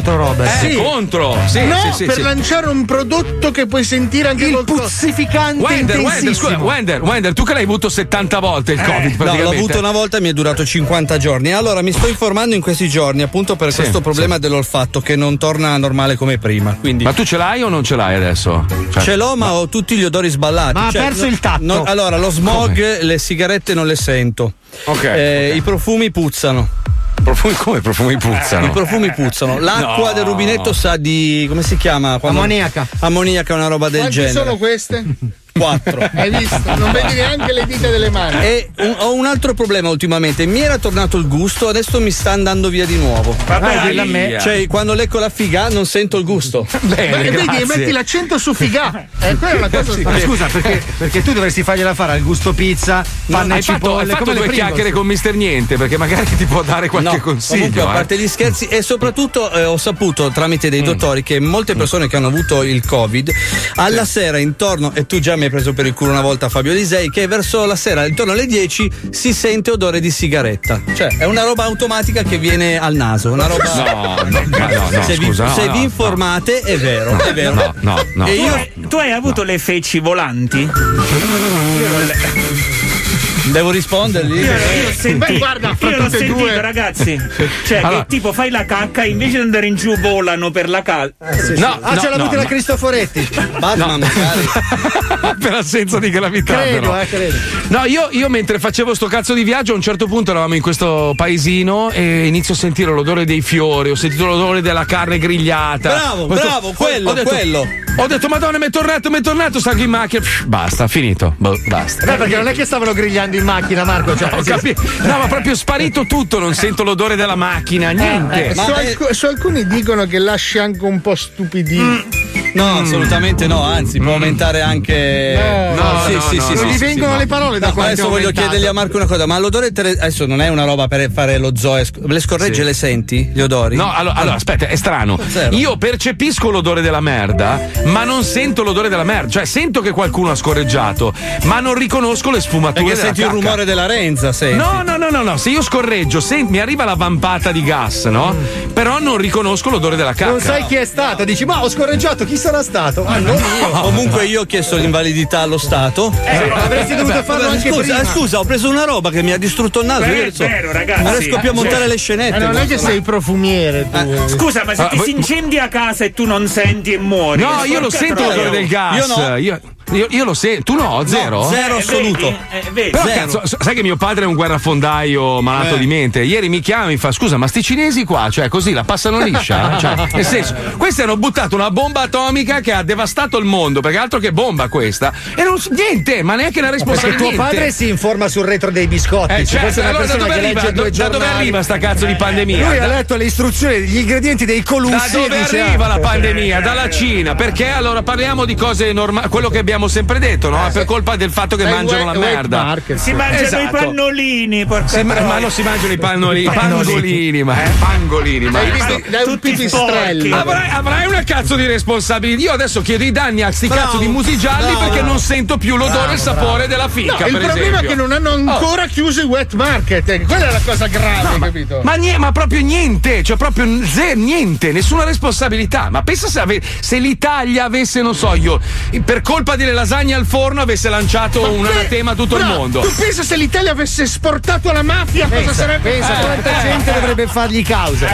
Speaker 4: contro, sì,
Speaker 9: no,
Speaker 4: sì, sì,
Speaker 9: per
Speaker 4: sì.
Speaker 9: lanciare un prodotto che puoi sentire anche il
Speaker 2: puzzificante
Speaker 4: Wender, Wender, scusa, Wender, Wender, tu che l'hai avuto 70 volte il Covid
Speaker 5: Eh, No,
Speaker 4: praticamente.
Speaker 5: l'ho avuto una volta e mi è durato 50 giorni. Allora mi sto informando in questi giorni appunto per questo problema dell'olfatto che non torna normale come prima. Quindi
Speaker 4: Ma tu ce l'hai o non ce l'hai adesso? Cioè-
Speaker 5: ce l'ho, ma ho tutti gli odori sballati. Cioè,
Speaker 4: Ma ha perso il tatto.
Speaker 5: no, allora, lo smog, le sigarette non le sento. Eh, I profumi puzzano.
Speaker 4: Profumi, come profumi puzzano?
Speaker 5: I profumi puzzano. L'acqua
Speaker 4: No.
Speaker 5: del rubinetto sa di. come si chiama?
Speaker 2: Ammoniaca.
Speaker 5: Ammoniaca, una roba del
Speaker 9: Quante
Speaker 5: genere.
Speaker 9: sono queste?
Speaker 5: Quattro.
Speaker 9: Hai visto? Non vedi neanche le dita delle mani.
Speaker 5: E un- ho un altro problema ultimamente. Mi era tornato il gusto, adesso mi sta andando via di nuovo.
Speaker 9: Vabbè, Ah, dillo a me.
Speaker 5: Cioè, quando lecco la figa non sento il gusto.
Speaker 9: Ma che vedi, metti l'accento su figà. Eh, quella è una cosa Eh,
Speaker 5: Sì,
Speaker 2: Ma scusa, perché, perché tu dovresti fargliela fare al gusto pizza, panna
Speaker 4: eh. hai
Speaker 2: e
Speaker 4: fatto, hai
Speaker 2: cipolle,
Speaker 4: fatto
Speaker 2: come le
Speaker 4: due
Speaker 2: Pringles.
Speaker 4: chiacchiere con Mister Niente perché
Speaker 9: Eh,
Speaker 4: magari ti può dare qualche
Speaker 5: No,
Speaker 4: consiglio.
Speaker 5: Comunque, a
Speaker 4: eh. Mm.
Speaker 5: parte gli scherzi, e soprattutto eh, ho saputo tramite dei dottori che molte persone che hanno avuto il Covid alla sera intorno, e tu già mi hai preso per il culo una volta Fabio Lisei, che verso la sera intorno alle 10 si sente odore di sigaretta. Cioè, è una roba automatica che viene al naso. Una roba.
Speaker 4: No, no, no, no, no,
Speaker 5: se vi,
Speaker 4: scusa, no,
Speaker 5: se
Speaker 4: no,
Speaker 5: vi
Speaker 4: no.
Speaker 5: informate, è vero,
Speaker 4: No,
Speaker 5: è vero.
Speaker 4: no, no, no.
Speaker 5: E
Speaker 8: Tu
Speaker 5: io
Speaker 8: hai- tu hai avuto le feci volanti?
Speaker 5: devo rispondergli.
Speaker 8: Io, io senti,
Speaker 5: Beh,
Speaker 9: guarda, fra
Speaker 8: io l'ho
Speaker 5: tutte e
Speaker 8: sentito,
Speaker 5: due.
Speaker 8: ragazzi. Cioè,
Speaker 5: Allora.
Speaker 8: che tipo fai la cacca, invece di andare in giù volano per la calza.
Speaker 5: Eh, sì, sì. No,
Speaker 2: Ah, ce l'ha avuta la Cristoforetti.
Speaker 5: Batman, eh. magari.
Speaker 4: per assenza di gravità.
Speaker 2: Credo,
Speaker 4: però.
Speaker 2: eh, credo.
Speaker 4: No, io, io mentre facevo sto cazzo di viaggio, a un certo punto eravamo in questo paesino e inizio a sentire l'odore dei fiori, ho sentito l'odore della carne grigliata.
Speaker 5: Bravo,
Speaker 4: Ho detto-
Speaker 5: bravo,
Speaker 4: ho-
Speaker 5: quello,
Speaker 4: ho detto,
Speaker 5: quello.
Speaker 4: Ho detto, Madonna, mi è tornato, mi è tornato, salgo in macchina. Pff, basta, finito. Boh, basta.
Speaker 2: Beh, Eh, perché non è che stavano grigliando in macchina, Marco. Cioè,
Speaker 4: Ho capito. No, ma proprio sparito tutto, non sento l'odore della macchina, niente.
Speaker 5: Eh,
Speaker 9: eh, su, alcu- su alcuni dicono che lasci anche un po' stupidino.
Speaker 5: No,
Speaker 9: Mm.
Speaker 5: assolutamente no, anzi può aumentare anche...
Speaker 9: Eh, No, no,
Speaker 5: sì,
Speaker 9: no,
Speaker 5: sì,
Speaker 9: no,
Speaker 5: sì,
Speaker 9: non
Speaker 5: sì,
Speaker 9: gli
Speaker 5: sì,
Speaker 9: vengono
Speaker 5: sì,
Speaker 9: le
Speaker 5: no.
Speaker 9: parole da
Speaker 5: No,
Speaker 9: quanto è
Speaker 5: Adesso voglio
Speaker 9: aumentato.
Speaker 5: chiedergli a Marco una cosa, ma l'odore... tele- Adesso non è una roba per fare lo zoo, è sc- le scorregge
Speaker 4: Sì.
Speaker 5: le senti, gli odori?
Speaker 4: No, allora, allora, aspetta, è strano.
Speaker 5: Zero.
Speaker 4: Io percepisco l'odore della merda, ma non sento l'odore della merda. Cioè, sento che qualcuno ha scorreggiato, ma non riconosco le sfumature.
Speaker 5: Perché
Speaker 4: della
Speaker 5: senti il
Speaker 4: cacca.
Speaker 5: rumore della renza, senti.
Speaker 4: No, no, no, no, no, se io scorreggio, sen- mi arriva la
Speaker 8: Mm.
Speaker 4: vampata di gas, no? Però non riconosco l'odore della cacca.
Speaker 2: Non sai chi è stata, dici, ma ho scorreggiato, chi sarà stato? Ah,
Speaker 5: no. Comunque io ho chiesto l'invalidità allo Stato.
Speaker 2: Eh, avresti dovuto
Speaker 5: Vabbè,
Speaker 2: farlo anche
Speaker 5: scusa,
Speaker 2: prima.
Speaker 5: eh, Scusa, ho preso una roba che mi ha distrutto il naso.
Speaker 2: Beh,
Speaker 5: io
Speaker 2: è
Speaker 5: adesso-
Speaker 2: vero, ragazzi.
Speaker 5: Non riesco più a
Speaker 2: Eh,
Speaker 5: montare
Speaker 2: cioè,
Speaker 5: le scenette.
Speaker 9: Ma non è che
Speaker 5: guarda.
Speaker 9: sei profumiere tu.
Speaker 8: Scusa, ma se
Speaker 9: Ah,
Speaker 8: ti
Speaker 9: voi-
Speaker 8: si incendia a casa e tu non senti e muori.
Speaker 4: No, io lo
Speaker 8: porca
Speaker 4: sento
Speaker 8: troia.
Speaker 4: l'odore del gas.
Speaker 8: Io no.
Speaker 4: Io, io- io lo sento. Tu no, zero?
Speaker 8: zero Eh, assoluto. vedi, eh, vedi.
Speaker 4: Però,
Speaker 8: Zero.
Speaker 4: cazzo, s- sai che mio padre è un guerrafondaio malato
Speaker 8: Eh.
Speaker 4: di mente. Ieri mi chiama e mi fa: Scusa, ma sti cinesi qua, cioè così la passano liscia? Cioè, nel senso, questi hanno buttato una bomba atomica che ha devastato il mondo, perché altro che bomba questa. E non s- niente, ma neanche una
Speaker 2: Perché
Speaker 4: responsabilità.
Speaker 2: tuo padre si informa sul retro dei biscotti.
Speaker 4: Eh,
Speaker 2: se fosse
Speaker 4: certo,
Speaker 2: una
Speaker 4: allora da
Speaker 2: persona
Speaker 4: dove,
Speaker 2: che
Speaker 4: arriva,
Speaker 2: legge
Speaker 4: Do-
Speaker 2: due
Speaker 4: da dove
Speaker 2: giornali.
Speaker 4: arriva sta cazzo di pandemia?
Speaker 2: Lui ha
Speaker 4: Da-
Speaker 2: letto le istruzioni degli ingredienti dei colussi.
Speaker 4: da dove
Speaker 2: e dice,
Speaker 4: arriva
Speaker 2: ah,
Speaker 4: la pandemia? Dalla Cina. Perché allora parliamo di cose normali, quello che abbiamo sempre detto, no? Per colpa del fatto che
Speaker 8: Eh,
Speaker 4: mangiano
Speaker 8: white-
Speaker 4: la
Speaker 8: white
Speaker 4: merda.
Speaker 8: market. Si mangiano i pannolini, porca
Speaker 4: Si ma-
Speaker 8: troia.
Speaker 4: ma non si mangiano i pannolini, i pangolini, ma eh, pangolini, ma ecco.
Speaker 8: Hai visto? Dai, un Tutti pipistrello. sporchi.
Speaker 4: Avrai, avrai una cazzo di responsabilità. Io adesso chiedo i danni a sti
Speaker 9: Bravo.
Speaker 4: cazzo di musi gialli
Speaker 9: Bravo.
Speaker 4: perché non sento più l'odore e il
Speaker 9: Bravo,
Speaker 4: sapore
Speaker 9: bravo.
Speaker 4: della
Speaker 9: No,
Speaker 4: fica.
Speaker 9: il
Speaker 4: per
Speaker 9: problema è
Speaker 4: esempio. Oh.
Speaker 9: che non hanno ancora chiuso i wet market. eh, Quella è la cosa grave, capito?
Speaker 4: Ma, nie- ma proprio niente, cioè proprio n- ze- niente, nessuna responsabilità. Ma pensa se, ave- se l'Italia avesse, non so io, per colpa delle lasagne al forno avesse lanciato Oh, un anatema a tutto il
Speaker 9: Bra-
Speaker 4: mondo.
Speaker 9: Tu pensa se l'Italia avesse esportato alla mafia,
Speaker 2: Pensa,
Speaker 9: cosa sarebbe? Eh.
Speaker 2: pensa quanta gente dovrebbe fargli causa.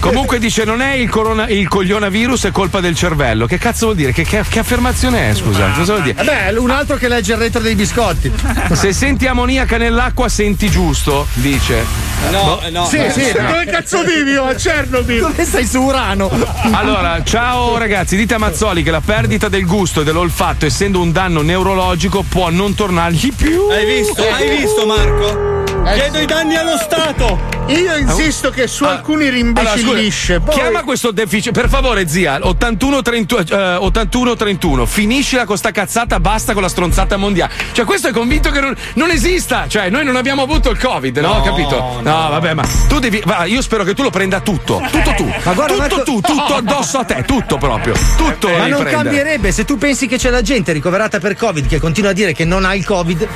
Speaker 4: Comunque dice non è il, corona- il coglionavirus, è colpa del cervello. Che cazzo vuol dire? Che, che- che affermazione è, scusa? Cosa vuol dire?
Speaker 2: Vabbè, un altro che legge il retro dei biscotti.
Speaker 4: Se senti ammoniaca nell'acqua senti giusto, dice. Boh.
Speaker 9: sì, sì. Dove cazzo vivi io a Chernobyl?
Speaker 2: Dove sei su Urano?
Speaker 4: Allora, ciao ragazzi, dite a Mazzoli che la perdita del gusto e dell'olfatto, essendo un danno neurologico, può non tornargli più. Eh.
Speaker 5: Hai visto? Hai visto, Marco? Chiedo i danni allo Stato.
Speaker 9: Io insisto che su alcuni rimbecillisce.
Speaker 4: Allora,
Speaker 9: poi-
Speaker 4: Ah, scusa, Chiama questo deficit, per favore, zia. 81 31, eh, 81 31. Finiscila con sta cazzata, basta con la stronzata mondiale. Cioè, questo è convinto che non, non esista. Cioè, noi non abbiamo avuto il Covid, no?
Speaker 2: No,
Speaker 4: Capito? No, Ah, vabbè, ma tu devi. va, io spero che tu lo prenda tutto. Tutto tu.
Speaker 2: Ma guarda,
Speaker 4: tutto
Speaker 2: Marco-
Speaker 4: tu, tutto addosso a te, tutto proprio. Tutto lo
Speaker 2: Ma
Speaker 4: devi
Speaker 2: non
Speaker 4: prendere.
Speaker 2: cambierebbe se tu pensi che c'è la gente ricoverata per Covid che continua a dire che non ha il Covid.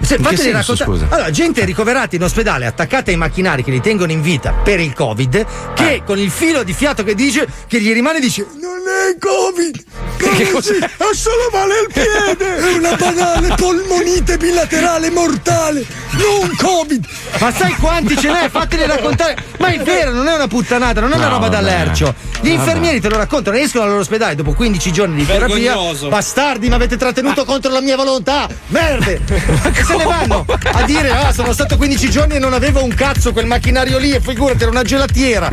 Speaker 2: Se,
Speaker 4: In che
Speaker 2: fateli
Speaker 4: senso,
Speaker 2: raccontare-
Speaker 4: scusa?
Speaker 2: Allora, gente ricoverata in ospedale, attaccata ai macchinari che li tengono in vita per il Covid, che
Speaker 4: Eh.
Speaker 2: con il filo di fiato che dice che gli rimane dice "Non è Covid". Che cos'è? Ho solo male al piede, è una banale polmonite bilaterale mortale, non Covid. Ma sai quanti ce n'è? Fateli raccontare. Ma è vero, non è una puttanata, non è una
Speaker 11: No,
Speaker 2: roba da
Speaker 11: vabbè.
Speaker 2: lercio. Gli
Speaker 11: Vabbè.
Speaker 2: infermieri te lo raccontano, escono dall'ospedale dopo 15 giorni di terapia.
Speaker 11: Vergognoso.
Speaker 2: Bastardi, mi avete
Speaker 4: Ah.
Speaker 2: trattenuto contro la mia volontà! Merde! Se ne vanno a dire: Ah, sono stato 15 giorni e non avevo un cazzo quel macchinario lì, e figurati, era una gelatiera.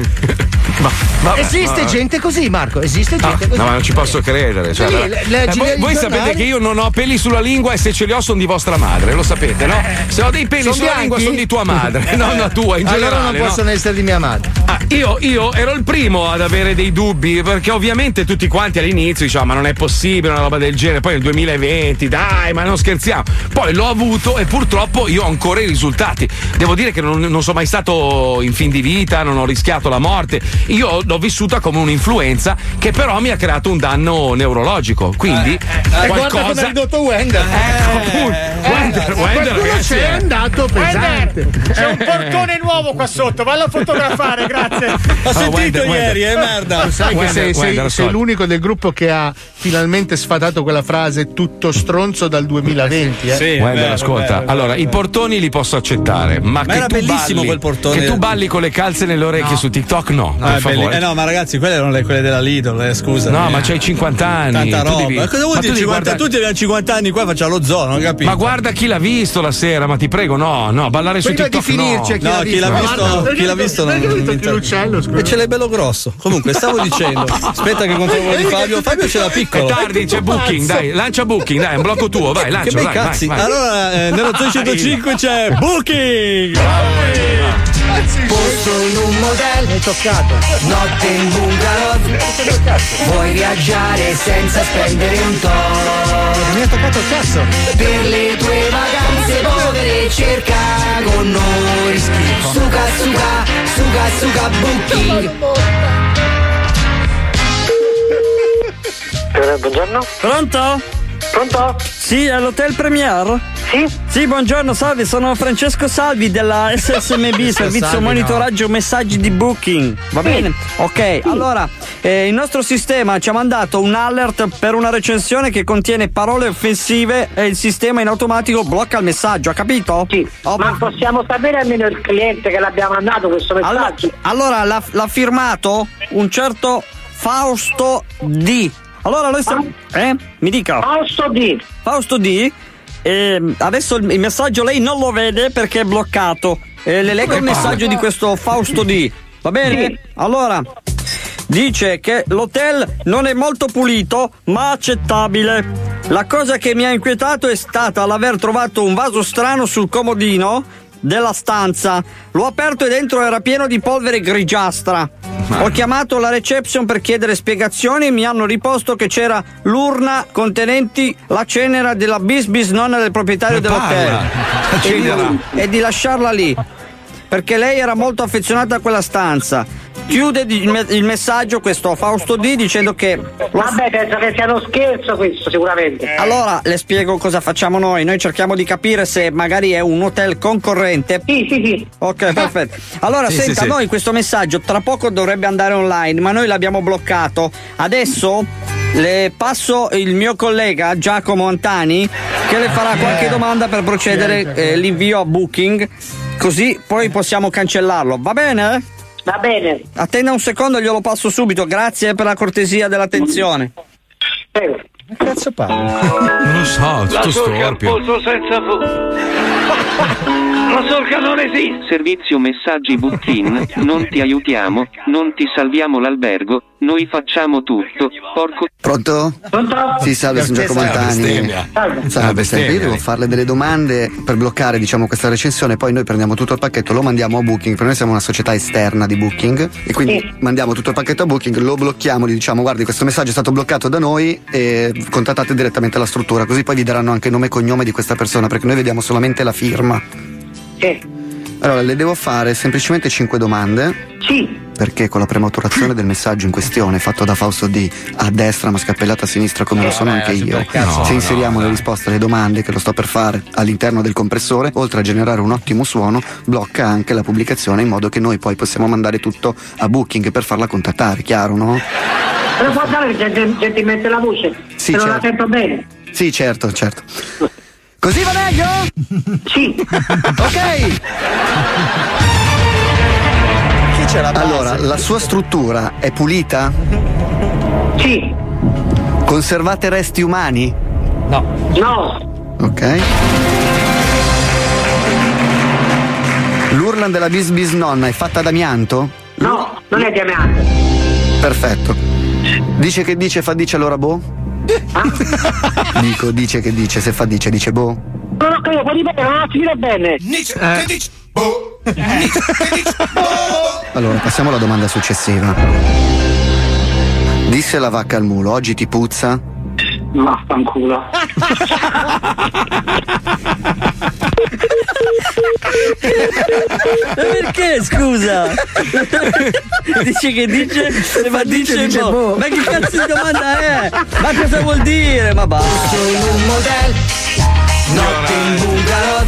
Speaker 4: Ma- vabbè,
Speaker 2: esiste
Speaker 4: vabbè.
Speaker 2: gente così, Marco, esiste
Speaker 4: Ah,
Speaker 2: gente così.
Speaker 4: no, ma non ci posso credere. Cioè,
Speaker 2: Sì,
Speaker 4: allora-
Speaker 2: le- leggi
Speaker 4: Eh, voi
Speaker 2: i
Speaker 4: voi
Speaker 2: giornali.
Speaker 4: sapete che io non ho peli sulla lingua e se ce li ho sono di vostra madre, lo sapete, no? Se ho dei peli
Speaker 2: Eh, Son
Speaker 4: sulla
Speaker 2: bianchi?
Speaker 4: lingua sono di tua madre, non la tua in
Speaker 2: allora
Speaker 4: generale.
Speaker 2: non
Speaker 4: no?
Speaker 2: possono essere di mia madre.
Speaker 4: Ah, io, io ero il primo ad avere dei dubbi, perché ovviamente tutti quanti all'inizio dicevano: "Ah, Ma non è possibile una roba del genere. Poi nel 2020, dai, ma non scherziamo. Poi l'ho avuto e purtroppo io ho ancora i risultati. Devo dire che non, non sono mai stato in fin di vita, non ho rischiato la morte. Io l'ho vissuta come un'influenza che però mi ha creato un danno neurologico. Quindi,
Speaker 2: E Eh, guarda come ha
Speaker 4: qualcosa. Ecco,
Speaker 2: ridotto Wender.
Speaker 4: Wender, Wender,
Speaker 9: Eh, Qualcuno
Speaker 4: ragazzi,
Speaker 9: c'è
Speaker 4: eh.
Speaker 9: andato pesante.
Speaker 16: C'è
Speaker 2: Eh.
Speaker 16: un porcone nuovo qua sotto, vallo a fotografare, grazie.
Speaker 9: Ho sentito
Speaker 5: ieri, eh, merda.
Speaker 9: Tu Ah, sai che
Speaker 5: Guarda,
Speaker 9: sei, sei-
Speaker 5: guarda,
Speaker 9: sei
Speaker 5: ascolta.
Speaker 9: l'unico del gruppo che ha finalmente sfatato quella frase tutto stronzo dal 2020. Eh?
Speaker 4: Guarda, ascolta, allora i portoni li posso accettare, ma,
Speaker 5: Ma
Speaker 4: che,
Speaker 5: era
Speaker 4: tu
Speaker 5: bellissimo
Speaker 4: balli,
Speaker 5: quel portone.
Speaker 4: che tu balli con le calze nelle orecchie su TikTok, no,
Speaker 5: No,
Speaker 4: per
Speaker 5: è belli-
Speaker 4: favore.
Speaker 5: eh no, ma ragazzi, quelle erano le, quelle della Lidl, eh, scusa.
Speaker 4: No, ma c'hai 50 anni,
Speaker 5: Tanta
Speaker 4: tu
Speaker 5: roba.
Speaker 4: devi- ma
Speaker 5: Cosa vuol
Speaker 4: tu
Speaker 5: dire
Speaker 4: devi
Speaker 5: 50?
Speaker 4: guardare-
Speaker 5: Tutti abbiamo 50 anni qua, facciamo lo zoo, non capisco.
Speaker 4: Ma guarda chi l'ha visto la sera, ma ti prego, no, no, ballare su
Speaker 5: Prima
Speaker 4: TikTok.
Speaker 5: di finirci,
Speaker 4: no.
Speaker 5: chi l'ha No, chi l'ha visto? visto- Guarda, chi l'ha visto non- non mi interessa. E ce l'hai bello grosso. Comunque, stavo dicendo. Aspetta, che controllo di Fabio. Fabio ce l'ha piccolo.
Speaker 4: È tardi, c'è Booking, dai, lancia Booking, dai, è un blocco tuo, vai, lancia.
Speaker 5: Che bei
Speaker 4: vai,
Speaker 5: cazzi.
Speaker 4: vai, vai.
Speaker 5: Allora, eh, nello Zoo 105 c'è Booking.
Speaker 20: Posto in un motel è toccato Notte in bungalow Vuoi viaggiare senza spendere un toro Mi ha toccato il cazzo Per le tue vacanze povere cerca con noi Suga suga suga suga booking
Speaker 18: Eh, Buongiorno. Pronto? Pronto? Sì, all'Hotel Premier? Sì? Sì, buongiorno, salve, sono Francesco Salvi della SSMB,
Speaker 20: Francesco
Speaker 18: servizio
Speaker 20: Salvi,
Speaker 18: monitoraggio messaggi di Booking. Va
Speaker 20: Sì.
Speaker 18: bene? Ok,
Speaker 20: Sì.
Speaker 18: allora
Speaker 33: Eh, il nostro sistema ci ha mandato un alert per una recensione che contiene parole offensive e il sistema in automatico blocca il messaggio, ha capito? Sì, ma possiamo sapere almeno il cliente che l'abbiamo mandato questo messaggio. Allora, l'ha, l'ha firmato un certo Fausto D. Allora noi stiamo... Eh? Mi dica. Fausto D. Fausto D. ehm, adesso il il messaggio lei non lo vede perché è bloccato. Eh, le leggo
Speaker 23: Come
Speaker 33: il
Speaker 23: fa?
Speaker 33: messaggio di questo Fausto D. Va bene? Allora, dice che l'hotel non è molto pulito ma accettabile. La cosa che mi ha inquietato è stata l'aver trovato un vaso strano sul comodino della stanza. L'ho aperto e dentro era pieno di polvere grigiastra. Ho chiamato la reception per chiedere spiegazioni e mi hanno riposto che c'era l'urna contenenti la cenera della bisbisnonna del proprietario dell'hotel e di, e di lasciarla lì perché lei era molto affezionata a quella stanza. Chiude di- il, me- il messaggio questo Fausto D dicendo che. Vabbè, penso che sia uno scherzo questo, sicuramente. Allora le spiego cosa facciamo noi. Noi cerchiamo di capire se magari è un hotel concorrente. Sì, sì, sì. Ok, perfetto. Allora,
Speaker 23: Sì, sì,
Speaker 33: senta,
Speaker 23: sì.
Speaker 33: noi questo messaggio tra poco dovrebbe andare online, ma noi l'abbiamo bloccato. Adesso le passo il mio collega Giacomo Antani che le farà qualche domanda per procedere eh, l'invio a Booking, così poi possiamo cancellarlo. Va bene? Va bene. Attenda un secondo, glielo passo subito. Grazie per la cortesia dell'attenzione.
Speaker 9: Ma cazzo parla?
Speaker 4: Non lo so, tutto storpio.
Speaker 17: senza fu. La sorca non esiste! Servizio messaggi buttin, non ti aiutiamo, non ti salviamo l'albergo, noi facciamo tutto, porco.
Speaker 11: Pronto?
Speaker 17: Pronto?
Speaker 11: Sì, salve, sono Giacomo
Speaker 17: Salve,
Speaker 11: Antani.
Speaker 17: bestemmia. Salve.
Speaker 11: Salve, stai qui,
Speaker 17: Bestemmia.
Speaker 11: devo farle delle domande per bloccare, diciamo, questa recensione, poi noi prendiamo tutto il pacchetto, lo mandiamo a Booking, perché noi siamo una società esterna di Booking e quindi mandiamo tutto il pacchetto a Booking, lo blocchiamo, gli diciamo "Guardi, questo messaggio è stato bloccato da noi e contattate direttamente la struttura, così poi vi daranno anche nome e cognome di questa persona, perché noi vediamo solamente la firma". Allora, le devo fare semplicemente 5 domande. Sì. Perché con la prematurazione del messaggio in questione, fatto da Fausto D a destra ma scappellata a sinistra come lo sono
Speaker 34: vabbè,
Speaker 11: anche
Speaker 34: super
Speaker 11: io,
Speaker 34: cazzo.
Speaker 11: se
Speaker 34: No,
Speaker 11: inseriamo le risposte alle domande, che lo sto per fare, all'interno del compressore, oltre a generare un ottimo suono, blocca anche la pubblicazione in modo che noi poi possiamo mandare tutto a Booking per farla contattare, chiaro no?
Speaker 13: Lo può dare gent- gentilmente la voce?
Speaker 11: Sì,
Speaker 13: Se non la
Speaker 11: certo.
Speaker 13: sento bene.
Speaker 11: Sì, certo, certo. Così va meglio? Sì. ok. Allora, la sua struttura è pulita? Sì. Conservate resti umani? No. No. Ok. L'urla della bisbisnonna è fatta d'amianto?
Speaker 13: No, non è chiamato.
Speaker 11: Perfetto. Certo. Dice che dice, fa dice allora boh? Dico, dice che dice, se fa dice, dice boh.
Speaker 13: Non ho capito, puoi ripetere, non ho capito bene.
Speaker 11: Eh. Allora, passiamo alla domanda successiva. Disse la vacca al mulo, oggi ti puzza?
Speaker 13: Vaffanculo.
Speaker 33: Perché scusa? dice che dice, ma dice,
Speaker 11: dice
Speaker 33: boh.
Speaker 11: boh.
Speaker 33: Ma che cazzo di domanda è? Ma cosa vuol dire? Ma basta.
Speaker 11: Notte in bungalow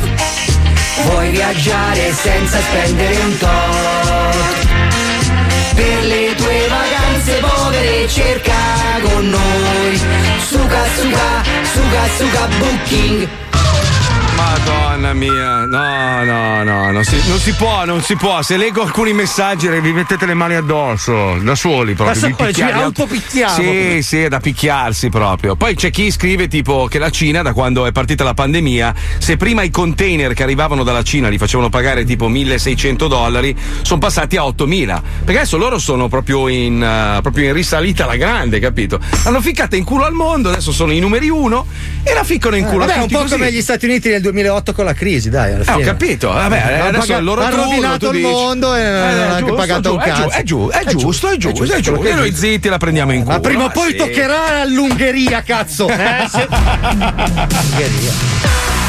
Speaker 11: Vuoi viaggiare senza spendere un
Speaker 20: tot Per le tue vacanze povere cerca con noi Suga suga suga suga booking
Speaker 4: Madonna mia, no, no, no, non si, non si può, non si può. Se leggo alcuni messaggi vi mettete le mani addosso, da soli proprio.
Speaker 2: Basta
Speaker 4: vi
Speaker 2: poi ci
Speaker 4: picchiate.
Speaker 2: autopicchiamo.
Speaker 4: Sì, sì, è da picchiarsi proprio. Poi c'è chi scrive tipo che la Cina, da quando è partita la pandemia, se prima i container che arrivavano dalla Cina li facevano pagare tipo 1600 dollari, sono passati a 8000. Perché adesso loro sono proprio in, eh, proprio in risalita alla grande, capito? Hanno ficcata in culo al mondo, adesso sono i numeri uno e la ficcano in culo
Speaker 2: Vabbè,
Speaker 4: a
Speaker 2: un
Speaker 4: tutti
Speaker 2: po'
Speaker 4: così.
Speaker 2: come gli Stati Uniti nel 2008 con la crisi, dai. alla
Speaker 4: Eh, ho
Speaker 2: fine.
Speaker 4: capito, vabbè,
Speaker 2: Hanno
Speaker 4: adesso
Speaker 2: pagato-
Speaker 4: è il loro
Speaker 2: hanno
Speaker 4: turno,
Speaker 2: rovinato
Speaker 4: tu
Speaker 2: il
Speaker 4: dici.
Speaker 2: mondo e
Speaker 4: Eh,
Speaker 2: non
Speaker 4: è
Speaker 2: hanno
Speaker 4: giusto,
Speaker 2: pagato
Speaker 4: giu-
Speaker 2: un
Speaker 4: è giu-
Speaker 2: cazzo. Eh,
Speaker 4: È, giu- è giusto, è giusto, è giusto. E noi zitti la prendiamo in culo. ah,
Speaker 2: Ma prima o poi
Speaker 4: sì.
Speaker 2: toccherà all'Ungheria, cazzo. Eh, se- Ungheria.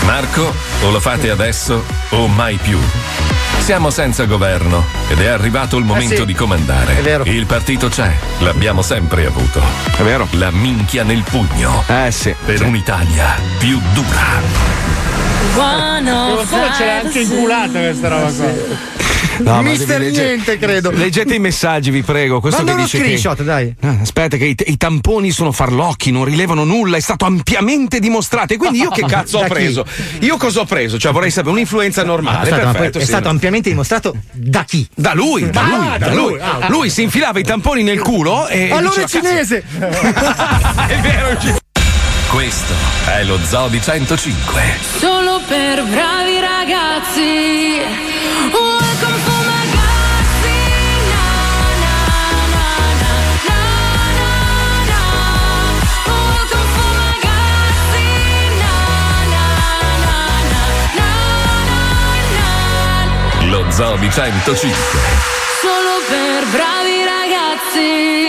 Speaker 1: Marco, o lo fate adesso o mai più. Siamo senza governo ed è arrivato il momento
Speaker 2: Eh sì.
Speaker 1: di comandare.
Speaker 2: È vero.
Speaker 1: Il partito c'è, l'abbiamo sempre avuto. È vero. La minchia nel pugno.
Speaker 4: Eh sì.
Speaker 1: Per un'Italia più dura.
Speaker 9: eh. Qualcuno ce l'ha anche inculata questa roba qua.
Speaker 4: ma
Speaker 9: Mister
Speaker 4: devi
Speaker 9: niente, credo.
Speaker 4: Leggete i messaggi, vi prego. Questo
Speaker 9: Manda
Speaker 4: che
Speaker 9: uno
Speaker 4: dice
Speaker 9: screenshot,
Speaker 4: che...
Speaker 9: dai.
Speaker 4: No, aspetta, che i, i tamponi sono farlocchi, non rilevano nulla, è stato ampiamente dimostrato. E quindi io che cazzo ho
Speaker 2: Da chi? Ah,
Speaker 4: preso? Io cosa ho preso? Cioè, vorrei sapere un'influenza normale.
Speaker 2: Aspetta, ma poi
Speaker 4: perfetto,
Speaker 2: è
Speaker 4: sì.
Speaker 2: stato ampiamente dimostrato da chi? Ah,
Speaker 4: Da lui, da lui, da lui. Lui si infilava i tamponi nel culo e.
Speaker 9: Allora
Speaker 4: diceva,
Speaker 9: è cinese!
Speaker 4: È vero,
Speaker 1: Questo è lo Zoo di 105.
Speaker 6: Solo per bravi ragazzi. Welcome for my
Speaker 1: Lo Zoo di 105.
Speaker 6: Solo per bravi ragazzi.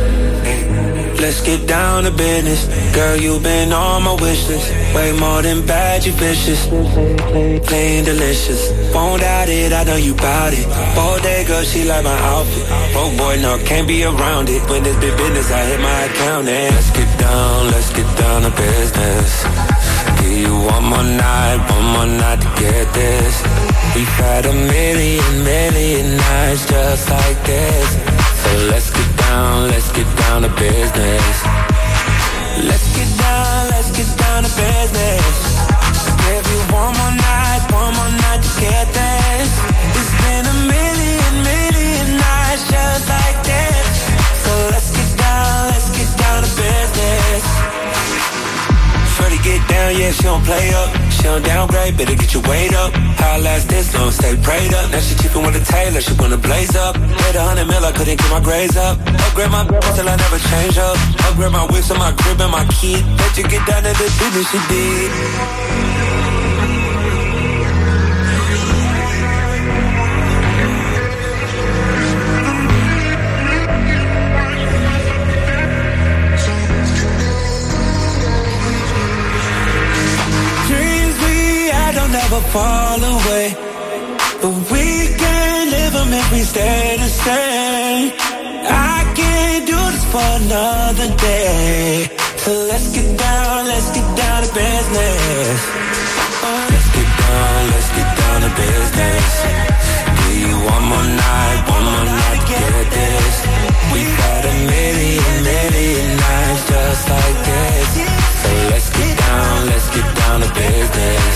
Speaker 35: Let's get down to business. Girl, you've been on my wish list. Way more than bad, you vicious. Clean, delicious. Won't doubt it, I know you bout it. Bodega, she like my outfit. Oh boy, no, can't be around it. When it's big business, I hit my account and let's get down, let's get down to business. Give you one more night, one more night to get this. We've had a million, million nights just like this. So let's get down, let's get down to business. Let's get down, let's get down to business. Give you one more night, one more night to get this. It's been a million, million nights just like this. So let's get down, let's get down to business. Shorty get down, yeah, she don't play up. She don't downgrade, better get your weight up. How I last this long, stay prayed up. Now she cheapin' with a tailor, she wanna blaze up. Made a hundred mil, I couldn't get my grades up. Upgrade my whip till I never change up. Upgrade my whips and my crib and my kid. Let you get down to the business she did. Dreams we had don't ever fall away. But we can live 'em if we stay the same. I can't do this for another day. So let's get down, let's get down to business. Oh, let's get down, let's get down to business. Give you one more night, one more night to get this. We've had a million, million nights just like this. So let's get down, let's get down to business.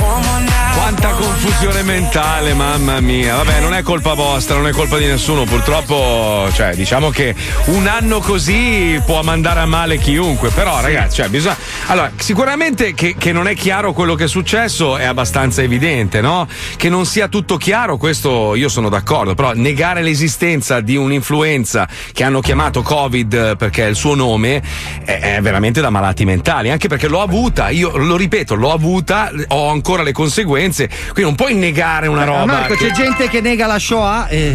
Speaker 35: one more night.
Speaker 4: Quanta confusione mentale, mamma mia. Vabbè, non è colpa vostra, non è colpa di nessuno. Purtroppo, cioè, diciamo che un anno così può mandare a male chiunque. Però, ragazzi, cioè, bisogna. Allora, sicuramente che, che non è chiaro quello che è successo è abbastanza evidente, no? Che non sia tutto chiaro, questo io sono d'accordo. Però negare l'esistenza di un'influenza che hanno chiamato Covid eh, perché è il suo nome è, è veramente da malati mentali. Anche perché l'ho avuta, io lo ripeto, l'ho avuta, ho ancora le conseguenze. Quindi non puoi negare una roba.
Speaker 2: Ah, Marco,
Speaker 4: che-
Speaker 2: c'è gente che nega la Shoah e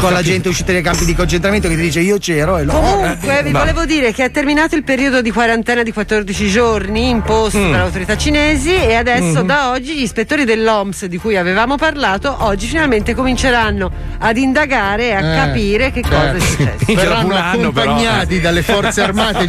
Speaker 2: con la gente uscita dai campi di concentramento che ti dice io c'ero e lo Eh,
Speaker 23: Comunque, vi
Speaker 2: Ma-
Speaker 23: volevo dire che è terminato il periodo di quarantena di 14 giorni imposto
Speaker 2: Mm.
Speaker 23: dalle autorità cinesi e adesso
Speaker 2: Mhm.
Speaker 23: da oggi gli ispettori dell'OMS di cui avevamo parlato oggi finalmente cominceranno ad indagare e a
Speaker 9: Eh,
Speaker 23: capire che
Speaker 9: certo.
Speaker 23: cosa è successo.
Speaker 9: Minchia,
Speaker 23: Verranno
Speaker 9: un anno, però. accompagnati dalle forze armate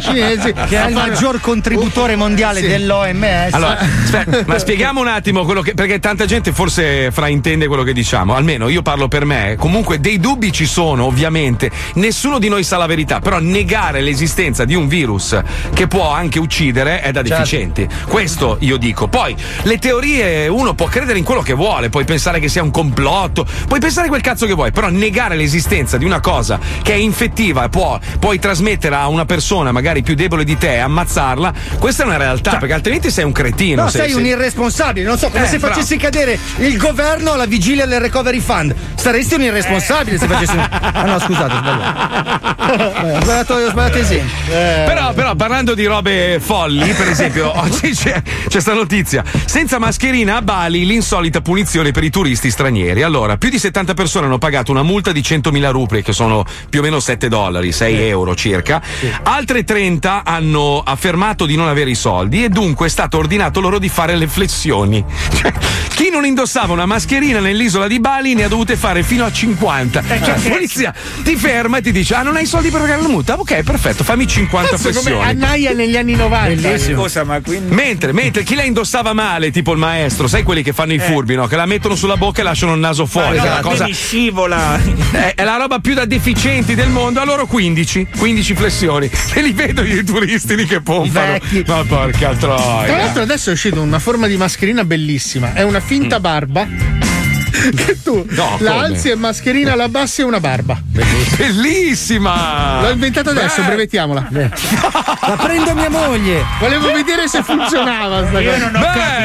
Speaker 9: cinesi Uh,
Speaker 2: che è il maggior contributore mondiale
Speaker 9: Sì.
Speaker 2: dell'OMS
Speaker 4: Allora, aspetta, ma spieghiamo un attimo quello che. Perché tanta gente forse fraintende quello che diciamo. Almeno io parlo per me. Comunque dei dubbi ci sono, ovviamente. Nessuno di noi sa la verità. Però negare l'esistenza di un virus che può anche uccidere è da deficienti. Questo io dico. Poi le teorie, uno può credere in quello che vuole, puoi pensare che sia un complotto, puoi pensare quel cazzo che vuoi, però negare l'esistenza di una cosa che è infettiva e può, puoi trasmettere a una persona magari più debole di te e ammazzarla, questa è una realtà, perché altrimenti sei un cretino.
Speaker 2: No, sei un irresponsabile, non so, come
Speaker 4: Eh,
Speaker 2: se facessi cadere come il governo alla vigilia del recovery fund. Saresti un irresponsabile se facessi. Ah no, scusate, ho sbagliato. Eh, Ho sbagliato, ho sbagliato esempio.
Speaker 9: Eh.
Speaker 4: Però, però, parlando di robe folli, per esempio, oggi c'è, c'è sta notizia. Senza mascherina a Bali l'insolita punizione per i turisti stranieri. Allora, più di 70 persone hanno pagato una multa di 100.000 rupie, che sono più o meno 7 dollari, 6 euro circa. Altre 30 hanno affermato di non avere i soldi e dunque è stato ordinato loro di fare le flessioni. Cioè, chi non indossava una mascherina nell'isola di Bali ne ha dovute fare fino a 50. Cioè, la polizia ti ferma e ti dice: Ah, non hai i soldi per pagare la multa? Ok, perfetto, fammi 50
Speaker 9: Cazzo, come
Speaker 4: flessioni.
Speaker 9: Annaia negli anni 90.
Speaker 8: Scusa, ma quindi.
Speaker 4: Mentre, mentre chi la indossava male, tipo il maestro, sai quelli che fanno
Speaker 9: Eh.
Speaker 4: i furbi, no? Che la mettono sulla bocca e lasciano il naso
Speaker 8: Ah,
Speaker 4: fuori. che è la cosa-
Speaker 8: scivola.
Speaker 4: è, è la roba più da deficienti del mondo. A loro 15, 15 flessioni. E li vedo i turisti lì che pompano. Ma porca
Speaker 9: Tra
Speaker 4: troia.
Speaker 9: l'altro adesso è uscita una forma di mascherina bellissima, è una finta barba. Che tu
Speaker 4: No,
Speaker 9: la
Speaker 4: come?
Speaker 9: alzi e mascherina, la abbassi e una barba.
Speaker 4: Bellissima!
Speaker 9: L'ho inventata adesso,
Speaker 2: Beh.
Speaker 9: brevettiamola. La
Speaker 2: prendo a mia moglie.
Speaker 9: Volevo vedere se funzionava sta cosa.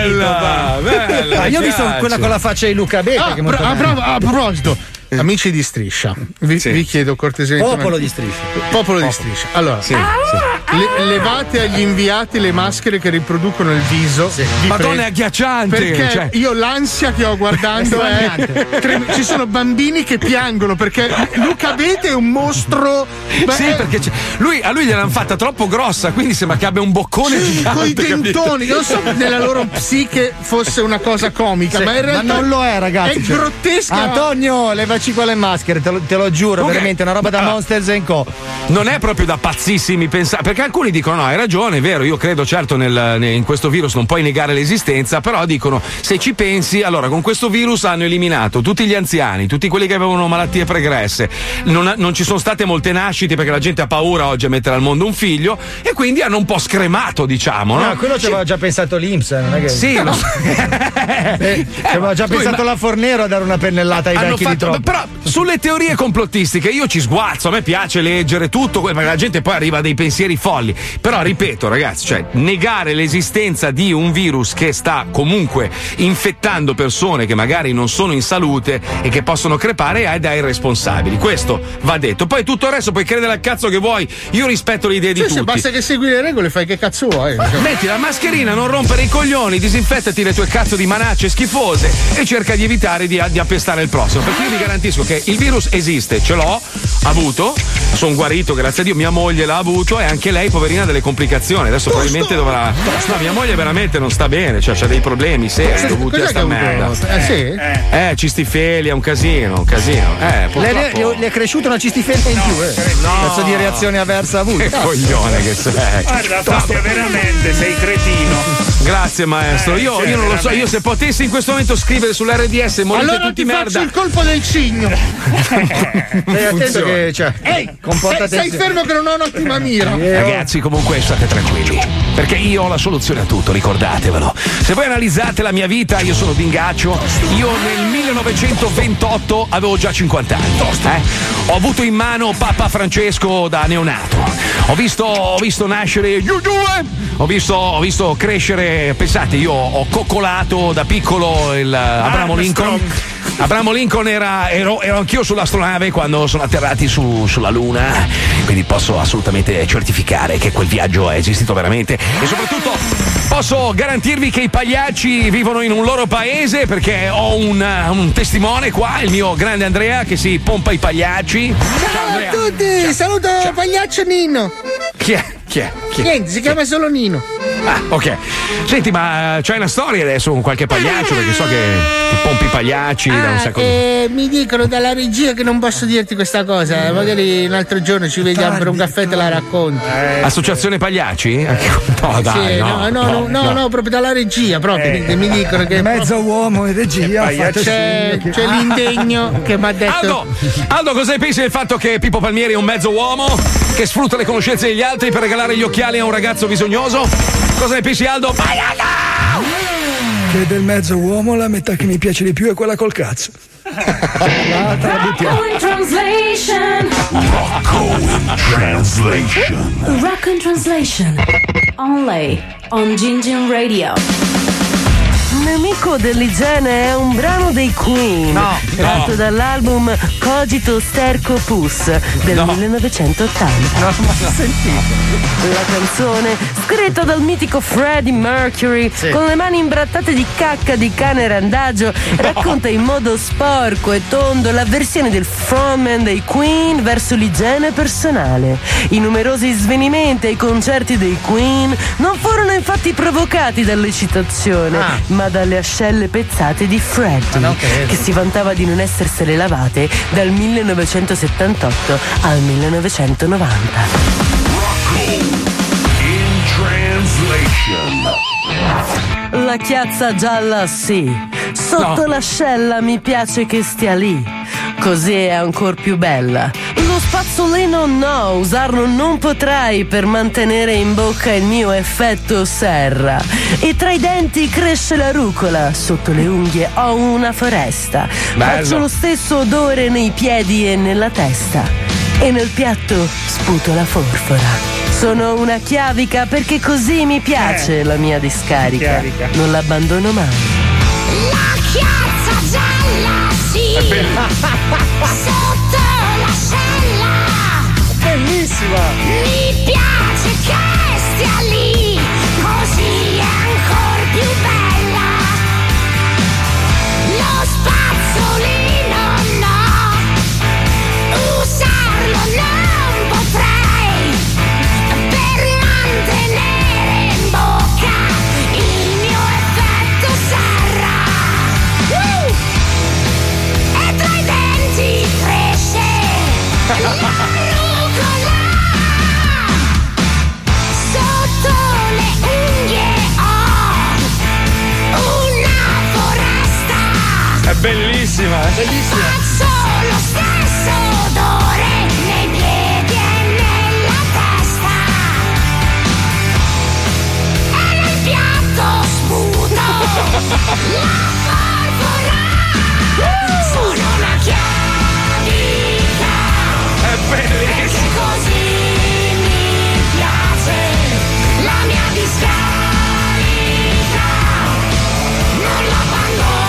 Speaker 4: Bella, bella.
Speaker 2: Ah, io ho
Speaker 9: mi
Speaker 2: visto
Speaker 9: piace.
Speaker 2: quella con la faccia di Luca Bete.
Speaker 9: Ah,
Speaker 2: che è
Speaker 9: bro-
Speaker 2: molto
Speaker 9: a,
Speaker 2: bella.
Speaker 9: bravo- a proposito, amici di striscia, vi, vi chiedo cortesemente.
Speaker 2: Oh, Popolo di Striscia.
Speaker 9: Popolo di striscia. Allora, le- levate agli inviati le maschere che riproducano il viso. vi
Speaker 4: Madonna,
Speaker 9: prego.
Speaker 4: è agghiacciante,
Speaker 9: Perché
Speaker 4: cioè.
Speaker 9: io l'ansia che ho guardando
Speaker 2: È
Speaker 9: è.
Speaker 2: straniante.
Speaker 9: trem- ci sono bambini che piangono perché Luca Bete è un mostro. Beh,
Speaker 4: Sì, perché c'è- lui, a lui gliel'hanno fatta troppo grossa, quindi sembra che abbia un boccone
Speaker 9: Sì,
Speaker 4: gigante.
Speaker 9: con i
Speaker 4: capito?
Speaker 9: dentoni, non so nella loro psiche fosse una cosa comica,
Speaker 2: Sì,
Speaker 9: ma in realtà
Speaker 2: non lo è, ragazzi.
Speaker 9: È
Speaker 2: cioè.
Speaker 9: grottesca.
Speaker 4: Ah,
Speaker 2: Antonio, levaci quelle maschere, te lo, te lo giuro, veramente, è una roba da Monsters and Co.
Speaker 4: Non è proprio da pazzissimi pensare, perché alcuni dicono: no, hai ragione, è vero, io credo certo nel- ne- in questo virus non puoi negare l'esistenza, però dicono: se ci pensi, allora con questo virus hanno eliminato tutti gli anziani, tutti quelli che avevano malattie pregresse, non, ha- non ci sono state molte nascite perché la gente ha paura oggi a mettere al mondo un figlio e quindi hanno un po' scremato, diciamo. No,
Speaker 2: No, quello ci aveva già pensato l'Inps, non è che.
Speaker 4: Sì, lo so.
Speaker 2: Eh, ci aveva già
Speaker 4: lui,
Speaker 2: pensato
Speaker 4: ma-
Speaker 2: la Fornero a dare una pennellata ai
Speaker 4: Hanno
Speaker 2: vecchi di
Speaker 4: fatto-
Speaker 2: troppo.
Speaker 4: però sulle teorie complottistiche io ci sguazzo, a me piace leggere tutto, perché la gente poi arriva a dei pensieri folli. Però ripeto, ragazzi, cioè, negare l'esistenza di un virus che sta comunque infettando persone che magari non sono in salute e che possono crepare è da irresponsabili. Questo va detto. Poi tutto il resto puoi credere al cazzo che vuoi. Io rispetto le idee di
Speaker 9: Sì,
Speaker 4: tutti.
Speaker 9: sì, basta che segui le regole, fai che cazzo vuoi.
Speaker 4: Metti la mascherina, non rompere i coglioni, disinfettati le tue cazzo di manacce schifose e cerca di evitare di, di appestare il prossimo. Perché io vi garantisco che il virus esiste, ce l'ho avuto, sono guarito, grazie a Dio. Mia moglie l'ha avuto e anche lei, poverina, ha delle complicazioni. Adesso probabilmente dovrà. No, mia moglie veramente non sta bene, cioè ha dei problemi seri
Speaker 9: Cos'è-
Speaker 4: dovuti a
Speaker 9: cos'è che
Speaker 4: sta
Speaker 9: ha
Speaker 4: merda.
Speaker 9: avuto? Eh, sì?
Speaker 4: Eh, cistifeli, è un casino, un casino. Eh,
Speaker 2: Le,
Speaker 4: purtroppo.
Speaker 2: le- le è cresciuta una cistifetta in più, eh.
Speaker 4: No.
Speaker 2: Cazzo di reazione avversa avuta.
Speaker 4: Che coglione che sei.
Speaker 8: Guarda, Fabio, veramente sei cretino.
Speaker 4: Grazie maestro,
Speaker 8: Eh,
Speaker 4: io,
Speaker 8: cioè,
Speaker 4: io non lo so, io se potessi in questo momento scrivere sull'RDS morite
Speaker 9: certo, Allora
Speaker 4: tutti
Speaker 9: ti faccio
Speaker 4: merda.
Speaker 9: il colpo del cigno.
Speaker 2: Stai attento che cioè,
Speaker 9: Ehi, eh,
Speaker 2: comporta
Speaker 9: stai, stai
Speaker 2: attenzione.
Speaker 9: fermo che non ho un'ottima mira.
Speaker 4: Ragazzi, comunque state tranquilli, perché io ho la soluzione a tutto, ricordatevelo. Se voi analizzate la mia vita, io sono d'ingaccio, io nel 1928 avevo già 50 anni. eh. Ho avuto in mano Papa Francesco da neonato, ho visto, ho visto nascere gli U2, ho visto, ho visto crescere, pensate, io ho coccolato da piccolo il eh, Abramo Lincoln. Abramo Lincoln era, ero, ero anch'io sull'astronave quando sono atterrati su- sulla Luna, quindi posso assolutamente certificare che quel viaggio è esistito veramente e soprattutto posso garantirvi che i pagliacci vivono in un loro paese perché ho un, eh, un testimone qua, il mio grande Andrea che si pompa i pagliacci.
Speaker 9: Ciao a tutti, saluto Pagliaccio Nino.
Speaker 4: Chi è? Chi è? Chi è?
Speaker 9: Niente, si chiama solo Nino.
Speaker 4: Ah, ok. Senti, ma eh, c'hai una storia adesso con qualche pagliaccio perché so che ti pompi i pagliacci da un
Speaker 9: Ah,
Speaker 4: sacco di...
Speaker 9: eh, mi dicono dalla regia che non posso dirti questa cosa. eh, Magari un altro giorno ci vediamo per un caffè e te la racconto.
Speaker 4: Associazione pagliacci? No, Eh. dai,
Speaker 9: eh. Sì, no, no, no, no, no, proprio dalla regia proprio. mi- mi dicono che.
Speaker 2: Mezzo uomo e regia. ha fatto il
Speaker 9: C'è,
Speaker 2: segno che-
Speaker 9: c'è l'indegno che mi ha detto.
Speaker 4: Aldo, Aldo, cosa ne pensi del fatto che Pippo Palmieri è un mezzo uomo che sfrutta le conoscenze degli altri per regalare gli occhiali a un ragazzo bisognoso? Cosa ne pensi, Aldo? Vai, Aldo!
Speaker 3: Che del mezzo uomo la metà che mi piace di più è quella col cazzo.
Speaker 12: Rocco in translation.
Speaker 26: Translation.
Speaker 12: Rocco in translation. Only on Gingin Radio.
Speaker 7: Nemico dell'igiene è un brano dei Queen
Speaker 20: No,
Speaker 7: tratto
Speaker 20: no.
Speaker 7: dall'album Cogito Sterco Pus del 1980. La canzone, scritta dal mitico Freddie Mercury, con le mani imbrattate di cacca di cane randagio, racconta in modo sporco e tondo l'avversione del frontman dei Queen verso l'igiene personale. I numerosi svenimenti ai concerti dei Queen non furono infatti provocati dall'eccitazione, ma dalle ascelle pezzate di Freddie, che si vantava di non essersele lavate dal 1978 al 1990. La chiazza gialla sì, sotto l'ascella mi piace che stia lì, così è ancor più bella. Lo spazzolino no, usarlo non potrai per mantenere in bocca il mio effetto serra. E tra i denti cresce la rucola, sotto le unghie ho una foresta.
Speaker 20: Bello.
Speaker 7: Faccio lo stesso odore nei piedi e nella testa. E nel piatto sputo la forfora. Sono una chiavica perché così mi piace la mia discarica. Non l'abbandono mai.
Speaker 20: La chiazza gialla, sì.
Speaker 7: È bella.
Speaker 20: Sotto la scella. Bellissima. Mi piace che stia lì, così è ancora più bella. Lo spazzolino no, usarlo non potrei, per mantenere in bocca il mio effetto serra. Uh! E tra i denti cresce la rucola. Sotto le unghie ho una foresta.
Speaker 4: È bellissima, eh. è bellissima.
Speaker 20: Faccio lo stesso odore nei piedi e nella testa. E nel piatto sputo la porpora. Sono una chiavica. È bellissima. Perché così mi piace la mia discarica. Non l'abbandono.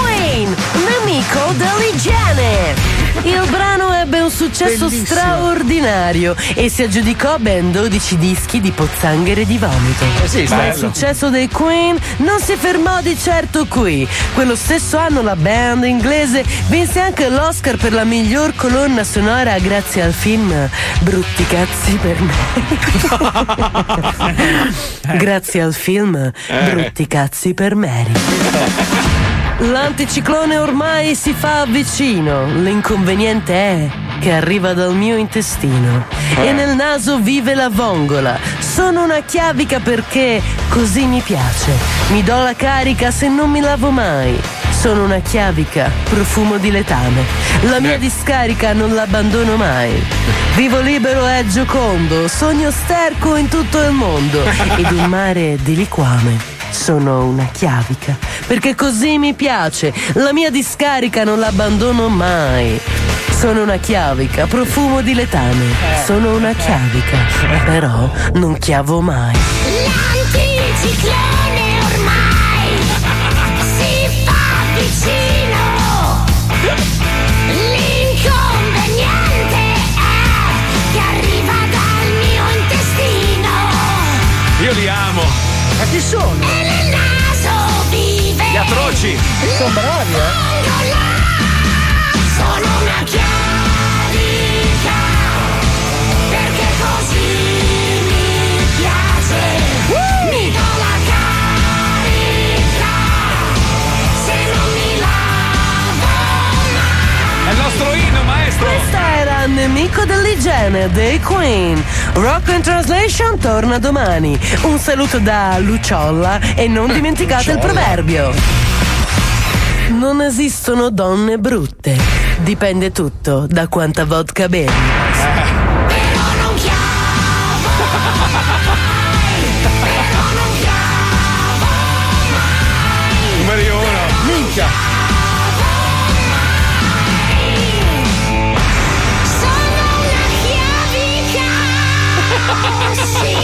Speaker 7: Queen, nemico dell'igiene. Il brano ebbe un successo straordinario e si aggiudicò ben 12 dischi di pozzanghere di vomito.
Speaker 20: Eh sì,
Speaker 7: Ma il
Speaker 20: bello.
Speaker 7: successo dei Queen non si fermò di certo qui. Quello stesso anno la band inglese vinse anche l'Oscar per la miglior colonna sonora grazie al film Brutti cazzi per me. grazie al
Speaker 20: Eh.
Speaker 7: film Brutti cazzi per Mary. L'anticiclone ormai si fa vicino. L'inconveniente è che arriva dal mio intestino. E nel naso vive la vongola. Sono una chiavica perché così mi piace. Mi do la carica se non mi lavo mai. Sono una chiavica, profumo di letame. La mia discarica non l'abbandono mai. Vivo libero e giocondo, sogno sterco in tutto il mondo. Ed un mare di liquame. Sono una chiavica, perché così mi piace. La mia discarica non l'abbandono mai. Sono una chiavica, profumo di letame. Sono una chiavica, però non chiavo mai.
Speaker 20: L'anticiclone ormai si fa vicino. L'inconveniente è che arriva dal mio intestino.
Speaker 4: Io li amo.
Speaker 20: Ma chi sono? E nel naso vive.
Speaker 4: Gli atroci.
Speaker 20: Sono bravi, eh? Sono una chiarica. Perché così mi piace. Mi do la carica. Se non mi
Speaker 4: È il nostro inno, maestro.
Speaker 7: Questa era Nemico dell'igiene dei Queen. Rock and Translation torna domani. Un saluto da Luciolla e non dimenticate il proverbio. Non esistono donne brutte. Dipende tutto da quanta vodka bevi.
Speaker 20: Però non chiamo mai. Però non
Speaker 4: Numero uno.
Speaker 20: Minchia. Sono una chiavica. Sì.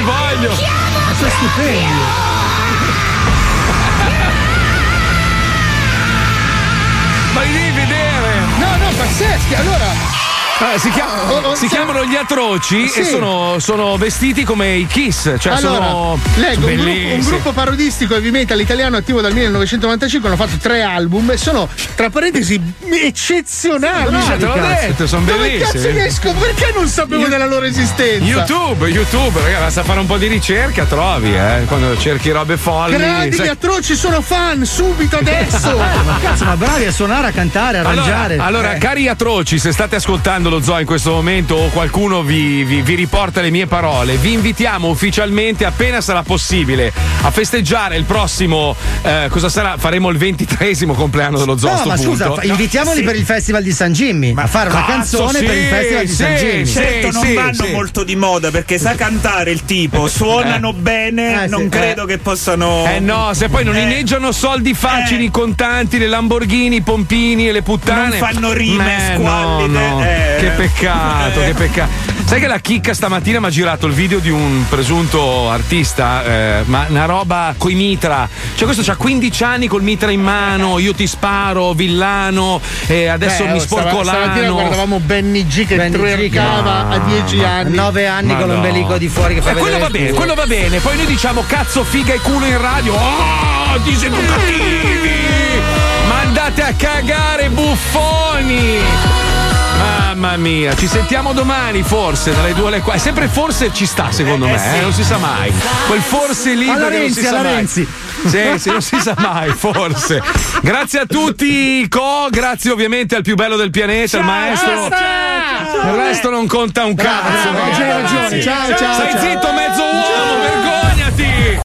Speaker 9: pezzo stupendo.
Speaker 4: Ma li devi vedere!
Speaker 9: No, no, pazzeschi. Allora.
Speaker 4: Ah, si, chiama-
Speaker 9: Oh, oh,
Speaker 4: si
Speaker 9: sì.
Speaker 4: chiamano gli atroci
Speaker 9: Sì.
Speaker 4: e sono, sono vestiti come i Kiss. Cioè
Speaker 9: allora,
Speaker 4: sono.
Speaker 9: leggo, un, gru- un
Speaker 4: bellissimi.
Speaker 9: gruppo parodistico heavy metal italiano attivo dal 1995 hanno fatto tre album e sono, tra parentesi, eccezionali.
Speaker 4: Sì,
Speaker 9: Cioè,
Speaker 4: te l'ho
Speaker 9: cazzo.
Speaker 4: detto, son
Speaker 9: Dove
Speaker 4: bellissimi.
Speaker 9: cazzo li esco? Perché non sapevo
Speaker 4: Io-
Speaker 9: della loro esistenza?
Speaker 4: YouTube, YouTube, ragazzi, basta fare un po' di ricerca, trovi, eh. Quando cerchi robe folli.
Speaker 9: Grandi,
Speaker 4: sai-
Speaker 9: gli atroci sono fan, subito adesso!
Speaker 2: ma cazzo, ma bravi a suonare, a cantare, a arrangiare.
Speaker 4: Allora, allora,
Speaker 2: Eh.
Speaker 4: cari atroci, se state ascoltando lo zoo in questo momento o qualcuno vi, vi- vi riporta le mie parole, vi invitiamo ufficialmente, appena sarà possibile, a festeggiare il prossimo. eh, cosa sarà? Faremo il ventitresimo compleanno dello zoo. a
Speaker 2: No,
Speaker 4: sto
Speaker 2: ma
Speaker 4: punto.
Speaker 2: scusa, fa- invitiamoli per il Festival di San Jimmy a fare una
Speaker 4: cazzo,
Speaker 2: canzone per il
Speaker 4: sì,
Speaker 2: Festival di San
Speaker 4: sì,
Speaker 2: Jimmy.
Speaker 4: sì,
Speaker 8: Certo, non vanno molto di moda perché sa cantare il tipo, suonano
Speaker 4: Eh.
Speaker 8: bene,
Speaker 4: Eh,
Speaker 8: non
Speaker 4: sì.
Speaker 8: credo
Speaker 4: Eh.
Speaker 8: che possano.
Speaker 4: Eh no, se poi non
Speaker 8: Eh,
Speaker 4: inneggiano soldi facili, contanti, le Lamborghini, i pompini e le puttane.
Speaker 8: Non fanno rime,
Speaker 4: Beh,
Speaker 8: squallide,
Speaker 4: no, no.
Speaker 8: eh.
Speaker 4: Che peccato, che peccato. Sai che la chicca stamattina mi ha girato il video di un presunto artista, eh, ma una roba coi mitra. Cioè, questo c'ha 15 anni col mitra in mano,
Speaker 8: Eh.
Speaker 4: io ti sparo, villano, e adesso
Speaker 9: Beh,
Speaker 4: mi
Speaker 9: oh,
Speaker 4: sporco
Speaker 9: stava- Stamattina
Speaker 4: l'anno.
Speaker 9: guardavamo Benny G che
Speaker 2: Benny G che-
Speaker 9: trecava a 10 anni.
Speaker 2: 9 anni
Speaker 4: Ma
Speaker 2: con
Speaker 4: no.
Speaker 2: l'ombelico di fuori che fa
Speaker 4: Eh, quello va bene, quello va bene. Poi noi diciamo cazzo, figa e culo in radio. Oh, diseducativi! Ma andate a cagare, buffoni! Mamma mia, ci sentiamo domani forse dalle due alle qua. Sempre forse ci sta secondo me, eh, non si sa mai. Quel forse lì
Speaker 2: Alla
Speaker 4: perché non si
Speaker 2: Renzi,
Speaker 4: sa
Speaker 2: alla
Speaker 4: mai.
Speaker 2: Renzi.
Speaker 4: Sì, sì, non si sa mai, forse. Grazie a tutti, Co, grazie ovviamente al più bello del pianeta, il maestro. Il resto non conta un cazzo.
Speaker 9: Bravo,
Speaker 4: ragazzi.
Speaker 9: hai ragione. Ciao, ciao,
Speaker 4: Stai
Speaker 9: ciao.
Speaker 4: zitto, mezzo uomo.